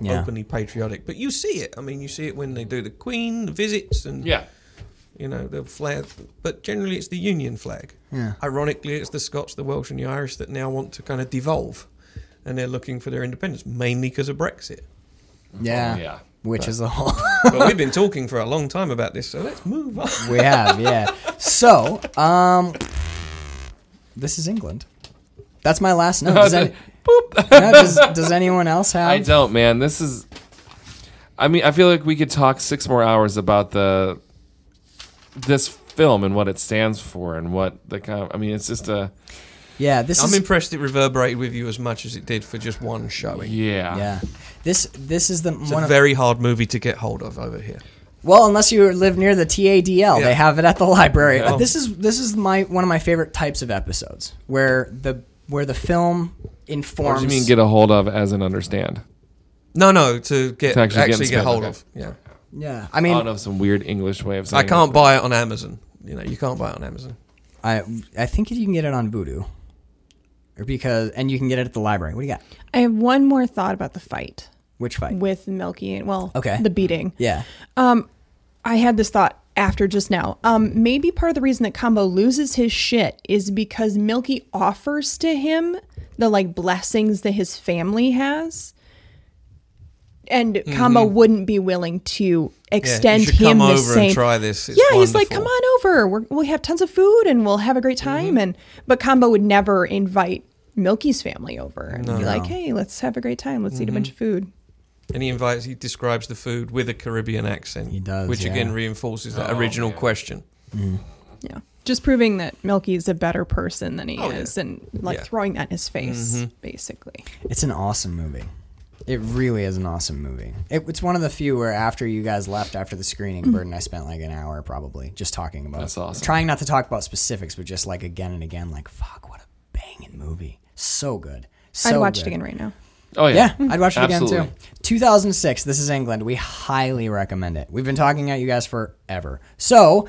Speaker 2: Yeah.
Speaker 4: openly patriotic. But you see it. I mean, you see it when they do the Queen visits and
Speaker 3: Yeah.
Speaker 4: you know the flag. But generally, it's the Union flag.
Speaker 2: Yeah.
Speaker 4: Ironically, it's the Scots, the Welsh, and the Irish that now want to kind of devolve, and they're looking for their independence mainly because of Brexit.
Speaker 2: Yeah.
Speaker 3: Yeah.
Speaker 2: Which is the whole.
Speaker 4: but we've been talking for a long time about this, so let's move on.
Speaker 2: we have, yeah. So, um, this is England. That's my last note. Does, any, Yeah, does, does anyone else have?
Speaker 3: I don't, man. This is. I mean, I feel like we could talk six more hours about the this film and what it stands for and what the kind. Of, I mean, it's just a
Speaker 2: Yeah, this
Speaker 4: I'm
Speaker 2: is.
Speaker 4: impressed it reverberated with you as much as it did for just one showing.
Speaker 3: yeah.
Speaker 2: yeah, this this is the
Speaker 4: It's
Speaker 2: one
Speaker 4: a
Speaker 2: of
Speaker 4: very hard movie to get hold of over here.
Speaker 2: Well, unless you live near the TADL,
Speaker 4: Yeah.
Speaker 2: they have it at the library.
Speaker 4: Yeah.
Speaker 2: Uh, This is this is my one of my favorite types of episodes where the where the film
Speaker 3: What
Speaker 2: informs.
Speaker 3: do you mean get a hold of as an understand?
Speaker 4: No, no, to get
Speaker 3: To actually
Speaker 4: actually,
Speaker 3: get inspired,
Speaker 4: get hold
Speaker 3: okay.
Speaker 4: of. Yeah,
Speaker 2: yeah, I
Speaker 3: I
Speaker 2: mean,
Speaker 3: don't know some weird English way of saying.
Speaker 4: I can't
Speaker 3: it, but-
Speaker 4: buy it on Amazon. You know, you can't buy it on Amazon.
Speaker 2: I I think you can get it on Vudu, or because and you can get it at the library. What do you got?
Speaker 5: I have one more thought about the fight
Speaker 2: Which fight?
Speaker 5: with Milky and well,
Speaker 2: Okay.
Speaker 5: the beating.
Speaker 2: Yeah.
Speaker 5: I had this thought after just now. Um, maybe part of the reason that Combo loses his shit is because Milky offers to him the like blessings that his family has. And Combo wouldn't be willing to
Speaker 4: Mm-hmm. Yeah,
Speaker 5: extend
Speaker 4: you should come
Speaker 5: him the
Speaker 4: over
Speaker 5: same.
Speaker 4: and try this. It's
Speaker 5: yeah, he's like,
Speaker 4: wonderful. Mm-hmm.
Speaker 5: come on over. We're, we have tons of food and we'll have a great time. And but Combo would never invite Milky's family over and be like, hey, let's have a great time. Let's eat a
Speaker 4: Mm-hmm.
Speaker 5: bunch of food.
Speaker 4: And he invites. He describes the food with a Caribbean accent.
Speaker 2: He does,
Speaker 4: which
Speaker 2: yeah.
Speaker 4: again reinforces that
Speaker 3: Oh,
Speaker 4: original
Speaker 3: yeah.
Speaker 4: question.
Speaker 5: Yeah. Just proving that Milky's a better person than he
Speaker 4: Oh, yeah.
Speaker 5: is and like
Speaker 4: Yeah. Mm-hmm.
Speaker 5: throwing that in his face, basically.
Speaker 2: It's an awesome movie. It really is an awesome movie. It, it's one of the few where after you guys left after the screening,
Speaker 5: Mm.
Speaker 2: Bird and I spent like an hour probably just talking about.
Speaker 3: That's awesome.
Speaker 2: Trying not to talk about specifics, but just like again and again, like fuck, what a banging movie. So good. So
Speaker 5: I'd watch it
Speaker 2: good.
Speaker 5: again right now.
Speaker 3: Oh
Speaker 2: Yeah,
Speaker 3: yeah.
Speaker 2: I'd watch it again
Speaker 3: Absolutely.
Speaker 2: too. 2006. This is England. We highly recommend it. We've been talking at you guys forever. So,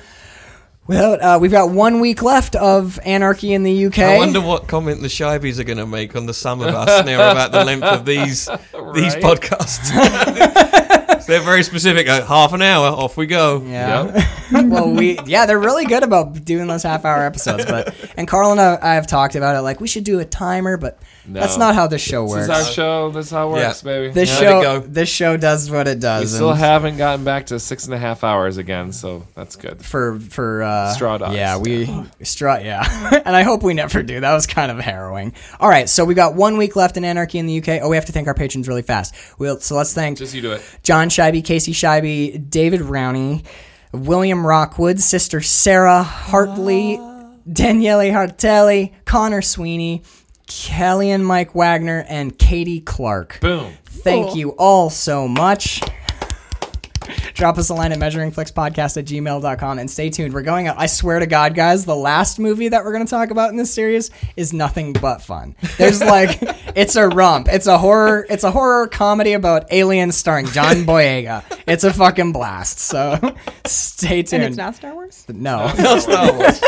Speaker 2: without uh, we've got one week left of Anarchy in the UK.
Speaker 4: I wonder what comment the Shivies are going to
Speaker 3: *laughs*
Speaker 4: make on the sum of us now about the length of these these
Speaker 3: Right.
Speaker 4: podcasts. They're very specific. Uh, half an hour, off we go.
Speaker 2: Yeah. well, we yeah, they're really good about doing those half hour episodes. But
Speaker 3: *laughs*
Speaker 2: and Carl and I, I have talked about it. Like we should do a timer, but that's
Speaker 3: No.
Speaker 2: not how this show
Speaker 3: This
Speaker 2: works.
Speaker 3: is our show. This is how it
Speaker 4: Yeah.
Speaker 3: works, baby.
Speaker 2: this
Speaker 4: Yeah. Let
Speaker 2: show
Speaker 4: it go.
Speaker 2: this show does what it does.
Speaker 3: we still
Speaker 2: and
Speaker 3: haven't gotten back to six and a half hours again, so that's good.
Speaker 2: for for uh,
Speaker 3: Straw dogs.
Speaker 2: Yeah, we straw. Yeah, *laughs* and I hope we never do. That was kind of harrowing. All right, so we got one week left in Anarchy in the UK. Oh, we have to thank our patrons really fast. We'll, so let's thank
Speaker 3: Just you do it.
Speaker 2: John Scheibe, Casey Scheibe, David Rowney, William Rockwood, sister Sarah Hartley, Daniele Hartelli, Connor Sweeney, Kelly and Mike Wagner, and Katie Clark.
Speaker 3: Boom.
Speaker 2: Thank you all so much. Drop us a line at measuringflixpodcast at gmail.com and stay tuned. We're going out. I swear to God, guys, the last movie that we're going to talk about in this series is nothing but fun. There's like, it's a romp. It's a horror. It's a horror comedy about aliens starring John Boyega. It's a fucking blast. So *laughs* stay tuned.
Speaker 5: and it's not Star Wars.
Speaker 2: no.
Speaker 4: *laughs* Star Wars.